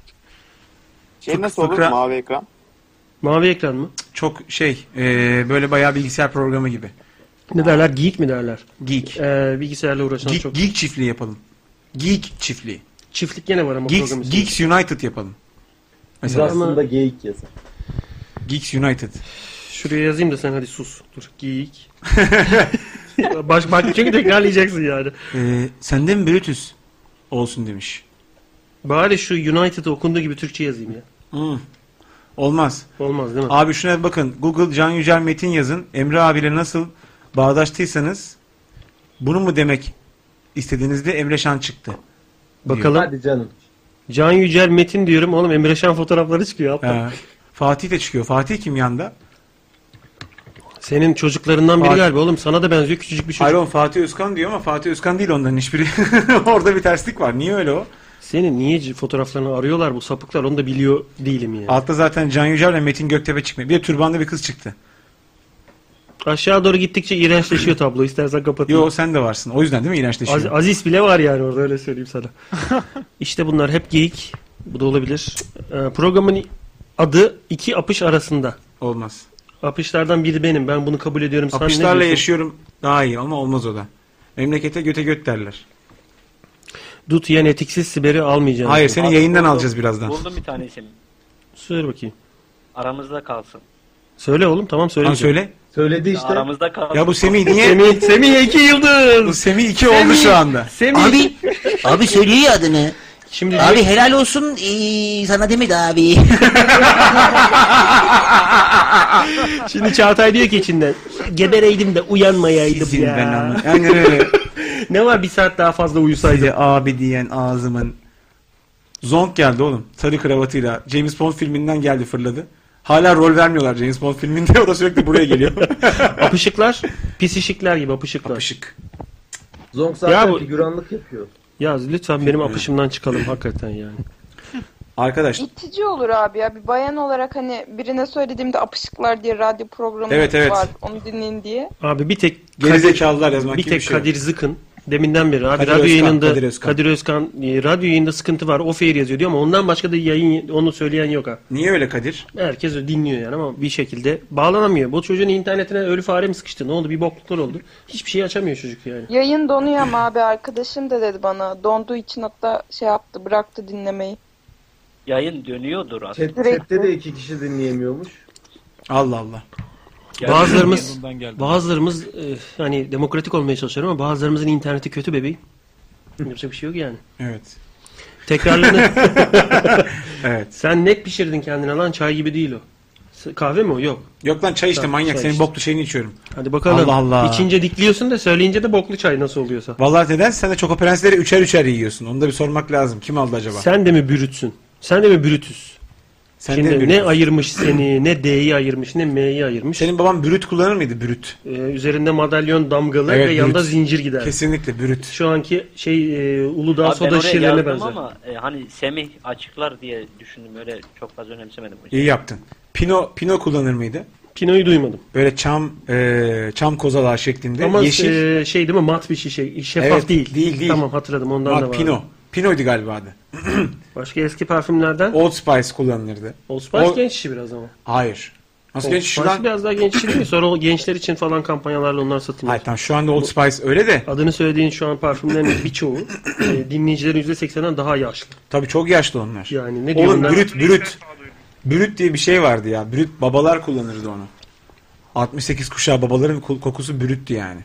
Speaker 14: Şey nasıl olur
Speaker 3: fıkra-
Speaker 14: mavi ekran?
Speaker 2: Mavi ekran mı?
Speaker 3: Çok şey eee, böyle bayağı bilgisayar programı gibi.
Speaker 2: Ne derler? Geek mi derler? Ee,
Speaker 3: Geek.
Speaker 2: bilgisayarla uğraşan
Speaker 3: Geek,
Speaker 2: çok.
Speaker 3: geek çiftliği yapalım. Geek çiftliği.
Speaker 2: Çiftlik gene var ama
Speaker 3: Geeks,
Speaker 2: program ismi.
Speaker 3: Geeks United yapalım.
Speaker 2: Biz
Speaker 3: Mesela
Speaker 2: aslında
Speaker 3: geyik yazar. Geeks United.
Speaker 2: Şuraya yazayım da sen hadi sus. Dur. Geek. Baş, bak çünkü tekrarlayacaksın yani.
Speaker 3: Eee senden Ee, Brutus olsun demiş.
Speaker 2: Bari şu United okunduğu gibi Türkçe yazayım ya.
Speaker 3: Hı. Olmaz.
Speaker 2: Olmaz değil mi?
Speaker 3: Abi şuna bakın. Google Can Yücel Metin yazın. Emre abiyle nasıl bağdaştıysanız bunu mu demek istediğinizde Emre Şan çıktı.
Speaker 2: Bakalım.
Speaker 3: Hadi canım.
Speaker 2: Can Yücel Metin diyorum. Oğlum Emre Şan fotoğrafları çıkıyor altta.
Speaker 3: Ee, Fatih de çıkıyor. Fatih kim yanda?
Speaker 2: Senin çocuklarından biri
Speaker 3: Fatih-
Speaker 2: galiba oğlum. Sana da benziyor küçücük bir çocuk.
Speaker 3: Hayır oğlum Fatih Özkan diyor ama Fatih Özkan değil ondan hiçbiri. Orada bir terslik var. Niye öyle o?
Speaker 2: Senin niye c- fotoğraflarını arıyorlar bu sapıklar onu da biliyor değilim yani.
Speaker 3: Altta zaten Can Yücel ve Metin Göktepe çıkmıyor. Bir de türbanlı bir kız çıktı.
Speaker 2: Aşağı doğru gittikçe iğrençleşiyor tablo. İstersen kapatayım.
Speaker 3: Yo sen de varsın. O yüzden değil mi iğrençleşiyor?
Speaker 2: Az- Aziz bile var yani orada öyle söyleyeyim sana. işte bunlar hep geyik. Bu da olabilir. Ee, programın adı iki apış arasında.
Speaker 3: Olmaz.
Speaker 2: Apışlardan biri benim. Ben bunu kabul ediyorum. Sen ne
Speaker 3: Apışlarla
Speaker 2: diyorsun?
Speaker 3: yaşıyorum daha iyi ama olmaz o da. Memlekete göte göt derler.
Speaker 2: Dut yani etiksiz Siber'i almayacağım.
Speaker 3: Hayır seni yayından alacağız birazdan.
Speaker 1: Buldum bir tane isim.
Speaker 2: Söyle bakayım.
Speaker 1: Aramızda kalsın.
Speaker 2: Söyle oğlum tamam söyle.
Speaker 3: Lan söyle.
Speaker 12: Söyledi
Speaker 1: Aramızda kalsın.
Speaker 3: Ya bu Semih niye?
Speaker 2: Semih, Semih iki yıldız.
Speaker 3: Bu Semih iki oldu şu anda.
Speaker 2: Semih.
Speaker 16: Abi, abi söylüyor adını.
Speaker 2: Şimdi
Speaker 16: abi helal olsun ee, sana demedi abi.
Speaker 2: Şimdi Çağatay diyor ki içinden gebereydim de uyanmayaydım
Speaker 3: Sizin
Speaker 2: ya.
Speaker 3: ben anla- Aynen öyle.
Speaker 2: ne var bir saat daha fazla uyusaydı.
Speaker 3: Size abi diyen ağzımın. Zonk geldi oğlum. Sarı kravatıyla. James Bond filminden geldi fırladı. Hala rol vermiyorlar James Bond filminde. O da sürekli buraya geliyor.
Speaker 2: apışıklar. Pisişikler gibi apışıklar.
Speaker 3: Apışık.
Speaker 12: Zonk zaten
Speaker 2: Ya bu-
Speaker 12: figüranlık yapıyor.
Speaker 2: Ya lütfen benim apışımdan çıkalım hakikaten yani.
Speaker 3: Arkadaş.
Speaker 15: İtici olur abi ya. Bir bayan olarak hani birine söylediğimde apışıklar diye radyo programı
Speaker 2: Evet, evet.
Speaker 15: var. Onu dinleyin diye.
Speaker 2: Abi bir tek
Speaker 3: Gerizekalılar yazmak
Speaker 2: bir
Speaker 3: gibi
Speaker 2: tek
Speaker 3: bir şey yok.
Speaker 2: Kadir Zıkın deminden beri abi
Speaker 3: Kadir
Speaker 2: radyo
Speaker 3: Özkan,
Speaker 2: yayınında
Speaker 3: Kadir Özkan.
Speaker 2: Kadir Özkan, e, radyo yayında sıkıntı var. O fair yazıyor diyor ama ondan başka da yayın onu söyleyen yok ha.
Speaker 3: Niye öyle Kadir?
Speaker 2: Herkes o dinliyor yani ama bir şekilde bağlanamıyor. Bu çocuğun internetine ölü fare mi sıkıştı? Ne oldu? Bir bokluklar oldu. Hiçbir şey açamıyor çocuk yani.
Speaker 15: Yayın donuyor ama abi arkadaşım da dedi bana. Donduğu için hatta şey yaptı bıraktı dinlemeyi.
Speaker 1: Yayın dönüyordur aslında.
Speaker 12: Chatte de iki kişi dinleyemiyormuş.
Speaker 3: Allah Allah.
Speaker 2: Bazılarımız bazılarımız e, hani demokratik olmaya çalışıyorum ama bazılarımızın interneti kötü bebeğim. Yapacak bir şey yok yani.
Speaker 3: Evet.
Speaker 2: Tekrarlanır.
Speaker 3: evet.
Speaker 2: Sen net pişirdin kendine lan çay gibi değil o. S- Kahve mi o? Yok.
Speaker 3: Yok lan çay işte
Speaker 2: Tamam,
Speaker 3: manyak.
Speaker 2: çay
Speaker 3: Senin
Speaker 2: işte.
Speaker 3: boklu şeyini içiyorum.
Speaker 2: Hadi bakalım.
Speaker 3: Allah Allah.
Speaker 2: İçince dikliyorsun da söyleyince de boklu çay nasıl oluyorsa.
Speaker 3: Vallahi neden sen de çokoprensleri üçer üçer yiyorsun? Onu da bir sormak lazım. Kim aldı acaba?
Speaker 2: Sen de mi bürütsün? Sen de mi brütüs?
Speaker 3: Sen de
Speaker 2: Şimdi ne
Speaker 3: biliyorsun.
Speaker 2: ayırmış seni, ne D'yi ayırmış, ne M'yi ayırmış. Senin
Speaker 3: baban brüt kullanır mıydı brüt?
Speaker 2: üzerinde madalyon damgalı
Speaker 3: Evet,
Speaker 2: ve
Speaker 3: brüt.
Speaker 2: yanda zincir gider.
Speaker 3: Kesinlikle brüt.
Speaker 2: Şu anki şey e, Uludağ
Speaker 1: Abi ben
Speaker 2: soda
Speaker 1: oraya
Speaker 2: şişelerine
Speaker 1: yazdım
Speaker 2: benzer.
Speaker 1: ama e, hani Semih açıklar diye düşündüm. Öyle çok fazla önemsemedim. bu
Speaker 3: İyi yaptın. Pino Pino kullanır mıydı?
Speaker 2: Pino'yu duymadım.
Speaker 3: Böyle çam e, çam kozalağı şeklinde
Speaker 2: Ama
Speaker 3: yeşil.
Speaker 2: e, şey değil mi mat bir şişe, şeffaf
Speaker 3: Evet,
Speaker 2: değil.
Speaker 3: değil, değil.
Speaker 2: Tamam hatırladım ondan
Speaker 3: Bak
Speaker 2: da var.
Speaker 3: Pino. Pino'ydu galiba adı.
Speaker 2: Başka eski parfümlerden?
Speaker 3: Old Spice kullanılırdı.
Speaker 2: Old Spice
Speaker 3: O-
Speaker 2: genç işi biraz ama.
Speaker 3: Hayır. Nasıl
Speaker 2: Old
Speaker 3: genç
Speaker 2: Spice
Speaker 3: şu an?
Speaker 2: biraz daha genç işi değil mi? Sonra o gençler için falan kampanyalarla onlar satılıyor. Hayır
Speaker 3: tamam şu anda Old Spice öyle de.
Speaker 2: Adını söylediğin şu an parfümlerin birçoğu e, dinleyicilerin %80'den daha yaşlı.
Speaker 3: Tabii çok yaşlı onlar.
Speaker 2: Yani ne diyor
Speaker 3: Oğlum
Speaker 2: onlar?
Speaker 3: brüt brüt. Brüt diye bir şey vardı ya. Brüt babalar kullanırdı onu. 68 kuşağı babaların kul- kokusu brüttü yani.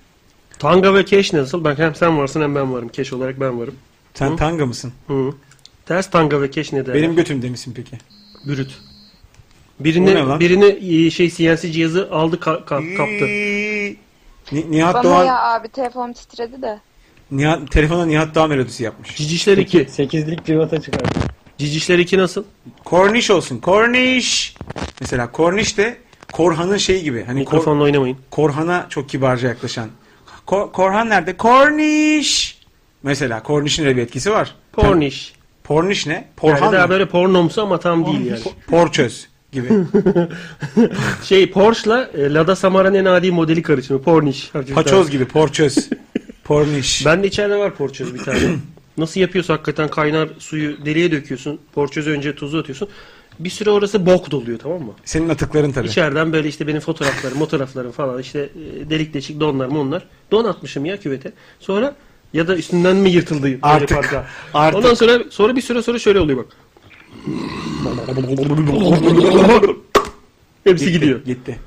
Speaker 2: Tanga ve keş nasıl? Ben hem sen varsın hem ben varım. Keş olarak ben varım.
Speaker 3: Sen tanga mısın?
Speaker 2: Hı. Ters tanga ve keş ne derler?
Speaker 3: Benim götümde misin peki?
Speaker 2: Brüt.
Speaker 3: O ne
Speaker 2: Birini,
Speaker 3: lan?
Speaker 2: birini e, şey CNC cihazı aldı ka-
Speaker 3: Hmm.
Speaker 2: ka- kaptı.
Speaker 3: Ni- Nihat
Speaker 15: Bana
Speaker 3: Doğan
Speaker 15: ya abi telefonum titredi de.
Speaker 3: Nihat, telefona Nihat Doğan melodisi yapmış.
Speaker 2: Cicişler 2.
Speaker 3: 8'lik civata çıkar.
Speaker 2: Cicişler 2 nasıl?
Speaker 3: Korniş olsun. Korniş. Mesela korniş de Korhan'ın şeyi gibi. Hani
Speaker 2: Mikrofonla oynamayın.
Speaker 3: Korhan'a çok kibarca yaklaşan. Ko- Korhan nerede? Korniş. Mesela kornişin öyle bir etkisi var.
Speaker 2: Porniş.
Speaker 3: Porniş ne?
Speaker 2: Porhan yani
Speaker 3: Porhan
Speaker 2: daha
Speaker 3: mı?
Speaker 2: böyle pornomsu ama tam değil yani.
Speaker 3: Po- Porçöz gibi.
Speaker 2: şey Porsche'la e, Lada Samara'nın en adi modeli karışımı. Porniş. hafif
Speaker 3: Paçoz
Speaker 2: daha.
Speaker 3: gibi porçöz. Porniş.
Speaker 2: Bende içeride var porçöz bir tane. Nasıl yapıyorsun hakikaten kaynar suyu deliğe döküyorsun. Porçözü önce tuzu atıyorsun. Bir süre orası bok doluyor tamam mı?
Speaker 3: Senin atıkların tabii.
Speaker 2: İçeriden böyle işte benim fotoğraflarım, fotoğraflarım falan işte e, delik deşik donlar mı onlar. Don atmışım ya küvete. Sonra ya da üstünden mi yırtıldı? böyle
Speaker 3: Artık,
Speaker 2: parça?
Speaker 3: artık.
Speaker 2: Ondan sonra sonra bir süre sonra şöyle oluyor bak. Hepsi gidiyor.
Speaker 3: Gitti.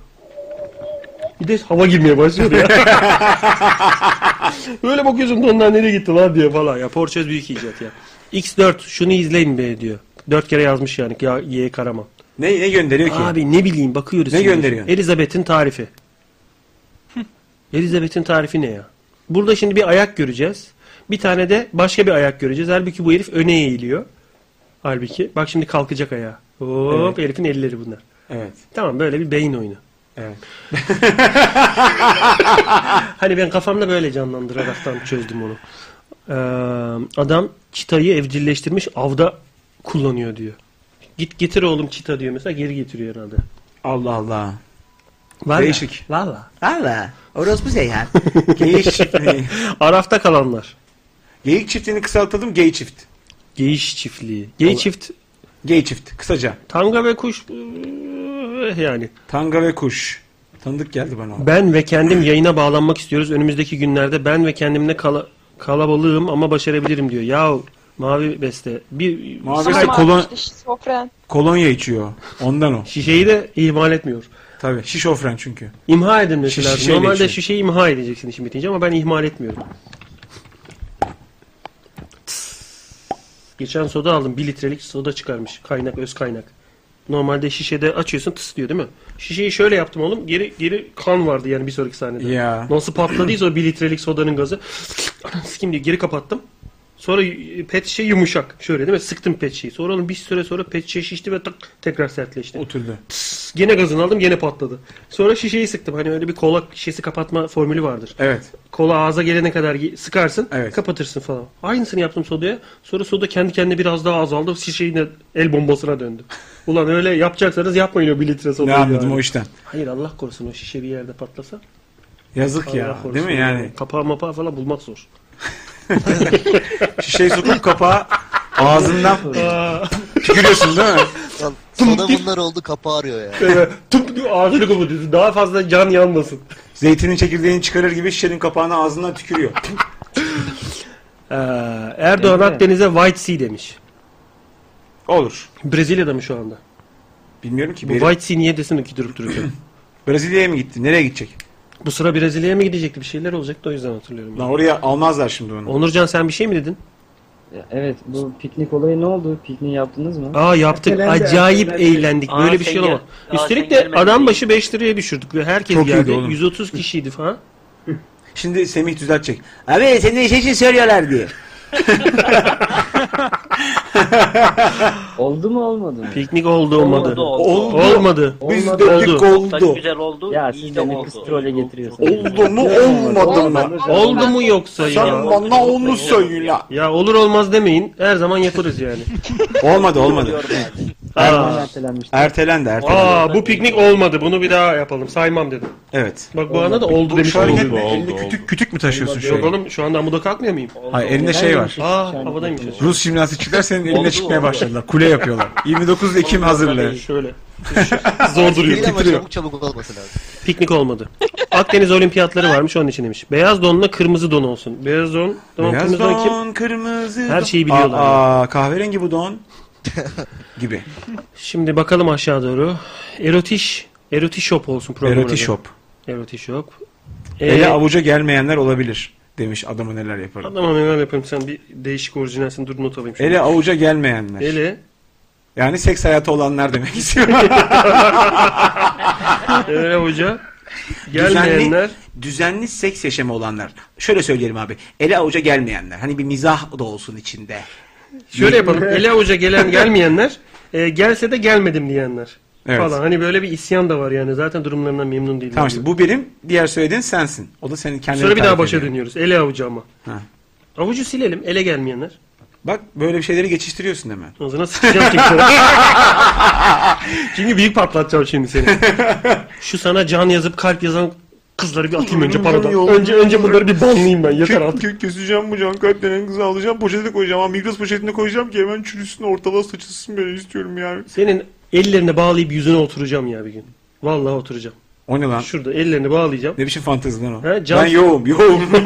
Speaker 2: Bir de hava girmeye başlıyor ya. Böyle bakıyorsun donlar nereye gitti lan diye falan ya. Porçöz büyük icat ya. X4 şunu izleyin be diyor. Dört kere yazmış yani ya, Y Karaman.
Speaker 3: Ne, ne gönderiyor ki?
Speaker 2: Abi ne bileyim bakıyoruz.
Speaker 3: Ne
Speaker 2: şimdi.
Speaker 3: gönderiyor?
Speaker 2: Elizabeth'in tarifi. Elizabeth'in tarifi ne ya? Burada şimdi bir ayak göreceğiz. Bir tane de başka bir ayak göreceğiz. Halbuki bu herif öne eğiliyor. Halbuki bak şimdi kalkacak ayağa. Hop
Speaker 3: Evet.
Speaker 2: herifin elleri bunlar.
Speaker 3: Evet.
Speaker 2: Tamam böyle bir beyin oyunu.
Speaker 3: Evet.
Speaker 2: hani ben kafamda böyle canlandıraraktan çözdüm onu. Ee, adam çitayı evcilleştirmiş avda kullanıyor diyor. Git getir oğlum çita diyor mesela geri getiriyor herhalde.
Speaker 3: Allah Allah.
Speaker 2: Valla.
Speaker 3: Değişik.
Speaker 2: Valla.
Speaker 16: Valla. Orospu Seyhan.
Speaker 3: Geyik çiftliği.
Speaker 2: Arafta kalanlar.
Speaker 3: Geyik çiftliğini kısaltalım gey çift.
Speaker 2: Geyiş çiftliği. Gey çift.
Speaker 3: Gey çift kısaca.
Speaker 2: Tanga ve kuş eh, yani.
Speaker 3: Tanga ve kuş. Tanıdık geldi bana.
Speaker 2: Ben ve kendim yayına bağlanmak istiyoruz. Önümüzdeki günlerde ben ve kendimle kala- kalabalığım ama başarabilirim diyor. Yahu Mavi Beste. Bir
Speaker 3: Mavi
Speaker 2: Skype-
Speaker 3: Beste kolon-
Speaker 15: Şizofren.
Speaker 3: Kolonya içiyor. Ondan o.
Speaker 2: Şişeyi de ihmal etmiyor.
Speaker 3: Tabii. Şişofren çünkü.
Speaker 2: İmha edilmesi
Speaker 3: Şiş-
Speaker 2: lazım.
Speaker 3: şişeyle
Speaker 2: Normalde
Speaker 3: içiyor.
Speaker 2: şişeyi imha edeceksin işin bitince ama ben ihmal etmiyorum. Geçen soda aldım. 1 litrelik soda çıkarmış. Kaynak, öz kaynak. Normalde şişede açıyorsun tıs diyor değil mi? Şişeyi şöyle yaptım oğlum. Geri geri kan vardı yani bir sonraki sahnede.
Speaker 3: Ya.
Speaker 2: Nasıl patladıysa o 1 litrelik sodanın gazı. Anam sikim diye geri kapattım. Sonra pet şişe yumuşak. Şöyle değil mi? Sıktım pet şişeyi. Sonra oğlum bir süre sonra pet şişe şişti ve tak tekrar sertleşti.
Speaker 3: Oturdu.
Speaker 2: Gene gazını aldım gene patladı. Sonra şişeyi sıktım. Hani öyle bir kola şişesi kapatma formülü vardır.
Speaker 3: Evet.
Speaker 2: Kola ağza gelene kadar gi- sıkarsın, kapatırsın falan. Aynısını yaptım sodaya. Sonra soda kendi kendine biraz daha azaldı. Şişeyi de el bombasına döndü. Ulan öyle yapacaksanız yapmayın o 1 litre
Speaker 3: Ne
Speaker 2: sodayı.
Speaker 3: anladım
Speaker 2: yani.
Speaker 3: o işten.
Speaker 2: Hayır Allah korusun o şişe bir yerde patlasa.
Speaker 3: Yazık
Speaker 2: Allah
Speaker 3: ya.
Speaker 2: korusun.
Speaker 3: Değil mi yani?
Speaker 2: Kapağı mapağı falan bulmak zor.
Speaker 3: Şişeyi sokup kapağı ağzından tükürüyorsun değil mi?
Speaker 17: Sana bunlar oldu kapı arıyor ya.
Speaker 2: Böyle tıp diyor, ağzını kapatıyorsun. Daha fazla can yanmasın.
Speaker 3: Zeytinin çekirdeğini çıkarır gibi şişenin kapağını ağzından tükürüyor.
Speaker 2: Ee, Erdoğan
Speaker 3: Değil mi?
Speaker 2: Akdeniz'e White Sea demiş.
Speaker 3: Olur.
Speaker 2: Brezilya'da mı şu anda?
Speaker 3: Bilmiyorum ki.
Speaker 2: Bu
Speaker 3: Beri-
Speaker 2: White Sea niye desin ki durup dururken?
Speaker 3: Brezilya'ya mı gitti? Nereye gidecek?
Speaker 2: Bu sıra Brezilya'ya mı gidecekti? Bir şeyler olacaktı o yüzden hatırlıyorum.
Speaker 3: Lan oraya almazlar şimdi onu.
Speaker 2: Onurcan sen bir şey mi dedin?
Speaker 10: Evet bu piknik olayı ne oldu? Pikniği yaptınız mı?
Speaker 2: Aa yaptık.
Speaker 10: Ertelendi,
Speaker 2: Acayip
Speaker 10: ertelendi.
Speaker 2: eğlendik. Böyle bir şey olamaz. Üstelik de adam başı 5 liraya düşürdük ve herkes
Speaker 3: Çok iyiydi
Speaker 2: geldi.
Speaker 3: oğlum.
Speaker 2: 130 kişiydi falan.
Speaker 3: Şimdi Semih düzeltecek. Abi senin işe için söylüyorlar diye.
Speaker 10: oldu mu olmadı mı?
Speaker 2: Piknik oldu
Speaker 10: Olmadı,
Speaker 2: olmadı.
Speaker 10: oldu.
Speaker 2: Olmadı.
Speaker 10: Biz
Speaker 2: Olmadı.
Speaker 10: döktük, oldu.
Speaker 1: güzel oldu.
Speaker 10: Ya siz beni kız trole getiriyorsunuz.
Speaker 2: Oldu
Speaker 10: mu,
Speaker 2: olmadı
Speaker 10: mı?
Speaker 2: Oldu mu yoksa
Speaker 10: Sen
Speaker 2: ya?
Speaker 10: bana
Speaker 2: onu söyle. Ya olur olmaz demeyin. Her zaman yaparız yani.
Speaker 3: Olmadı olmadı.
Speaker 2: Aa.
Speaker 3: Ertelendi ertelendi.
Speaker 2: Aa bu piknik olmadı. Bunu bir daha yapalım. Saymam dedim.
Speaker 3: Evet.
Speaker 2: Bak bu arada da oldu
Speaker 3: Bu
Speaker 2: demiş.
Speaker 3: şu hareket
Speaker 2: Oldu,
Speaker 3: ne?
Speaker 2: oldu,
Speaker 3: Elinde
Speaker 2: oldu.
Speaker 3: kütük kütük mü taşıyorsun
Speaker 2: Yok
Speaker 3: şöyle?
Speaker 2: oğlum şu anda amuda kalkmıyor muyum?
Speaker 3: Hayır elinde şey var.
Speaker 2: Aa havadaymış.
Speaker 3: Rus jimnastikçiler senin eline
Speaker 2: Oldu,
Speaker 3: çıkmaya
Speaker 2: oldu.
Speaker 3: başladılar. Kule yapıyorlar. 29 Ekim hazırlığı.
Speaker 2: Şöyle. Zor duruyor.
Speaker 17: Değil ama
Speaker 2: titriyor.
Speaker 17: çabuk çabuk olması lazım.
Speaker 2: Piknik olmadı. Akdeniz olimpiyatları varmış onun için demiş. Beyaz donla kırmızı don olsun. Beyaz don. Tamam,
Speaker 3: Beyaz
Speaker 2: kırmızı
Speaker 3: don,
Speaker 2: kim?
Speaker 3: kırmızı
Speaker 2: Her
Speaker 3: don.
Speaker 2: şeyi biliyorlar.
Speaker 3: Aa, kahverengi bu don. gibi.
Speaker 2: Şimdi bakalım aşağı doğru. Erotiş. Erotiş Shop olsun programın
Speaker 3: Erotiş
Speaker 2: adı.
Speaker 3: Shop.
Speaker 2: Erotiş Shop.
Speaker 3: Ele
Speaker 2: Ee,
Speaker 3: avuca gelmeyenler olabilir demiş adamı neler yaparım.
Speaker 2: Adama neler yapayım sen bir değişik orijinalsin dur not alayım. şunu.
Speaker 3: Ele avuca gelmeyenler.
Speaker 2: Ele.
Speaker 3: Yani seks hayatı olanlar demek istiyorum.
Speaker 2: Ele avuca
Speaker 3: Düzenli,
Speaker 2: gelmeyenler.
Speaker 3: düzenli seks yaşamı olanlar. Şöyle söyleyelim abi. Ele avuca gelmeyenler. Hani bir mizah da olsun içinde.
Speaker 2: Şöyle yapalım. Ele avuca gelen gelmeyenler. e, gelse de gelmedim diyenler.
Speaker 3: Evet.
Speaker 2: Falan. Hani böyle bir isyan da var yani. Zaten durumlarından memnun değilim.
Speaker 3: Tamam işte bu benim. Diğer söylediğin sensin. O da senin kendini
Speaker 2: Sonra bir daha
Speaker 3: tarif
Speaker 2: başa
Speaker 3: ediyor.
Speaker 2: dönüyoruz. Ele avucu ama.
Speaker 3: Ha.
Speaker 2: Avucu silelim. Ele gelmeyenler.
Speaker 3: Bak böyle bir şeyleri geçiştiriyorsun hemen.
Speaker 2: Ağzına sıçacağım çünkü. çünkü büyük patlatacağım şimdi seni. Şu sana can yazıp kalp yazan kızları bir atayım önce paradan. Önce önce bunları bir banlayayım ben. Yeter artık.
Speaker 18: Keseceğim bu can kalp denen kızı alacağım poşete koyacağım ama Migros poşetine koyacağım ki hemen çürüsün ortalığa saçılsın böyle istiyorum yani.
Speaker 2: Senin ellerine bağlayıp yüzüne oturacağım ya bir gün. Vallahi oturacağım.
Speaker 3: O ne lan?
Speaker 2: Şurada ellerini bağlayacağım.
Speaker 3: Ne biçim fantezi lan o?
Speaker 2: He, can-
Speaker 3: Ben yoğum yoğum.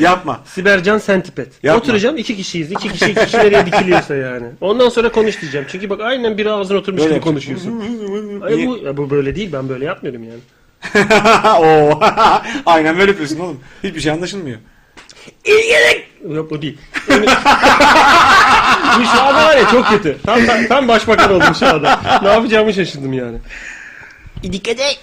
Speaker 3: Yapma.
Speaker 2: Sibercan Sentipet.
Speaker 3: Yapma.
Speaker 2: Oturacağım iki kişiyiz. İki kişi iki kişi nereye dikiliyorsa yani. Ondan sonra konuş diyeceğim. Çünkü bak aynen biri ağzına oturmuş
Speaker 3: Böyle
Speaker 2: gibi konuşuyorsun. Ay, bu, ya bu böyle değil. Ben böyle yapmıyorum yani.
Speaker 3: Oo. Aynen böyle yapıyorsun oğlum. Hiçbir şey anlaşılmıyor.
Speaker 2: Yok o değil. bu şu anda var ya çok kötü. Tam, tam, tam başbakan oldum şu anda. Ne yapacağımı şaşırdım yani.
Speaker 16: Dikkat et.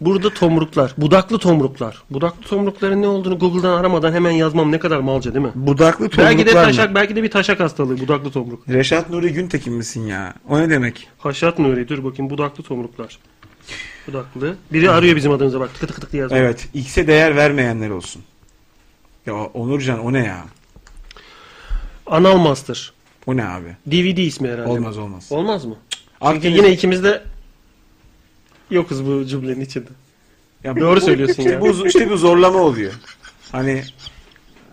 Speaker 2: Burada tomruklar. Budaklı tomruklar. Budaklı tomrukların ne olduğunu Google'dan aramadan hemen yazmam ne kadar malca değil mi?
Speaker 3: Budaklı
Speaker 2: belki de
Speaker 3: tomruklar mı?
Speaker 2: taşak, belki de bir taşak hastalığı budaklı tomruk.
Speaker 3: Reşat Nuri Güntekin misin ya? O ne demek?
Speaker 2: Haşat Nuri dur bakayım budaklı tomruklar. Budaklı. Biri arıyor bizim adımıza bak tıkı tıkı tık diye yazıyor.
Speaker 3: Evet. X'e değer vermeyenler olsun. Ya Onurcan o ne ya?
Speaker 2: Anal Master.
Speaker 3: O ne abi?
Speaker 2: DVD ismi herhalde.
Speaker 3: Olmaz olmaz.
Speaker 2: Olmaz mı? Çünkü
Speaker 3: Akdeniz-
Speaker 2: yine ikimiz de yokuz bu cümlenin içinde.
Speaker 3: Ya
Speaker 2: Doğru
Speaker 3: bu-
Speaker 2: söylüyorsun ya.
Speaker 3: Bu, işte bu zorlama oluyor. Hani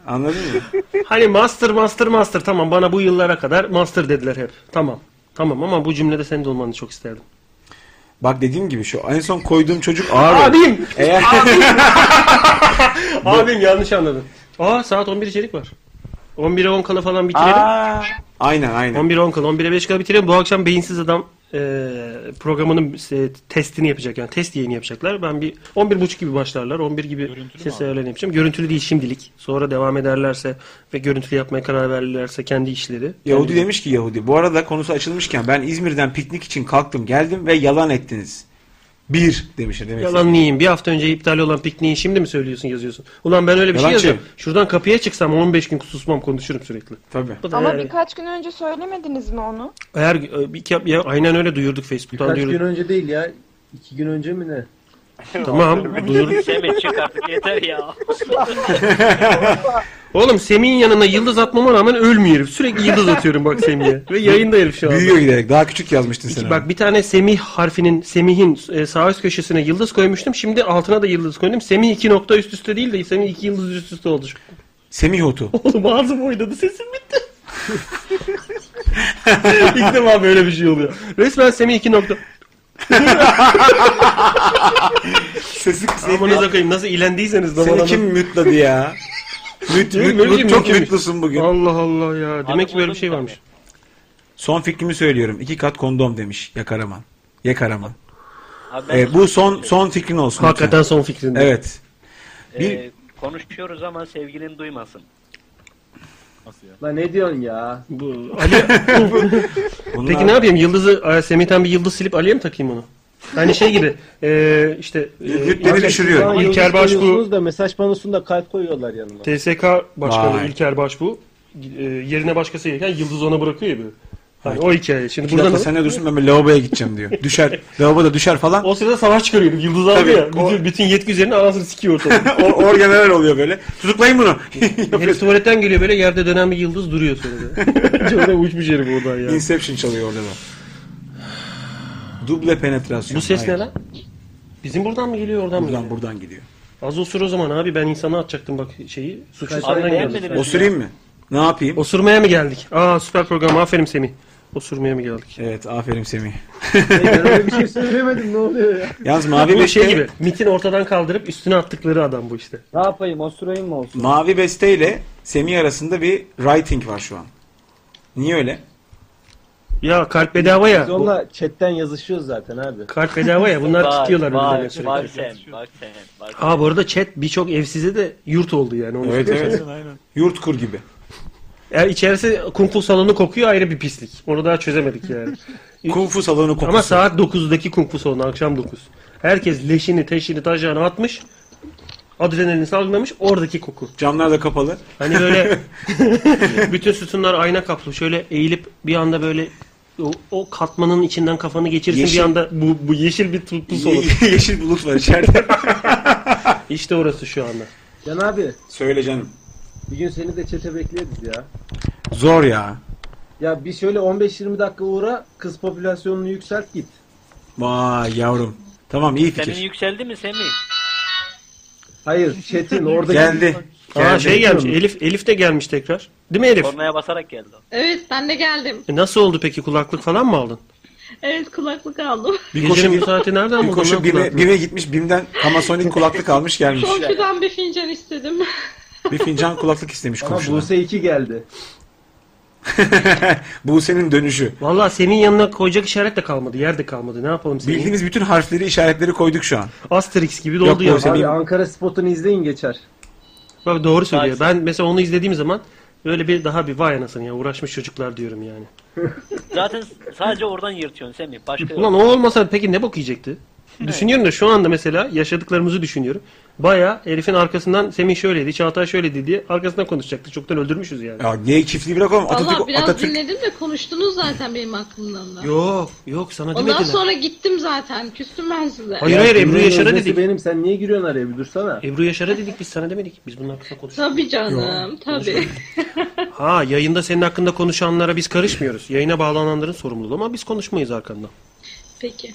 Speaker 3: anladın mı?
Speaker 2: Hani master master master tamam bana bu yıllara kadar master dediler hep. Tamam. Tamam ama bu cümlede senin de olmanı çok isterdim.
Speaker 3: Bak dediğim gibi şu en son koyduğum çocuk ağır.
Speaker 2: Abim!
Speaker 3: Eğer...
Speaker 2: Abim yanlış anladın. Aa saat 11 içerik var. 11'e 10 kala falan bitirelim.
Speaker 3: Aynen aynen.
Speaker 2: 11'e 10 kala 11'e 5 kala bitirelim. Bu akşam Beyinsiz Adam e, programının e, testini yapacak. Yani test yayını yapacaklar. Ben bir 11.30 gibi başlarlar. 11 gibi ses ayarlarını yapacağım. Görüntülü değil şimdilik. Sonra devam ederlerse ve görüntülü yapmaya karar verirlerse kendi işleri.
Speaker 3: Yahudi
Speaker 2: Kendi-
Speaker 3: demiş ki Yahudi. Bu arada konusu açılmışken ben İzmir'den piknik için kalktım geldim ve yalan ettiniz. Bir demiştir demek.
Speaker 2: Yalan neyim? Bir hafta önce iptal olan pikniği şimdi mi söylüyorsun yazıyorsun? Ulan ben öyle bir şey
Speaker 3: Yalancı.
Speaker 2: yazıyorum. Şuradan kapıya çıksam 15 gün susmam konuşurum sürekli.
Speaker 3: Tabii.
Speaker 15: Ama birkaç gün önce söylemediniz mi onu?
Speaker 2: Eğer e, bir kap- ya, aynen öyle duyurduk Facebook'tan
Speaker 12: Kaç gün
Speaker 2: duyurduk.
Speaker 12: önce değil ya. iki gün önce mi ne?
Speaker 2: Tamam duyurduk.
Speaker 1: Semih çık artık yeter ya.
Speaker 2: Oğlum Semih'in yanına yıldız atmama rağmen ölmüyor herif. Sürekli yıldız atıyorum bak Semih'e. Ve yayında herif şu anda.
Speaker 3: Büyüyor giderek. Daha küçük yazmıştın sen.
Speaker 2: İki-
Speaker 3: onu.
Speaker 2: Bak bir tane Semih harfinin Semih'in e, sağ üst köşesine yıldız koymuştum. Şimdi altına da yıldız koydum. Semih iki nokta üst üste değil de Semih iki yıldız üst üste oldu.
Speaker 3: Semih Otu.
Speaker 2: Oğlum ağzım oynadı sesim bitti. İlk defa böyle bir şey oluyor. Resmen Semih iki nokta.
Speaker 3: Sesi
Speaker 2: Amanıza koyayım nasıl ilendiyseniz
Speaker 3: Seni
Speaker 2: damarlarına-
Speaker 3: kim mütladı ya? Müt,
Speaker 2: Değil mi?
Speaker 3: müt,
Speaker 2: Böyle bir
Speaker 3: müt,
Speaker 2: şey
Speaker 3: çok
Speaker 2: mümkünmüş.
Speaker 3: mütlusun bugün.
Speaker 2: Allah Allah ya. Demek ki böyle bir şey varmış.
Speaker 3: Son fikrimi söylüyorum. İki kat kondom demiş Yakaraman. Yakaraman.
Speaker 1: Abi ben-
Speaker 3: Ee, bu son son fikrin olsun.
Speaker 2: Hakikaten son fikrin.
Speaker 3: Evet.
Speaker 1: Ee, konuşuyoruz ama sevgilin duymasın.
Speaker 12: Lan ne diyorsun ya?
Speaker 2: Bu Peki ne yapayım? Yıldızı e, Semih'ten bir yıldız silip Ali'ye mi takayım onu? Hani şey gibi e, işte e,
Speaker 12: Abi, şu an yıldız
Speaker 2: İlker Başbu
Speaker 12: koyuyorsunuz da mesaj panosunda kalp koyuyorlar yanıma.
Speaker 2: TSK Başkanı
Speaker 12: Vay.
Speaker 2: İlker Başbu e, yerine başkası gelirken yıldız ona bırakıyor ya böyle. Hani
Speaker 3: Evet.
Speaker 2: o hikaye. Şimdi
Speaker 3: İki
Speaker 2: buradan
Speaker 3: dakika sen ne dursun ben bir lavaboya gideceğim diyor. Düşer. Lavaboda düşer falan.
Speaker 2: O sırada savaş çıkarıyor. Yıldız aldı
Speaker 3: Tabii,
Speaker 2: ya. Bütün, bütün yetki üzerine anasını sikiyor ortada.
Speaker 3: O- orgeneral oluyor böyle. Tutuklayın bunu.
Speaker 2: Herif tuvaletten geliyor böyle yerde dönen bir yıldız duruyor sonra. Şöyle uçmuş herif oradan ya.
Speaker 3: Inception çalıyor orada da. Duble penetrasyon.
Speaker 2: Bu ses
Speaker 3: Hayır.
Speaker 2: ne lan? Bizim buradan mı geliyor oradan mı
Speaker 3: Buradan
Speaker 2: geliyor?
Speaker 3: buradan gidiyor.
Speaker 2: Az osur o zaman abi ben insana atacaktım bak şeyi. Suçu
Speaker 3: Abi
Speaker 2: senden
Speaker 3: beğenmediniz
Speaker 2: geldi.
Speaker 3: mi? Osurayım mı? Ne yapayım?
Speaker 2: Osurmaya mı geldik? Aa süper program aferin Semih. Osurmaya mı geldik?
Speaker 3: Evet aferin Semih.
Speaker 2: bir şey söylemedim ne oluyor ya?
Speaker 3: Yalnız Mavi
Speaker 2: bu şey
Speaker 3: Beş'te-
Speaker 2: gibi mitin ortadan kaldırıp üstüne attıkları adam bu işte.
Speaker 10: Ne yapayım osurayım mı olsun?
Speaker 3: Mavi Beste ile Semih arasında bir writing var şu an. Niye öyle?
Speaker 2: Ya kalp bedava ya.
Speaker 12: Biz onunla chatten yazışıyoruz zaten abi.
Speaker 2: Kalp bedava ya bunlar titliyorlar birbirine sürekli.
Speaker 16: bak sen, bak
Speaker 2: Ha bu arada chat birçok evsize de yurt oldu yani. Onu
Speaker 3: Evet
Speaker 2: söyleyeyim.
Speaker 3: evet. Yurt kur gibi.
Speaker 2: Yani içerisi kung fu salonu kokuyor ayrı bir pislik. Onu daha çözemedik yani.
Speaker 3: kung fu salonu kokusu.
Speaker 2: Ama saat 9'daki kung fu salonu akşam 9. Herkes leşini, teşini, tajağını atmış. Adrenalini salgılamış. Oradaki koku.
Speaker 3: Camlar da kapalı.
Speaker 2: Hani böyle bütün sütunlar ayna kaplı. Şöyle eğilip bir anda böyle o, o katmanın içinden kafanı geçirsin
Speaker 3: Yeşil-
Speaker 2: bir anda bu, bu yeşil bir tu- pus olur.
Speaker 3: Ye- Yeşil bulut var içeride.
Speaker 2: işte orası şu anda.
Speaker 12: Can abi
Speaker 3: Söyle canım.
Speaker 12: bir gün seni de çete bekleriz ya.
Speaker 3: Zor ya.
Speaker 12: Ya bir şöyle 15-20 dakika uğra kız popülasyonunu yükselt git.
Speaker 3: Vay yavrum. Tamam iyi
Speaker 1: Senin
Speaker 3: fikir.
Speaker 1: yükseldi mi Semih?
Speaker 12: Hayır chatin oradaki...
Speaker 3: Geldi.
Speaker 2: Aa şey gelmiş. Elif Elif de gelmiş tekrar. Değil mi Elif?
Speaker 1: Kornaya basarak geldi. o.
Speaker 5: Evet ben de geldim.
Speaker 2: E, Nasıl oldu peki kulaklık falan mı aldın?
Speaker 5: Evet kulaklık aldım.
Speaker 2: Gecenin bu saati nereden
Speaker 3: bir
Speaker 2: buldun
Speaker 3: koşu
Speaker 2: lan
Speaker 3: BİM'e,
Speaker 2: kulaklığı?
Speaker 3: BİM'e gitmiş. BİM'den Panasonic kulaklık almış gelmiş.
Speaker 5: Komşudan bir fincan istedim.
Speaker 3: bir fincan kulaklık istemiş
Speaker 12: Ama
Speaker 3: komşudan.
Speaker 12: Buse 2 geldi.
Speaker 3: Buse'nin dönüşü.
Speaker 2: Valla senin yanına koyacak işaret de kalmadı. Yer de kalmadı. Ne yapalım senin?
Speaker 3: Bildiğiniz bütün harfleri işaretleri koyduk şu an.
Speaker 2: Asterix gibi
Speaker 3: Yok
Speaker 2: doldu ya.
Speaker 3: Buse,
Speaker 2: Abi,
Speaker 12: Abi Ankara spotunu izleyin geçer.
Speaker 2: Bak doğru söylüyor. Ben mesela onu izlediğim zaman böyle bir daha bir vay anasını ya uğraşmış çocuklar diyorum yani.
Speaker 1: Zaten sadece oradan yırtıyorsun Semih. Başka yok.
Speaker 2: Ulan o olmasa peki ne bok yiyecekti? Düşünüyorum da şu anda mesela yaşadıklarımızı düşünüyorum. Baya herifin arkasından Semih şöyleydi, Çağatay şöyleydi diye arkasından konuşacaktı. Çoktan öldürmüşüz yani.
Speaker 3: Ya gay çiftliği bırakalım.
Speaker 5: Valla
Speaker 3: Atatürk,
Speaker 5: biraz
Speaker 3: Atatürk
Speaker 5: dinledim de konuştunuz zaten benim aklımdan da.
Speaker 2: Yok yok sana
Speaker 5: Ondan
Speaker 2: demediler.
Speaker 5: sonra gittim zaten. Küstüm ben size.
Speaker 2: Hayır hayır Ebru
Speaker 12: Ebru'nun
Speaker 2: Yaşar'a
Speaker 12: öznesi
Speaker 2: dedik.
Speaker 12: benim sen niye giriyorsun araya bir dursana.
Speaker 2: Ebru Yaşar'a dedik biz sana demedik. Biz bunun hakkında konuştuk.
Speaker 5: Tabii canım tabii.
Speaker 2: Ha yayında senin hakkında konuşanlara biz karışmıyoruz. Yayına bağlananların sorumluluğu ama biz konuşmayız arkandan.
Speaker 5: Peki.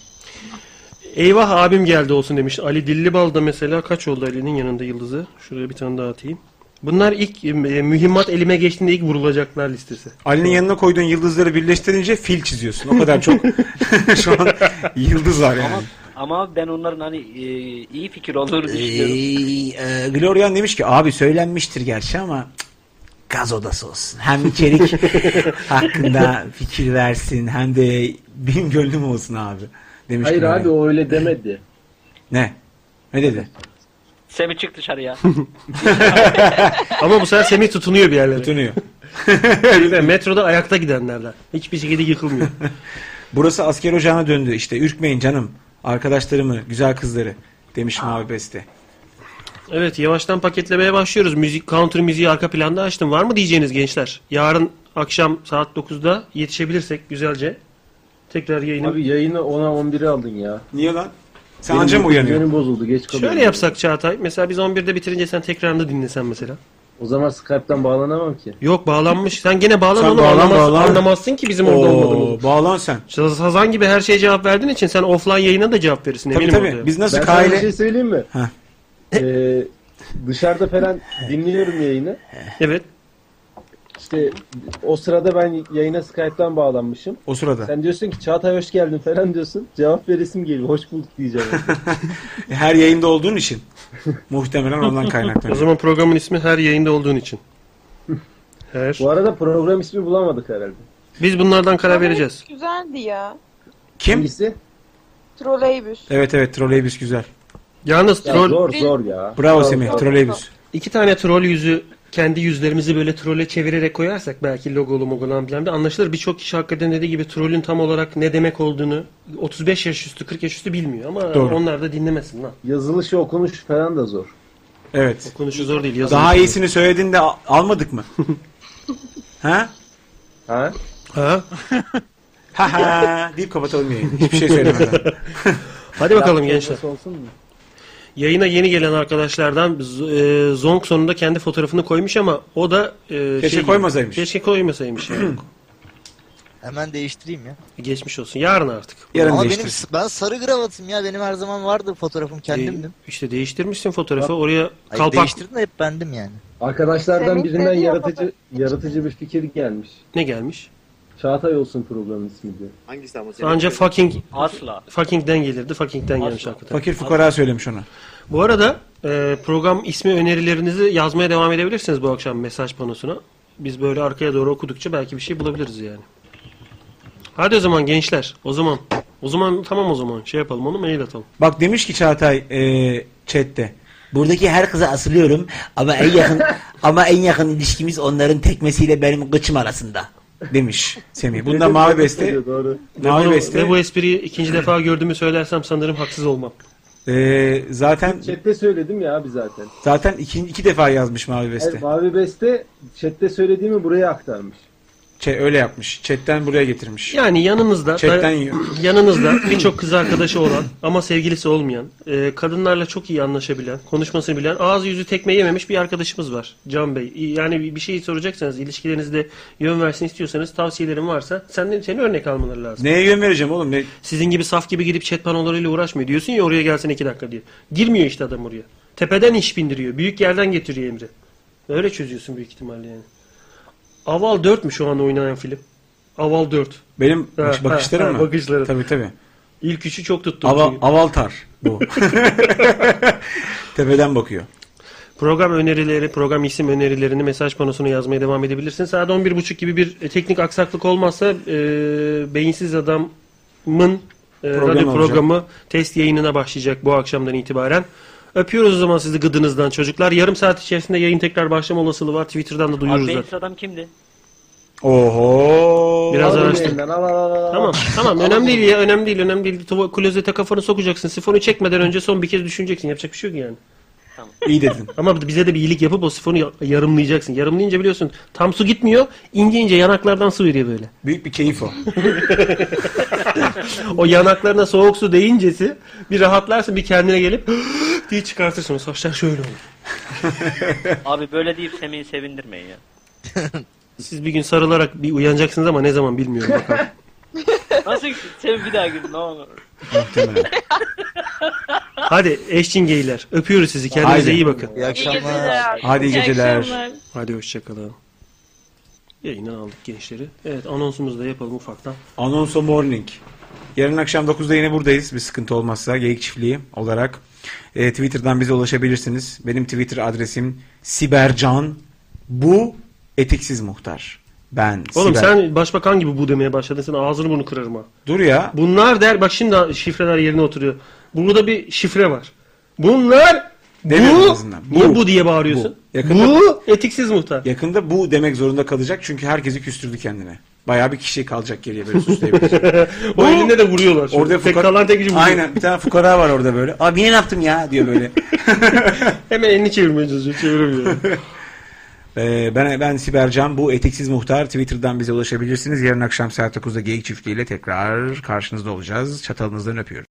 Speaker 2: Eyvah abim geldi olsun demiş. Ali Dillibal da mesela kaç oldu Ali'nin yanında yıldızı? Şuraya bir tane daha atayım. Bunlar ilk e, mühimmat elime geçtiğinde ilk vurulacaklar listesi.
Speaker 3: Ali'nin yanına koyduğun yıldızları birleştirince fil çiziyorsun. O kadar çok şu an yıldız var yani.
Speaker 1: Ama abi ben onların hani e, iyi fikir olduğunu düşünüyorum.
Speaker 3: Ee, e, Glorian demiş ki abi söylenmiştir gerçi ama cık, gaz odası olsun. Hem içerik hakkında fikir versin hem de benim gönlüm olsun abi. Demiş
Speaker 12: Hayır
Speaker 3: Glorian.
Speaker 12: abi o öyle demedi.
Speaker 3: Ne? Ne dedi?
Speaker 1: Semih çık dışarıya.
Speaker 2: Ama bu sefer Semih tutunuyor bir yerlere.
Speaker 3: Tutunuyor.
Speaker 2: Öyle metroda ayakta gidenlerden. Hiçbir şekilde yıkılmıyor.
Speaker 3: Burası asker ocağına döndü. İşte ürkmeyin canım. Arkadaşlarımı, güzel kızları demiş Mavi Beste.
Speaker 2: Evet yavaştan paketlemeye başlıyoruz. Müzik, counter müziği arka planda açtım. Var mı diyeceğiniz gençler? Yarın akşam saat 9'da yetişebilirsek güzelce tekrar yayını...
Speaker 12: Abi yayını 10'a 11'e aldın ya.
Speaker 3: Niye lan? Sen
Speaker 12: Benim
Speaker 3: anca mı uyanıyorsun?
Speaker 12: Benim bozuldu geç kalıyorum.
Speaker 2: Şöyle yapsak Çağatay. Mesela biz 11'de bitirince sen tekrarında dinlesen mesela.
Speaker 12: O zaman Skype'tan bağlanamam ki.
Speaker 2: Yok bağlanmış. Sen gene bağlan
Speaker 3: Sen
Speaker 2: oğlum.
Speaker 3: bağlan,
Speaker 2: anlamaz-
Speaker 3: bağlan.
Speaker 2: Anlamazsın ki bizim orada
Speaker 3: Oo,
Speaker 2: olmadığımızı.
Speaker 3: Bağlan sen.
Speaker 2: İşte Sazan gibi her şeye cevap verdiğin için sen offline yayına da cevap verirsin.
Speaker 3: Tabii
Speaker 2: eminim
Speaker 3: tabii.
Speaker 2: orada.
Speaker 3: Biz
Speaker 12: Ben
Speaker 3: nasıl
Speaker 12: sana bir
Speaker 3: Kyle
Speaker 12: şey söyleyeyim mi?
Speaker 3: Heh.
Speaker 12: Ee, dışarıda falan dinliyorum yayını.
Speaker 2: Evet.
Speaker 12: İşte o sırada ben yayına Skype'tan bağlanmışım.
Speaker 3: o sırada.
Speaker 12: Sen diyorsun ki Çağatay hoş geldin falan diyorsun. Cevap veresim geliyor. Hoş bulduk diyeceğim.
Speaker 3: Her yayında olduğun için muhtemelen ondan
Speaker 2: O
Speaker 3: kaynaklanıyor.
Speaker 2: zaman programın ismi her yayında olduğun için. Her.
Speaker 12: Bu arada program ismi bulamadık herhalde.
Speaker 2: Biz bunlardan karar vereceğiz.
Speaker 15: Güzeldi ya.
Speaker 3: Kim?
Speaker 12: Hangisi?
Speaker 15: Troleybüs.
Speaker 3: Evet evet troleybüs güzel.
Speaker 2: Yalnız
Speaker 12: Ya
Speaker 2: troll
Speaker 12: zor zor ya.
Speaker 3: Bravo
Speaker 12: Zor,
Speaker 3: Semih
Speaker 12: zor.
Speaker 3: troleybüs.
Speaker 2: iki tane troll yüzü kendi yüzlerimizi böyle trole çevirerek koyarsak belki logolu mogolu bilmem de anlaşılır. Birçok kişi hakikaten dediği gibi trollün tam olarak ne demek olduğunu 35 yaş üstü 40 yaş üstü bilmiyor ama
Speaker 3: Doğru.
Speaker 2: onlar da dinlemesin lan.
Speaker 12: Yazılışı okunuş falan da zor.
Speaker 3: Evet.
Speaker 2: Konuşu zor değil. yazılı
Speaker 3: Daha
Speaker 2: zor.
Speaker 3: iyisini söyledin de al- almadık mı? Ha?
Speaker 12: Ha?
Speaker 2: Ha?
Speaker 3: ha ha deyip kapatalım yayını. Hiçbir şey söylemeden.
Speaker 2: Hadi bakalım gençler.
Speaker 12: Olsun mu?
Speaker 2: Yayına yeni gelen arkadaşlardan Z- e, Zonk sonunda kendi fotoğrafını koymuş ama o da e,
Speaker 3: Keşke
Speaker 2: gibi-
Speaker 3: koymasaymış.
Speaker 2: Keşke koymasaymış. yani.
Speaker 17: Hemen değiştireyim ya.
Speaker 2: Geçmiş olsun. Yarın artık.
Speaker 17: Ama benim, ben sarı gravatım ya. Benim her zaman vardı fotoğrafım kendimdim.
Speaker 2: işte değiştirmişsin fotoğrafı. Oraya
Speaker 17: Hayır,
Speaker 2: kalpak
Speaker 17: değiştirdim de hep bendim yani.
Speaker 12: Arkadaşlardan
Speaker 17: Semih
Speaker 12: birinden
Speaker 17: dedi ya
Speaker 12: yaratıcı yaratıcı bir fikir gelmiş.
Speaker 2: Ne gelmiş?
Speaker 12: Çağatay olsun programın ismi diyor.
Speaker 14: Hangisi ama senin?
Speaker 2: Anca fucking
Speaker 1: Asla.
Speaker 2: fucking'den gelirdi. Fucking'den gelmiş hakikaten.
Speaker 3: Fakir fukara söylemiş onu.
Speaker 2: Bu arada e, program ismi önerilerinizi yazmaya devam edebilirsiniz bu akşam mesaj panosuna. Biz böyle arkaya doğru okudukça belki bir şey bulabiliriz yani. Hadi o zaman gençler. O zaman. O zaman tamam o zaman. Şey yapalım onu mail atalım.
Speaker 3: Bak demiş ki Çağatay e, chatte.
Speaker 16: Buradaki her kıza asılıyorum ama en yakın ama en yakın ilişkimiz onların tekmesiyle benim kıçım arasında.
Speaker 3: Demiş Semih. Bunda mavi beste. Mavi
Speaker 2: ve, bunu-
Speaker 3: beste.
Speaker 2: ve bu espriyi ikinci defa gördüğümü söylersem sanırım haksız olmam.
Speaker 3: e, zaten
Speaker 12: Chat'te söyledim ya abi zaten.
Speaker 3: zaten iki, iki defa yazmış mavi beste.
Speaker 12: Hayır, Mavi Beste chat'te söylediğimi buraya aktarmış.
Speaker 3: Ç- öyle yapmış. Chatten buraya getirmiş.
Speaker 2: Yani yanınızda
Speaker 3: Chatten
Speaker 2: da-
Speaker 3: yiyor.
Speaker 2: yanınızda birçok kız arkadaşı olan ama sevgilisi olmayan, e, kadınlarla çok iyi anlaşabilen, konuşmasını bilen, ağzı yüzü tekme yememiş bir arkadaşımız var. Can Bey. Yani bir- bir şey soracaksanız, ilişkilerinizde yön versin istiyorsanız, tavsiyelerim varsa senden seni örnek almaları lazım.
Speaker 3: Neye yön vereceğim oğlum? Ne?
Speaker 2: Sizin gibi saf gibi gidip chat panolarıyla uğraşmıyor. Diyorsun ya oraya gelsin iki dakika diye. Girmiyor işte adam oraya. Tepeden iş bindiriyor. Büyük yerden getiriyor emri. Öyle çözüyorsun büyük ihtimalle yani. Aval 4 mü şu an oynanan film? Aval 4.
Speaker 3: Benim
Speaker 2: Ha,
Speaker 3: bakış- bakışlarım
Speaker 2: ha,
Speaker 3: mı?
Speaker 2: ha, bakışların.
Speaker 3: Tabii tabii.
Speaker 2: İlk üçü çok tuttu.
Speaker 3: Ava,
Speaker 2: Çünkü
Speaker 3: avaltar bu. Tepeden bakıyor.
Speaker 2: Program önerileri, program isim önerilerini mesaj panosuna yazmaya devam edebilirsiniz. Saat 11.30 gibi bir e, teknik aksaklık olmazsa e, Beyinsiz Adam'ın e,
Speaker 3: Program
Speaker 2: radyo
Speaker 3: olacak.
Speaker 2: programı test yayınına başlayacak bu akşamdan itibaren. Öpüyoruz o zaman sizi gıdınızdan çocuklar. Yarım saat içerisinde yayın tekrar başlama olasılığı var. Twitter'dan da duyururuz
Speaker 1: Abi
Speaker 2: zaten.
Speaker 1: Beyinsiz adam kimdi?
Speaker 3: Oho.
Speaker 2: Biraz araştır.
Speaker 12: Al, al, al, al.
Speaker 2: Tamam tamam önemli değil ya önemli değil önemli değil. Tuva- Klozete kafanı sokacaksın. Sifonu çekmeden önce son bir kez düşüneceksin. Yapacak bir şey yok yani.
Speaker 3: İyi dedin.
Speaker 2: Ama bize de bir iyilik yapıp o sifonu ya- yarımlayacaksın. Yarımlayınca biliyorsun tam su gitmiyor. ince ince yanaklardan su veriyor böyle.
Speaker 3: Büyük bir keyif o.
Speaker 2: O yanaklarına soğuk su değincesi bir rahatlarsın bir kendine gelip diye çıkartırsın. O saçlar şöyle olur.
Speaker 1: Abi böyle deyip Semih'i sevindirmeyin ya.
Speaker 2: Siz bir gün sarılarak bir uyanacaksınız ama ne zaman bilmiyorum bakalım.
Speaker 1: Nasıl Semih bir daha gir ne olur.
Speaker 2: Hadi eşcingeyler. Öpüyoruz sizi. Kendinize
Speaker 3: Haydi.
Speaker 2: iyi bakın.
Speaker 17: İyi akşamlar.
Speaker 3: Hadi iyi geceler.
Speaker 2: Hadi hoşçakalın. Yayına aldık gençleri. Evet anonsumuzu da yapalım ufaktan.
Speaker 3: Anonso Morning. Yarın akşam 9'da yine buradayız. Bir sıkıntı olmazsa geyik çiftliği olarak. Ee, Twitter'dan bize ulaşabilirsiniz. Benim Twitter adresim Sibercan. Bu etiksiz muhtar. Ben
Speaker 2: Oğlum
Speaker 3: Siber-
Speaker 2: sen başbakan gibi bu demeye başladın. Sen ağzını bunu kırarım ha.
Speaker 3: Dur ya.
Speaker 2: Bunlar der bak şimdi şifreler yerine oturuyor. Burada bir şifre var. Bunlar
Speaker 3: Demiyorum en
Speaker 2: bu,
Speaker 3: azından. Bu.
Speaker 2: bu bu diye bağırıyorsun.
Speaker 3: Bu.
Speaker 2: Bu,
Speaker 3: Yakında-
Speaker 2: etiksiz muhtar.
Speaker 3: Yakında bu demek zorunda kalacak çünkü herkesi küstürdü kendine. Bayağı bir kişi kalacak geriye böyle suçlayabilecek.
Speaker 2: O elinde de vuruyorlar. şöyle.
Speaker 3: Orada
Speaker 2: tek
Speaker 3: fukara-
Speaker 2: kalan tekici vuruyor.
Speaker 3: Aynen bir tane fukara var orada böyle. Abi niye ne yaptım ya diyor böyle.
Speaker 2: Hemen elini çevirmeye çalışıyor. Çeviremiyor.
Speaker 3: Ee, ben ben Sibercan bu etiksiz muhtar Twitter'dan bize ulaşabilirsiniz. Yarın akşam saat 9'da Geyik Çiftliği ile tekrar karşınızda olacağız. Çatalınızdan öpüyorum.